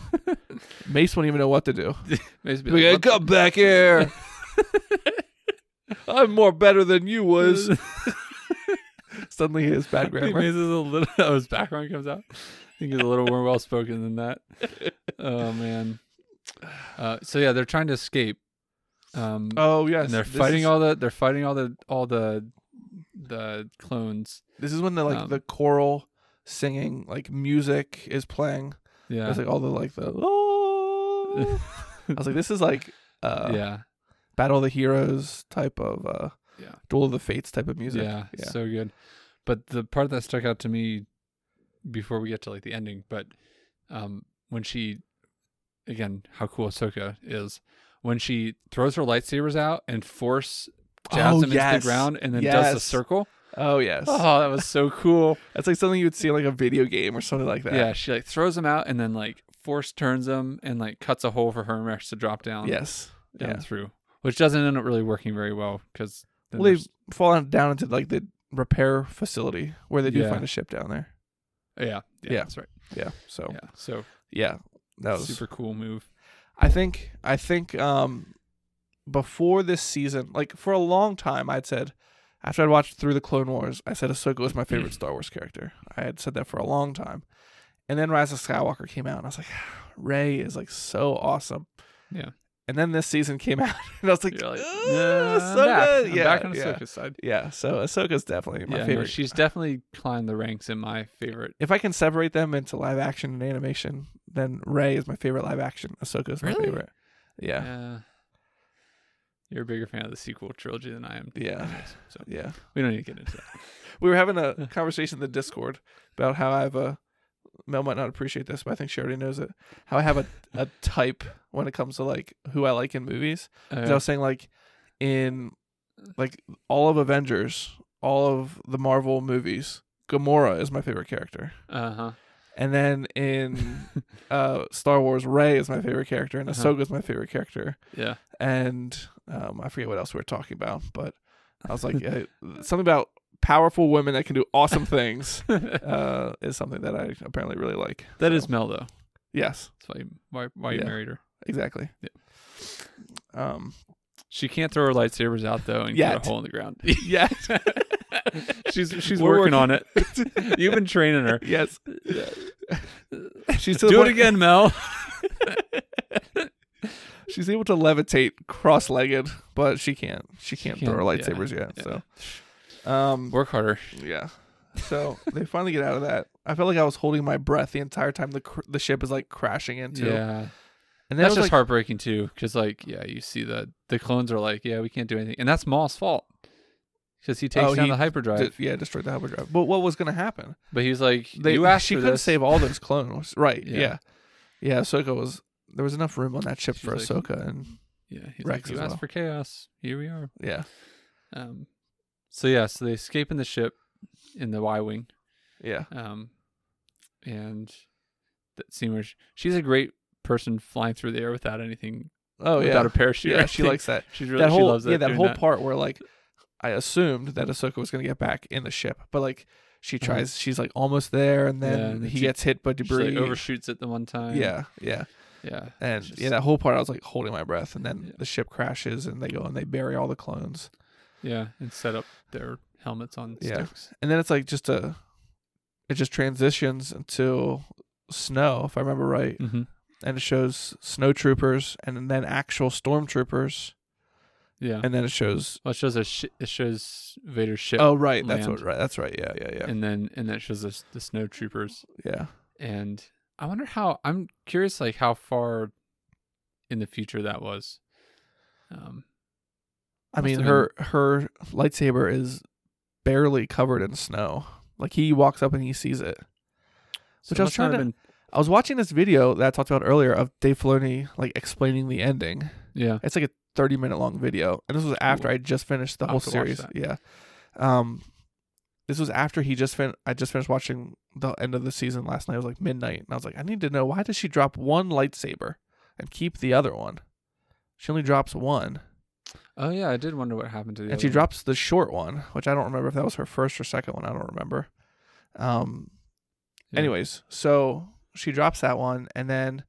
[SPEAKER 5] Mace won't even know what to do.
[SPEAKER 6] Maybe
[SPEAKER 5] Be like, come back here. I'm more better than you was. Suddenly, his bad
[SPEAKER 6] I think
[SPEAKER 5] grammar.
[SPEAKER 6] Maze is a little. Oh, his background comes out. I think he's a little more well spoken than that. Oh man. Uh, so yeah, they're trying to escape. Um,
[SPEAKER 5] Oh yes,
[SPEAKER 6] and they're
[SPEAKER 5] this
[SPEAKER 6] fighting
[SPEAKER 5] is-
[SPEAKER 6] all the. They're fighting all the all the the clones.
[SPEAKER 5] This is when the like
[SPEAKER 6] um,
[SPEAKER 5] the choral singing like music is playing.
[SPEAKER 6] Yeah.
[SPEAKER 5] It's like all the like the. "Oh." I was like, this is like uh,
[SPEAKER 6] yeah.
[SPEAKER 5] Battle of the Heroes type of uh,
[SPEAKER 6] Yeah.
[SPEAKER 5] Duel of the Fates type of music.
[SPEAKER 6] Yeah, so good. But the part that stuck out to me before we get to like the ending, but um when she again, how cool Ahsoka is when she throws her lightsabers out and force jabs
[SPEAKER 5] Oh,
[SPEAKER 6] them into
[SPEAKER 5] yes.
[SPEAKER 6] the ground and then does the
[SPEAKER 5] Yes.
[SPEAKER 6] circle.
[SPEAKER 5] Oh yes,
[SPEAKER 6] Oh, that was so cool.
[SPEAKER 5] that's like something you would see in like a video game or something like that.
[SPEAKER 6] yeah, she like throws them out and then like force turns them and like cuts a hole for her mesh to drop down.
[SPEAKER 5] Yes.
[SPEAKER 6] down
[SPEAKER 5] yeah.
[SPEAKER 6] through, which doesn't end up really working very well because
[SPEAKER 5] Well, they've fallen down into like the repair facility where they do
[SPEAKER 6] Yeah.
[SPEAKER 5] find a ship down there.
[SPEAKER 6] yeah, yeah,
[SPEAKER 5] Yeah.
[SPEAKER 6] that's right.
[SPEAKER 5] Yeah. So yeah,
[SPEAKER 6] Yeah, so
[SPEAKER 5] that was
[SPEAKER 6] super cool move.
[SPEAKER 5] I think I think um before this season, like for a long time, I'd said after I'd watched through the Clone Wars, I said Ahsoka was my favorite Star Wars character. I had said that for a long time, and then Rise of Skywalker came out, and I was like, Ray is like so awesome.
[SPEAKER 6] Yeah.
[SPEAKER 5] And then this season came out, and I was like,
[SPEAKER 6] You're like,
[SPEAKER 5] "Ooh,
[SPEAKER 6] "Nah, I'm
[SPEAKER 5] Ahsoka!"
[SPEAKER 6] back. I'm
[SPEAKER 5] yeah,
[SPEAKER 6] back on
[SPEAKER 5] yeah,
[SPEAKER 6] Ahsoka's side.
[SPEAKER 5] yeah. So Ahsoka's definitely my
[SPEAKER 6] yeah, no,
[SPEAKER 5] favorite.
[SPEAKER 6] she's definitely climbed the ranks in my favorite.
[SPEAKER 5] if I can separate them into live action and animation, then Ray is my favorite live action. Ahsoka is my
[SPEAKER 6] Really?
[SPEAKER 5] favorite. Yeah.
[SPEAKER 6] Uh, you're a bigger fan of the sequel trilogy than I am.
[SPEAKER 5] Yeah.
[SPEAKER 6] anyways, so
[SPEAKER 5] Yeah.
[SPEAKER 6] we don't need to get into that.
[SPEAKER 5] We were having a conversation in the Discord about how I have a Mel might not appreciate this, but I think she already knows it. How I have a, a type when it comes to like who I like in movies. 'Cause I
[SPEAKER 6] Uh,
[SPEAKER 5] was saying like in like all of Avengers, all of the Marvel movies, Gamora is my favorite character.
[SPEAKER 6] uh-huh.
[SPEAKER 5] And then in uh, Star Wars, Rey is my favorite character, and
[SPEAKER 6] Uh-huh.
[SPEAKER 5] Ahsoka is my favorite character.
[SPEAKER 6] Yeah.
[SPEAKER 5] And um, I forget what else we were talking about, but I was like, uh, something about powerful women that can do awesome things uh, is something that I apparently really like.
[SPEAKER 6] That is Mel though.
[SPEAKER 5] Yes,
[SPEAKER 6] That's why you, why why you
[SPEAKER 5] Yeah.
[SPEAKER 6] married her.
[SPEAKER 5] exactly. Um,
[SPEAKER 6] She can't throw her lightsabers out though and
[SPEAKER 5] Yet.
[SPEAKER 6] cut a hole in the ground.
[SPEAKER 5] yeah,
[SPEAKER 6] she's she's
[SPEAKER 5] We're
[SPEAKER 6] working, on it. You've been training her.
[SPEAKER 5] yes. She's to the
[SPEAKER 6] Do it
[SPEAKER 5] point-
[SPEAKER 6] again, Mel.
[SPEAKER 5] She's able to levitate cross-legged, but she can't. She can't,
[SPEAKER 6] can't-
[SPEAKER 5] throw her
[SPEAKER 6] yeah,
[SPEAKER 5] lightsabers yet.
[SPEAKER 6] yeah.
[SPEAKER 5] So, um,
[SPEAKER 6] Work harder.
[SPEAKER 5] Yeah. So they finally get out of that. I felt like I was holding my breath the entire time the cr- the ship is like crashing into.
[SPEAKER 6] Yeah.
[SPEAKER 5] And then
[SPEAKER 6] That's just
[SPEAKER 5] it was like,
[SPEAKER 6] heartbreaking too, because like, yeah, you see that the clones are like, yeah, we can't do anything, and that's Maul's fault, because he takes
[SPEAKER 5] Oh,
[SPEAKER 6] down
[SPEAKER 5] he
[SPEAKER 6] the hyperdrive.
[SPEAKER 5] d- yeah, destroyed the hyperdrive. But what was going to happen?
[SPEAKER 6] but he's like,
[SPEAKER 5] They,
[SPEAKER 6] you asked
[SPEAKER 5] she
[SPEAKER 6] for
[SPEAKER 5] couldn't
[SPEAKER 6] this.
[SPEAKER 5] save all those clones, right?
[SPEAKER 6] Yeah.
[SPEAKER 5] Yeah. yeah, Ahsoka was there was enough room on that ship
[SPEAKER 6] She's
[SPEAKER 5] for
[SPEAKER 6] like-
[SPEAKER 5] Ahsoka, and
[SPEAKER 6] Yeah, he's like,
[SPEAKER 5] Rex
[SPEAKER 6] you
[SPEAKER 5] as
[SPEAKER 6] asked
[SPEAKER 5] well.
[SPEAKER 6] for chaos. Here we are.
[SPEAKER 5] yeah,
[SPEAKER 6] Um, so yeah, so they escape in the ship, in the Y wing,
[SPEAKER 5] yeah,
[SPEAKER 6] um, and that scene where she, she's a great person flying through the air without anything,
[SPEAKER 5] oh
[SPEAKER 6] without
[SPEAKER 5] yeah,
[SPEAKER 6] a parachute. or
[SPEAKER 5] yeah. She
[SPEAKER 6] anything.
[SPEAKER 5] likes that.
[SPEAKER 6] She's really
[SPEAKER 5] that
[SPEAKER 6] she
[SPEAKER 5] whole
[SPEAKER 6] loves that.
[SPEAKER 5] yeah, that
[SPEAKER 6] doing
[SPEAKER 5] whole part where like I assumed that Ahsoka was going to get back in the ship, but like she
[SPEAKER 6] Uh-huh.
[SPEAKER 5] tries, she's like almost there, and then
[SPEAKER 6] Yeah, and then
[SPEAKER 5] he
[SPEAKER 6] she-
[SPEAKER 5] gets hit by
[SPEAKER 6] She, like,
[SPEAKER 5] debris.
[SPEAKER 6] overshoots it the one time.
[SPEAKER 5] yeah, yeah.
[SPEAKER 6] yeah,
[SPEAKER 5] And
[SPEAKER 6] It's
[SPEAKER 5] yeah,
[SPEAKER 6] just-
[SPEAKER 5] that whole part I was like holding my breath, and then
[SPEAKER 6] Yeah.
[SPEAKER 5] the ship crashes, and they go and they bury all the clones,
[SPEAKER 6] yeah, and set up their helmets on
[SPEAKER 5] Yeah.
[SPEAKER 6] sticks.
[SPEAKER 5] and then it's like just a, it just transitions into snow, if I remember right,
[SPEAKER 6] Mm-hmm.
[SPEAKER 5] and it shows snow troopers, and then actual stormtroopers,
[SPEAKER 6] Yeah.
[SPEAKER 5] and then it shows
[SPEAKER 6] well, it shows a sh- it shows Vader's ship.
[SPEAKER 5] oh right, that's
[SPEAKER 6] land.
[SPEAKER 5] what right, that's right, yeah, yeah, yeah,
[SPEAKER 6] And then and then it shows us the snow troopers.
[SPEAKER 5] yeah.
[SPEAKER 6] And I wonder how I'm curious like how far in the future that was. Um
[SPEAKER 5] I
[SPEAKER 6] Must
[SPEAKER 5] mean,
[SPEAKER 6] have
[SPEAKER 5] her her lightsaber is barely covered in snow. Like he walks up and he sees it.
[SPEAKER 6] so
[SPEAKER 5] Which
[SPEAKER 6] it
[SPEAKER 5] I was
[SPEAKER 6] must not
[SPEAKER 5] trying
[SPEAKER 6] have
[SPEAKER 5] I was watching this video that I talked about earlier of Dave Filoni like explaining the ending.
[SPEAKER 6] been- Yeah.
[SPEAKER 5] It's like a 30 minute long video. And this was after
[SPEAKER 6] Cool.
[SPEAKER 5] I just finished the
[SPEAKER 6] I'll
[SPEAKER 5] whole
[SPEAKER 6] have to watch
[SPEAKER 5] series.
[SPEAKER 6] that.
[SPEAKER 5] Yeah. Um this was after he just fin- I just finished watching the end of the season last night. It was like midnight, and I was like, I need to know why does she drop one lightsaber and keep the other one? She only drops one,
[SPEAKER 6] Oh yeah, I did wonder what happened to the.
[SPEAKER 5] and
[SPEAKER 6] other
[SPEAKER 5] she
[SPEAKER 6] one.
[SPEAKER 5] drops the short one, which I don't remember if that was her first or second one. I don't remember. Um,
[SPEAKER 6] Yeah.
[SPEAKER 5] Anyways, so she drops that one and then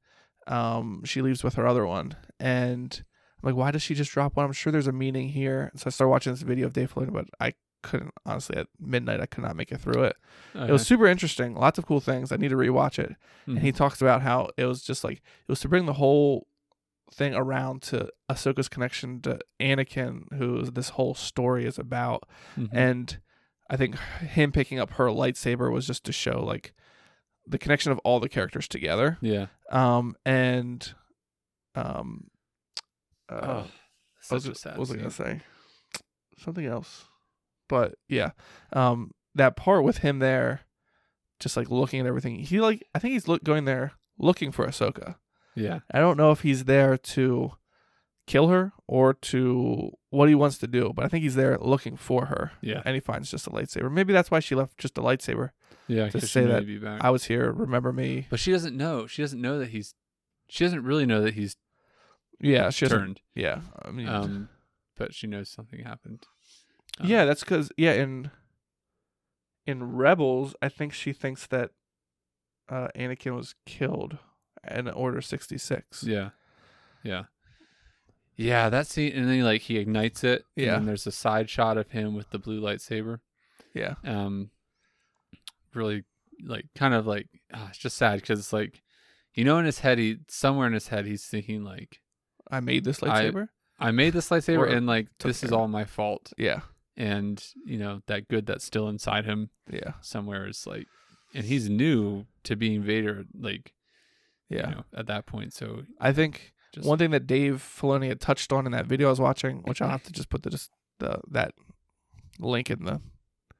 [SPEAKER 5] um, she leaves with her other one. And I'm like, why does she just drop one? I'm sure there's a meaning here. So I started watching this video of Dave Filoni, but I couldn't, honestly, at midnight, I could not make it through it. It was
[SPEAKER 6] Okay. Mm-hmm.
[SPEAKER 5] super interesting. Lots of cool things. I need to rewatch it. And he talks about how it was just like, it was to bring the whole thing around to Ahsoka's connection to Anakin, who this whole story is about
[SPEAKER 6] Mhm.
[SPEAKER 5] and I think him picking up her lightsaber was just to show like the connection of all the characters together.
[SPEAKER 6] yeah.
[SPEAKER 5] Um and um uh, I was,
[SPEAKER 6] such a
[SPEAKER 5] what
[SPEAKER 6] sad
[SPEAKER 5] was I gonna
[SPEAKER 6] scene.
[SPEAKER 5] say something else, but yeah, um that part with him there, just like looking at everything. He like I think he's look going there looking for Ahsoka.
[SPEAKER 6] Yeah.
[SPEAKER 5] I don't know if he's there to kill her or to what he wants to do, but I think he's there looking for her
[SPEAKER 6] Yeah.
[SPEAKER 5] and he finds just a lightsaber. Maybe that's why she left just a lightsaber.
[SPEAKER 6] Yeah.
[SPEAKER 5] To
[SPEAKER 6] 'cause she
[SPEAKER 5] say
[SPEAKER 6] knew
[SPEAKER 5] that
[SPEAKER 6] you'd be back.
[SPEAKER 5] I was here, remember me.
[SPEAKER 6] but she doesn't know. She doesn't know that he's. She doesn't really know that he's
[SPEAKER 5] Yeah, she doesn't.
[SPEAKER 6] turned.
[SPEAKER 5] Yeah, I mean,
[SPEAKER 6] Um, but she knows something happened. um,
[SPEAKER 5] yeah, that's because yeah, in in Rebels, I think she thinks that uh, Anakin was killed in Order sixty six.
[SPEAKER 6] Yeah. Yeah. Yeah, that scene and then like he ignites it. And
[SPEAKER 5] Yeah.
[SPEAKER 6] then there's a side shot of him with the blue lightsaber.
[SPEAKER 5] yeah,
[SPEAKER 6] Um really like kind of like ah, it's just sad because it's like you know in his head he somewhere in his head he's thinking like
[SPEAKER 5] I made this
[SPEAKER 6] I-
[SPEAKER 5] lightsaber.
[SPEAKER 6] I made this lightsaber
[SPEAKER 5] Or
[SPEAKER 6] and like
[SPEAKER 5] took
[SPEAKER 6] this is
[SPEAKER 5] care of
[SPEAKER 6] all my fault
[SPEAKER 5] yeah,
[SPEAKER 6] and you know that good that's still inside him
[SPEAKER 5] yeah,
[SPEAKER 6] somewhere is like and he's new to being Vader like
[SPEAKER 5] yeah.
[SPEAKER 6] you know at that point so
[SPEAKER 5] I think
[SPEAKER 6] just
[SPEAKER 5] one thing that Dave Filoni had touched on in that video I was watching, which I'll have to just put the just the that link in the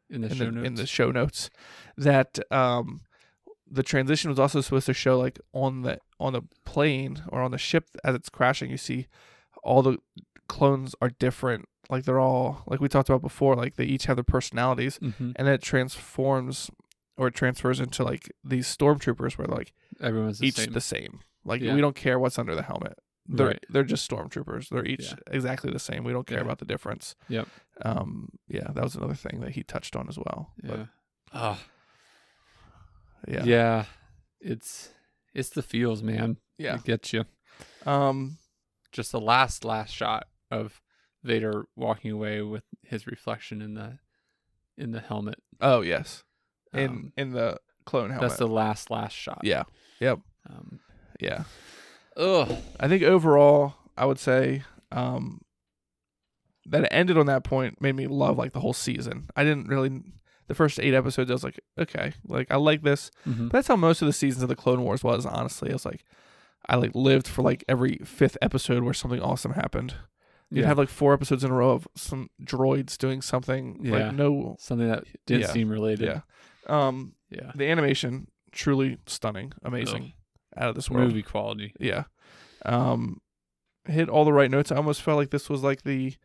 [SPEAKER 6] in the
[SPEAKER 5] in
[SPEAKER 6] show
[SPEAKER 5] the,
[SPEAKER 6] notes
[SPEAKER 5] in the show notes that um the transition was also supposed to show like on the on the plane or on the ship as it's crashing you see all the clones are different like they're all like we talked about before like they each have their personalities
[SPEAKER 6] Mhm.
[SPEAKER 5] and then it transforms or it transfers into like these stormtroopers where like
[SPEAKER 6] everyone's the
[SPEAKER 5] each
[SPEAKER 6] same
[SPEAKER 5] the same like
[SPEAKER 6] Yeah.
[SPEAKER 5] we don't care what's under the helmet they're
[SPEAKER 6] Right.
[SPEAKER 5] they're just stormtroopers. They're each
[SPEAKER 6] Yeah.
[SPEAKER 5] exactly the same. We don't care
[SPEAKER 6] Yeah.
[SPEAKER 5] about the difference.
[SPEAKER 6] Yep.
[SPEAKER 5] Um. Yeah, that was another thing that he touched on as well.
[SPEAKER 6] Yeah. Oh,
[SPEAKER 5] But
[SPEAKER 6] yeah.
[SPEAKER 5] yeah. Yeah.
[SPEAKER 6] It's it's the feels, man. It gets you.
[SPEAKER 5] Um.
[SPEAKER 6] Just the last last shot of Vader walking away with his reflection in the in the helmet.
[SPEAKER 5] Oh yes. In
[SPEAKER 6] Um,
[SPEAKER 5] in the clone helmet.
[SPEAKER 6] That's the last last shot.
[SPEAKER 5] yeah.
[SPEAKER 6] Um,
[SPEAKER 5] Yeah.
[SPEAKER 6] ugh.
[SPEAKER 5] I think overall, I would say um that it ended on that point made me love like the whole season. I didn't really the first eight episodes. I was like, okay, like I like this.
[SPEAKER 6] Mhm.
[SPEAKER 5] But that's how most of the seasons of the Clone Wars was, honestly. It was like I like lived for like every fifth episode where something awesome happened. You'd
[SPEAKER 6] Yeah.
[SPEAKER 5] have like four episodes in a row of some droids doing something.
[SPEAKER 6] Yeah.
[SPEAKER 5] Like no
[SPEAKER 6] Something that didn't
[SPEAKER 5] Yeah.
[SPEAKER 6] seem related.
[SPEAKER 5] Yeah. Um
[SPEAKER 6] Yeah.
[SPEAKER 5] the animation, truly stunning, amazing. Out of this
[SPEAKER 6] Ugh.
[SPEAKER 5] world.
[SPEAKER 6] Oh. Movie quality.
[SPEAKER 5] Yeah. Um hit all the right notes. I almost felt like this was like the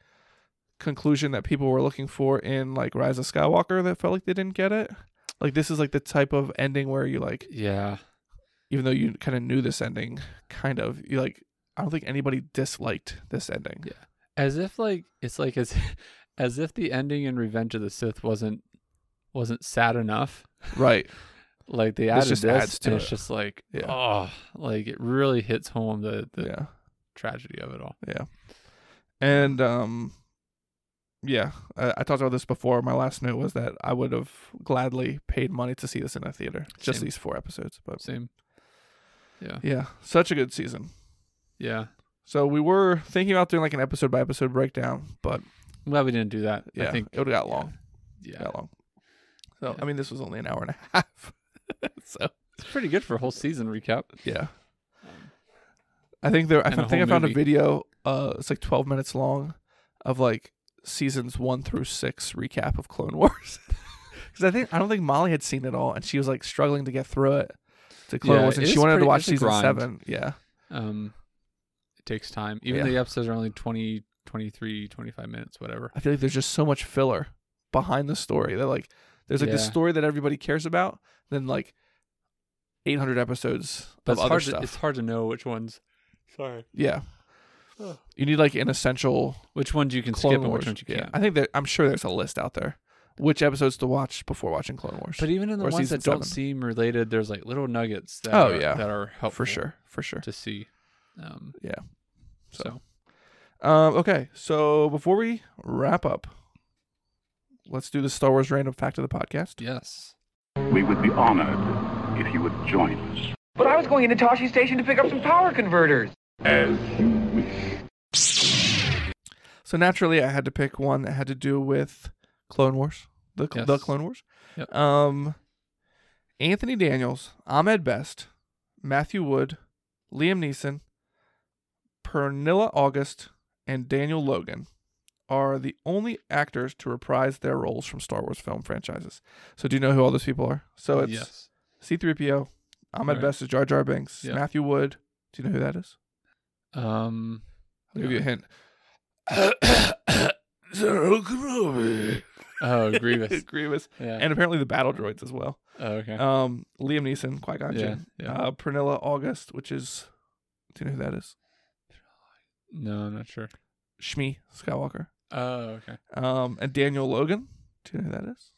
[SPEAKER 5] conclusion that people were looking for in like Rise of Skywalker that felt like they didn't get it. Like this is like the type of ending where you like
[SPEAKER 6] Yeah.
[SPEAKER 5] even though you kind of knew this ending, kind of you like. I don't think anybody disliked this ending.
[SPEAKER 6] Yeah. As if like it's like as as if the ending in Revenge of the Sith wasn't wasn't sad enough.
[SPEAKER 5] Right.
[SPEAKER 6] like they added
[SPEAKER 5] just
[SPEAKER 6] this,
[SPEAKER 5] adds to
[SPEAKER 6] and it's
[SPEAKER 5] it.
[SPEAKER 6] just like
[SPEAKER 5] Yeah.
[SPEAKER 6] oh like it really hits home the, the
[SPEAKER 5] Yeah.
[SPEAKER 6] tragedy of it all
[SPEAKER 5] And um, yeah. I, I talked about this before. My last note was that I would have gladly paid money to see this in a theater. Just
[SPEAKER 6] Same.
[SPEAKER 5] these four episodes, but
[SPEAKER 6] same yeah
[SPEAKER 5] yeah, such a good season.
[SPEAKER 6] yeah
[SPEAKER 5] So we were thinking about doing like an episode by episode breakdown, but
[SPEAKER 6] i'm glad we didn't do that
[SPEAKER 5] yeah,
[SPEAKER 6] i think
[SPEAKER 5] it would have got long.
[SPEAKER 6] yeah
[SPEAKER 5] Got long. So
[SPEAKER 6] Yeah.
[SPEAKER 5] I mean, this was only an hour and a half. so
[SPEAKER 6] it's pretty good for a whole season recap
[SPEAKER 5] Yeah. I think there. I
[SPEAKER 6] and a
[SPEAKER 5] think I
[SPEAKER 6] whole
[SPEAKER 5] found a
[SPEAKER 6] movie.
[SPEAKER 5] video. Uh, it's like twelve minutes long, of like seasons one through six recap of Clone Wars. Because I think I don't think Molly had seen it all, and she was like struggling to get through it to Clone
[SPEAKER 6] Yeah,
[SPEAKER 5] Wars, and
[SPEAKER 6] it
[SPEAKER 5] she
[SPEAKER 6] is
[SPEAKER 5] wanted
[SPEAKER 6] pretty-
[SPEAKER 5] to watch
[SPEAKER 6] it's a
[SPEAKER 5] season
[SPEAKER 6] grind.
[SPEAKER 5] seven. Yeah,
[SPEAKER 6] um it takes time even
[SPEAKER 5] Yeah.
[SPEAKER 6] the episodes are only 20 23 25 minutes whatever
[SPEAKER 5] I feel like there's just so much filler behind the story that like There's like this
[SPEAKER 6] Yeah.
[SPEAKER 5] story that everybody cares about, then like 800 episodes
[SPEAKER 6] But
[SPEAKER 5] of
[SPEAKER 6] it's
[SPEAKER 5] other
[SPEAKER 6] hard, to,
[SPEAKER 5] stuff.
[SPEAKER 6] it's hard to know which ones. Sorry.
[SPEAKER 5] yeah. You need like an essential
[SPEAKER 6] Which ones you can
[SPEAKER 5] Clone
[SPEAKER 6] skip and
[SPEAKER 5] Wars.
[SPEAKER 6] which ones you
[SPEAKER 5] yeah.
[SPEAKER 6] can't.
[SPEAKER 5] I think that I'm sure there's a list out there which episodes to watch before watching Clone Wars.
[SPEAKER 6] But even in the
[SPEAKER 5] Or
[SPEAKER 6] ones
[SPEAKER 5] season
[SPEAKER 6] that don't
[SPEAKER 5] seven.
[SPEAKER 6] seem related, there's like little nuggets that
[SPEAKER 5] Oh,
[SPEAKER 6] are,
[SPEAKER 5] yeah.
[SPEAKER 6] that are helpful
[SPEAKER 5] for sure, for sure.
[SPEAKER 6] to see. Um,
[SPEAKER 5] Yeah.
[SPEAKER 6] So,
[SPEAKER 5] Um, okay, so before we wrap up, let's do the Star Wars random fact of the podcast.
[SPEAKER 6] yes,
[SPEAKER 4] We would be honored if you would join us
[SPEAKER 7] But I was going into Toshi Station to pick up some power converters.
[SPEAKER 4] as you wish.
[SPEAKER 5] So naturally, I had to pick one that had to do with Clone Wars, the cl- the
[SPEAKER 6] Yes.
[SPEAKER 5] Clone Wars.
[SPEAKER 6] Yep.
[SPEAKER 5] Um, Anthony Daniels, Ahmed Best, Matthew Wood, Liam Neeson, Pernilla August, and Daniel Logan are the only actors to reprise their roles from Star Wars film franchises. So do you know who all those people are? So it's
[SPEAKER 6] yes.
[SPEAKER 5] C3PO, Ahmed
[SPEAKER 6] Right.
[SPEAKER 5] Best is Jar Jar Binks,
[SPEAKER 6] Yeah.
[SPEAKER 5] Matthew Wood. Do you know who that is?
[SPEAKER 6] Um,
[SPEAKER 5] I'll give you a hint.
[SPEAKER 6] oh, Grievous.
[SPEAKER 5] Grievous.
[SPEAKER 6] Yeah.
[SPEAKER 5] And apparently the battle droids as well.
[SPEAKER 6] oh, okay.
[SPEAKER 5] Um, Liam Neeson, Qui Gon Jinn,
[SPEAKER 6] Yeah, yeah.
[SPEAKER 5] Uh, Pernilla August, which is, do you know who that is?
[SPEAKER 6] no, I'm not sure.
[SPEAKER 5] Shmi Skywalker.
[SPEAKER 6] Oh, okay.
[SPEAKER 5] Um, and Daniel Logan. Do you know who that is?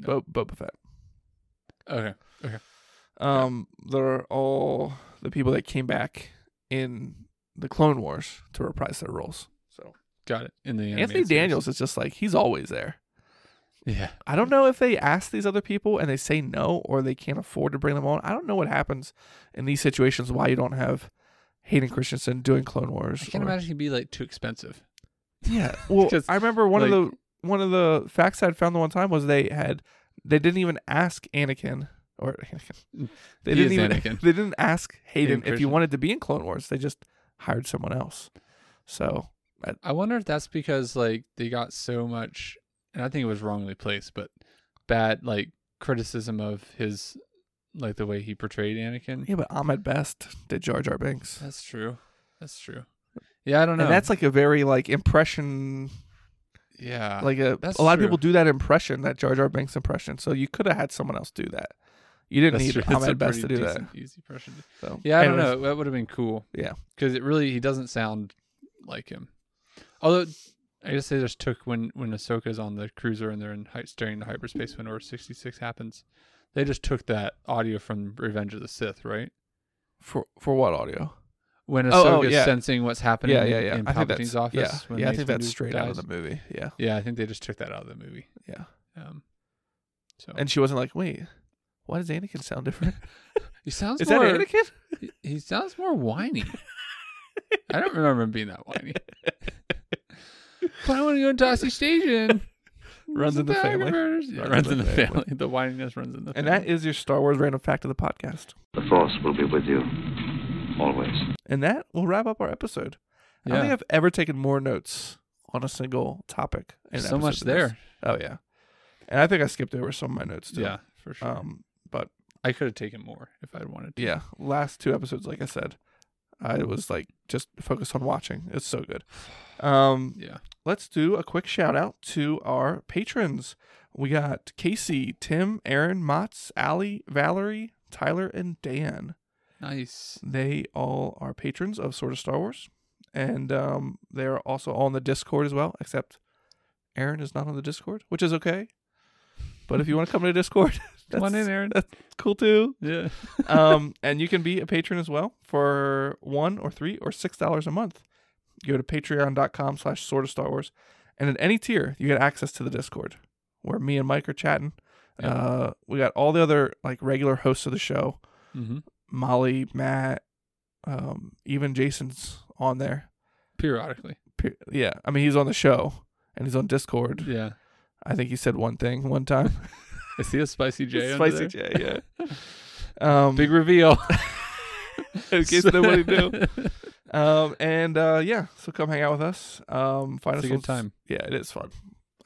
[SPEAKER 6] No.
[SPEAKER 5] Bo- Boba Fett.
[SPEAKER 6] Okay. Okay.
[SPEAKER 5] Um, they're all the people that came back in the Clone Wars to reprise their roles. So
[SPEAKER 6] Got it. In the animated
[SPEAKER 5] Anthony
[SPEAKER 6] series.
[SPEAKER 5] Daniels is just like he's always there.
[SPEAKER 6] Yeah.
[SPEAKER 5] I don't know if they ask these other people and they say no or they can't afford to bring them on. I don't know what happens in these situations why you don't have Hayden Christensen doing Clone Wars.
[SPEAKER 6] I can't
[SPEAKER 5] or-
[SPEAKER 6] imagine he'd be like too expensive.
[SPEAKER 5] Yeah. Well,
[SPEAKER 6] Because,
[SPEAKER 5] I remember one of
[SPEAKER 6] like-
[SPEAKER 5] the one of the facts I'd found the one time was they had they didn't even ask Anakin or Anakin. They
[SPEAKER 6] Mm. He
[SPEAKER 5] didn't
[SPEAKER 6] is
[SPEAKER 5] even
[SPEAKER 6] Anakin.
[SPEAKER 5] they didn't ask Hayden
[SPEAKER 6] Hayden
[SPEAKER 5] if he
[SPEAKER 6] Christensen.
[SPEAKER 5] wanted to be in Clone Wars. They just hired someone else. So
[SPEAKER 6] I wonder if that's because like they got so much, and I think it was wrongly placed, but bad like criticism of his, like the way he portrayed Anakin.
[SPEAKER 5] yeah, but Ahmed Best did Jar Jar Binks.
[SPEAKER 6] That's true. That's true. Yeah, I don't know.
[SPEAKER 5] And that's like a very like impression
[SPEAKER 6] yeah,
[SPEAKER 5] like a,
[SPEAKER 6] Uh, that's
[SPEAKER 5] a lot
[SPEAKER 6] true.
[SPEAKER 5] of people do that impression, that Jar Jar Binks impression. So you could have had someone else do that. You didn't
[SPEAKER 6] That's true.
[SPEAKER 5] need
[SPEAKER 6] That's a
[SPEAKER 5] Ahmed Best to
[SPEAKER 6] pretty
[SPEAKER 5] do that.
[SPEAKER 6] decent, Easy impression.
[SPEAKER 5] So
[SPEAKER 6] Yeah, I don't
[SPEAKER 5] anyways,
[SPEAKER 6] know. That would have been cool.
[SPEAKER 5] Yeah.
[SPEAKER 6] because it really he doesn't sound like him. Although I guess they just took when when Ahsoka's on the cruiser and they're in hy- staring the hyperspace when Order sixty six happens, they just took that audio from Revenge of the Sith, right?
[SPEAKER 5] For for what audio?
[SPEAKER 6] When Ahsoka's
[SPEAKER 5] Oh, oh, yeah.
[SPEAKER 6] sensing what's happening
[SPEAKER 5] yeah, yeah, yeah.
[SPEAKER 6] in
[SPEAKER 5] I think
[SPEAKER 6] Palpatine's
[SPEAKER 5] that's
[SPEAKER 6] office.
[SPEAKER 5] yeah,
[SPEAKER 6] when
[SPEAKER 5] yeah. I
[SPEAKER 6] Mace
[SPEAKER 5] think that's
[SPEAKER 6] Windu
[SPEAKER 5] straight out of
[SPEAKER 6] dies.
[SPEAKER 5] the movie. Yeah,
[SPEAKER 6] Yeah, I think they just took that out of the movie.
[SPEAKER 5] yeah.
[SPEAKER 6] Um, so
[SPEAKER 5] And she wasn't like, wait, why does Anakin sound different?
[SPEAKER 6] he sounds
[SPEAKER 5] Is that
[SPEAKER 6] more
[SPEAKER 5] Anakin?
[SPEAKER 6] he- he sounds more whiny. I don't remember him being that whiny. but I want to go to Tossy Station.
[SPEAKER 5] Runs in the family.
[SPEAKER 6] Yeah, runs, in the family. The whininess runs in the
[SPEAKER 5] And
[SPEAKER 6] family.
[SPEAKER 5] that is your Star Wars random fact of the podcast.
[SPEAKER 4] The Force will be with you always.
[SPEAKER 5] And that will wrap up our episode. I
[SPEAKER 6] Yeah.
[SPEAKER 5] don't think I've ever taken more notes on a single topic. in an
[SPEAKER 6] So much
[SPEAKER 5] episode than this.
[SPEAKER 6] there.
[SPEAKER 5] Oh yeah, and I think I skipped over some of my notes too.
[SPEAKER 6] yeah, for sure.
[SPEAKER 5] Um, but
[SPEAKER 6] I could have taken more if I'd wanted to.
[SPEAKER 5] yeah, last two episodes, like I said, I was like just focused on watching. It's so good. Um,
[SPEAKER 6] Yeah.
[SPEAKER 5] let's do a quick shout out to our patrons. We got Casey, Tim, Aaron, Motts, Allie, Valerie, Tyler, and Dan.
[SPEAKER 6] Nice.
[SPEAKER 5] They all are patrons of Sort of Star Wars, and um, they are also all on the Discord as well. Except Aaron is not on the Discord, which is okay. But if you want to come to Discord, that's
[SPEAKER 6] Come on in, Aaron.
[SPEAKER 5] that's cool too.
[SPEAKER 6] Yeah.
[SPEAKER 5] Um, and you can be a patron as well for one or three or six dollars a month. Go to patreon.com slash sort of Star Wars. And at any tier, you get access to the Discord where me and Mike are chatting.
[SPEAKER 6] Yeah.
[SPEAKER 5] Uh, we got all the other like regular hosts of the show.
[SPEAKER 6] Mm-hmm.
[SPEAKER 5] Molly, Matt, um, even Jason's on there.
[SPEAKER 6] Periodically.
[SPEAKER 5] Pe- Yeah, I mean he's on the show and he's on Discord.
[SPEAKER 6] Yeah.
[SPEAKER 5] I think he said one thing one time.
[SPEAKER 6] Is he a spicy J? under
[SPEAKER 5] Spicy
[SPEAKER 6] there?
[SPEAKER 5] J, yeah. Um,
[SPEAKER 6] Big reveal.
[SPEAKER 5] in case nobody knew. Um, and uh, yeah, so come hang out with us. Um, find
[SPEAKER 6] It's
[SPEAKER 5] us
[SPEAKER 6] a
[SPEAKER 5] on
[SPEAKER 6] good
[SPEAKER 5] s-
[SPEAKER 6] time.
[SPEAKER 5] Yeah, it is fun.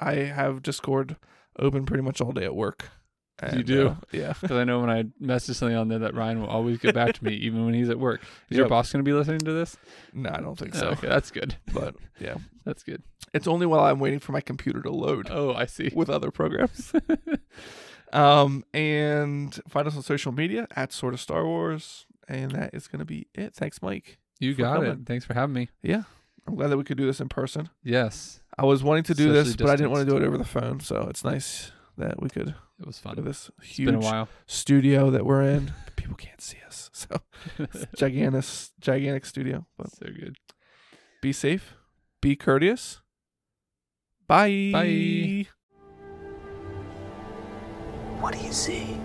[SPEAKER 5] I have Discord open pretty much all day at work, And,
[SPEAKER 6] do.
[SPEAKER 5] uh, yeah.
[SPEAKER 6] Because I know when I message something on there that Ryan will always get back to me, even when he's at work. Is your
[SPEAKER 5] Yep.
[SPEAKER 6] boss going to be listening to this?
[SPEAKER 5] No, I don't think
[SPEAKER 6] Oh,
[SPEAKER 5] so.
[SPEAKER 6] okay, that's good.
[SPEAKER 5] But yeah,
[SPEAKER 6] That's good.
[SPEAKER 5] it's only while I'm waiting for my computer to load
[SPEAKER 6] Oh, I see.
[SPEAKER 5] with other programs. um, and find us on social media at sort of Star Wars, and that is going to be it. Thanks, Mike.
[SPEAKER 6] You
[SPEAKER 5] for
[SPEAKER 6] got
[SPEAKER 5] coming.
[SPEAKER 6] it. Thanks for having me.
[SPEAKER 5] Yeah, I'm glad that we could do this in person.
[SPEAKER 6] Yes,
[SPEAKER 5] I was wanting to do
[SPEAKER 6] Socially
[SPEAKER 5] this, but I didn't want to do it over the phone. So it's nice that we could
[SPEAKER 6] it was
[SPEAKER 5] do
[SPEAKER 6] fun.
[SPEAKER 5] this
[SPEAKER 6] It's been a
[SPEAKER 5] huge
[SPEAKER 6] while.
[SPEAKER 5] studio that we're in. But people can't see us, so gigantic, gigantic studio. But
[SPEAKER 6] so good.
[SPEAKER 5] be safe, be courteous. Bye.
[SPEAKER 6] Bye.
[SPEAKER 8] What do you see?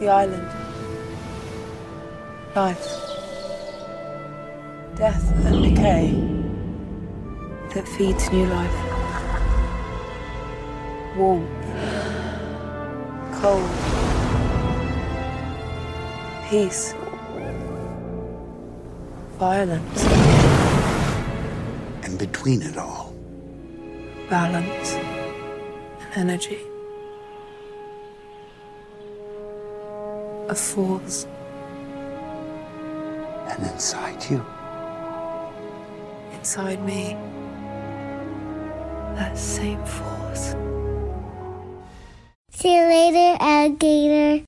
[SPEAKER 8] The island. Life. Death and decay that feeds new life. Warmth. Cold. Peace. Violence.
[SPEAKER 2] And between it all,
[SPEAKER 8] balance, and energy. A force
[SPEAKER 2] and inside you,
[SPEAKER 8] inside me. That same force.
[SPEAKER 1] See you later, alligator.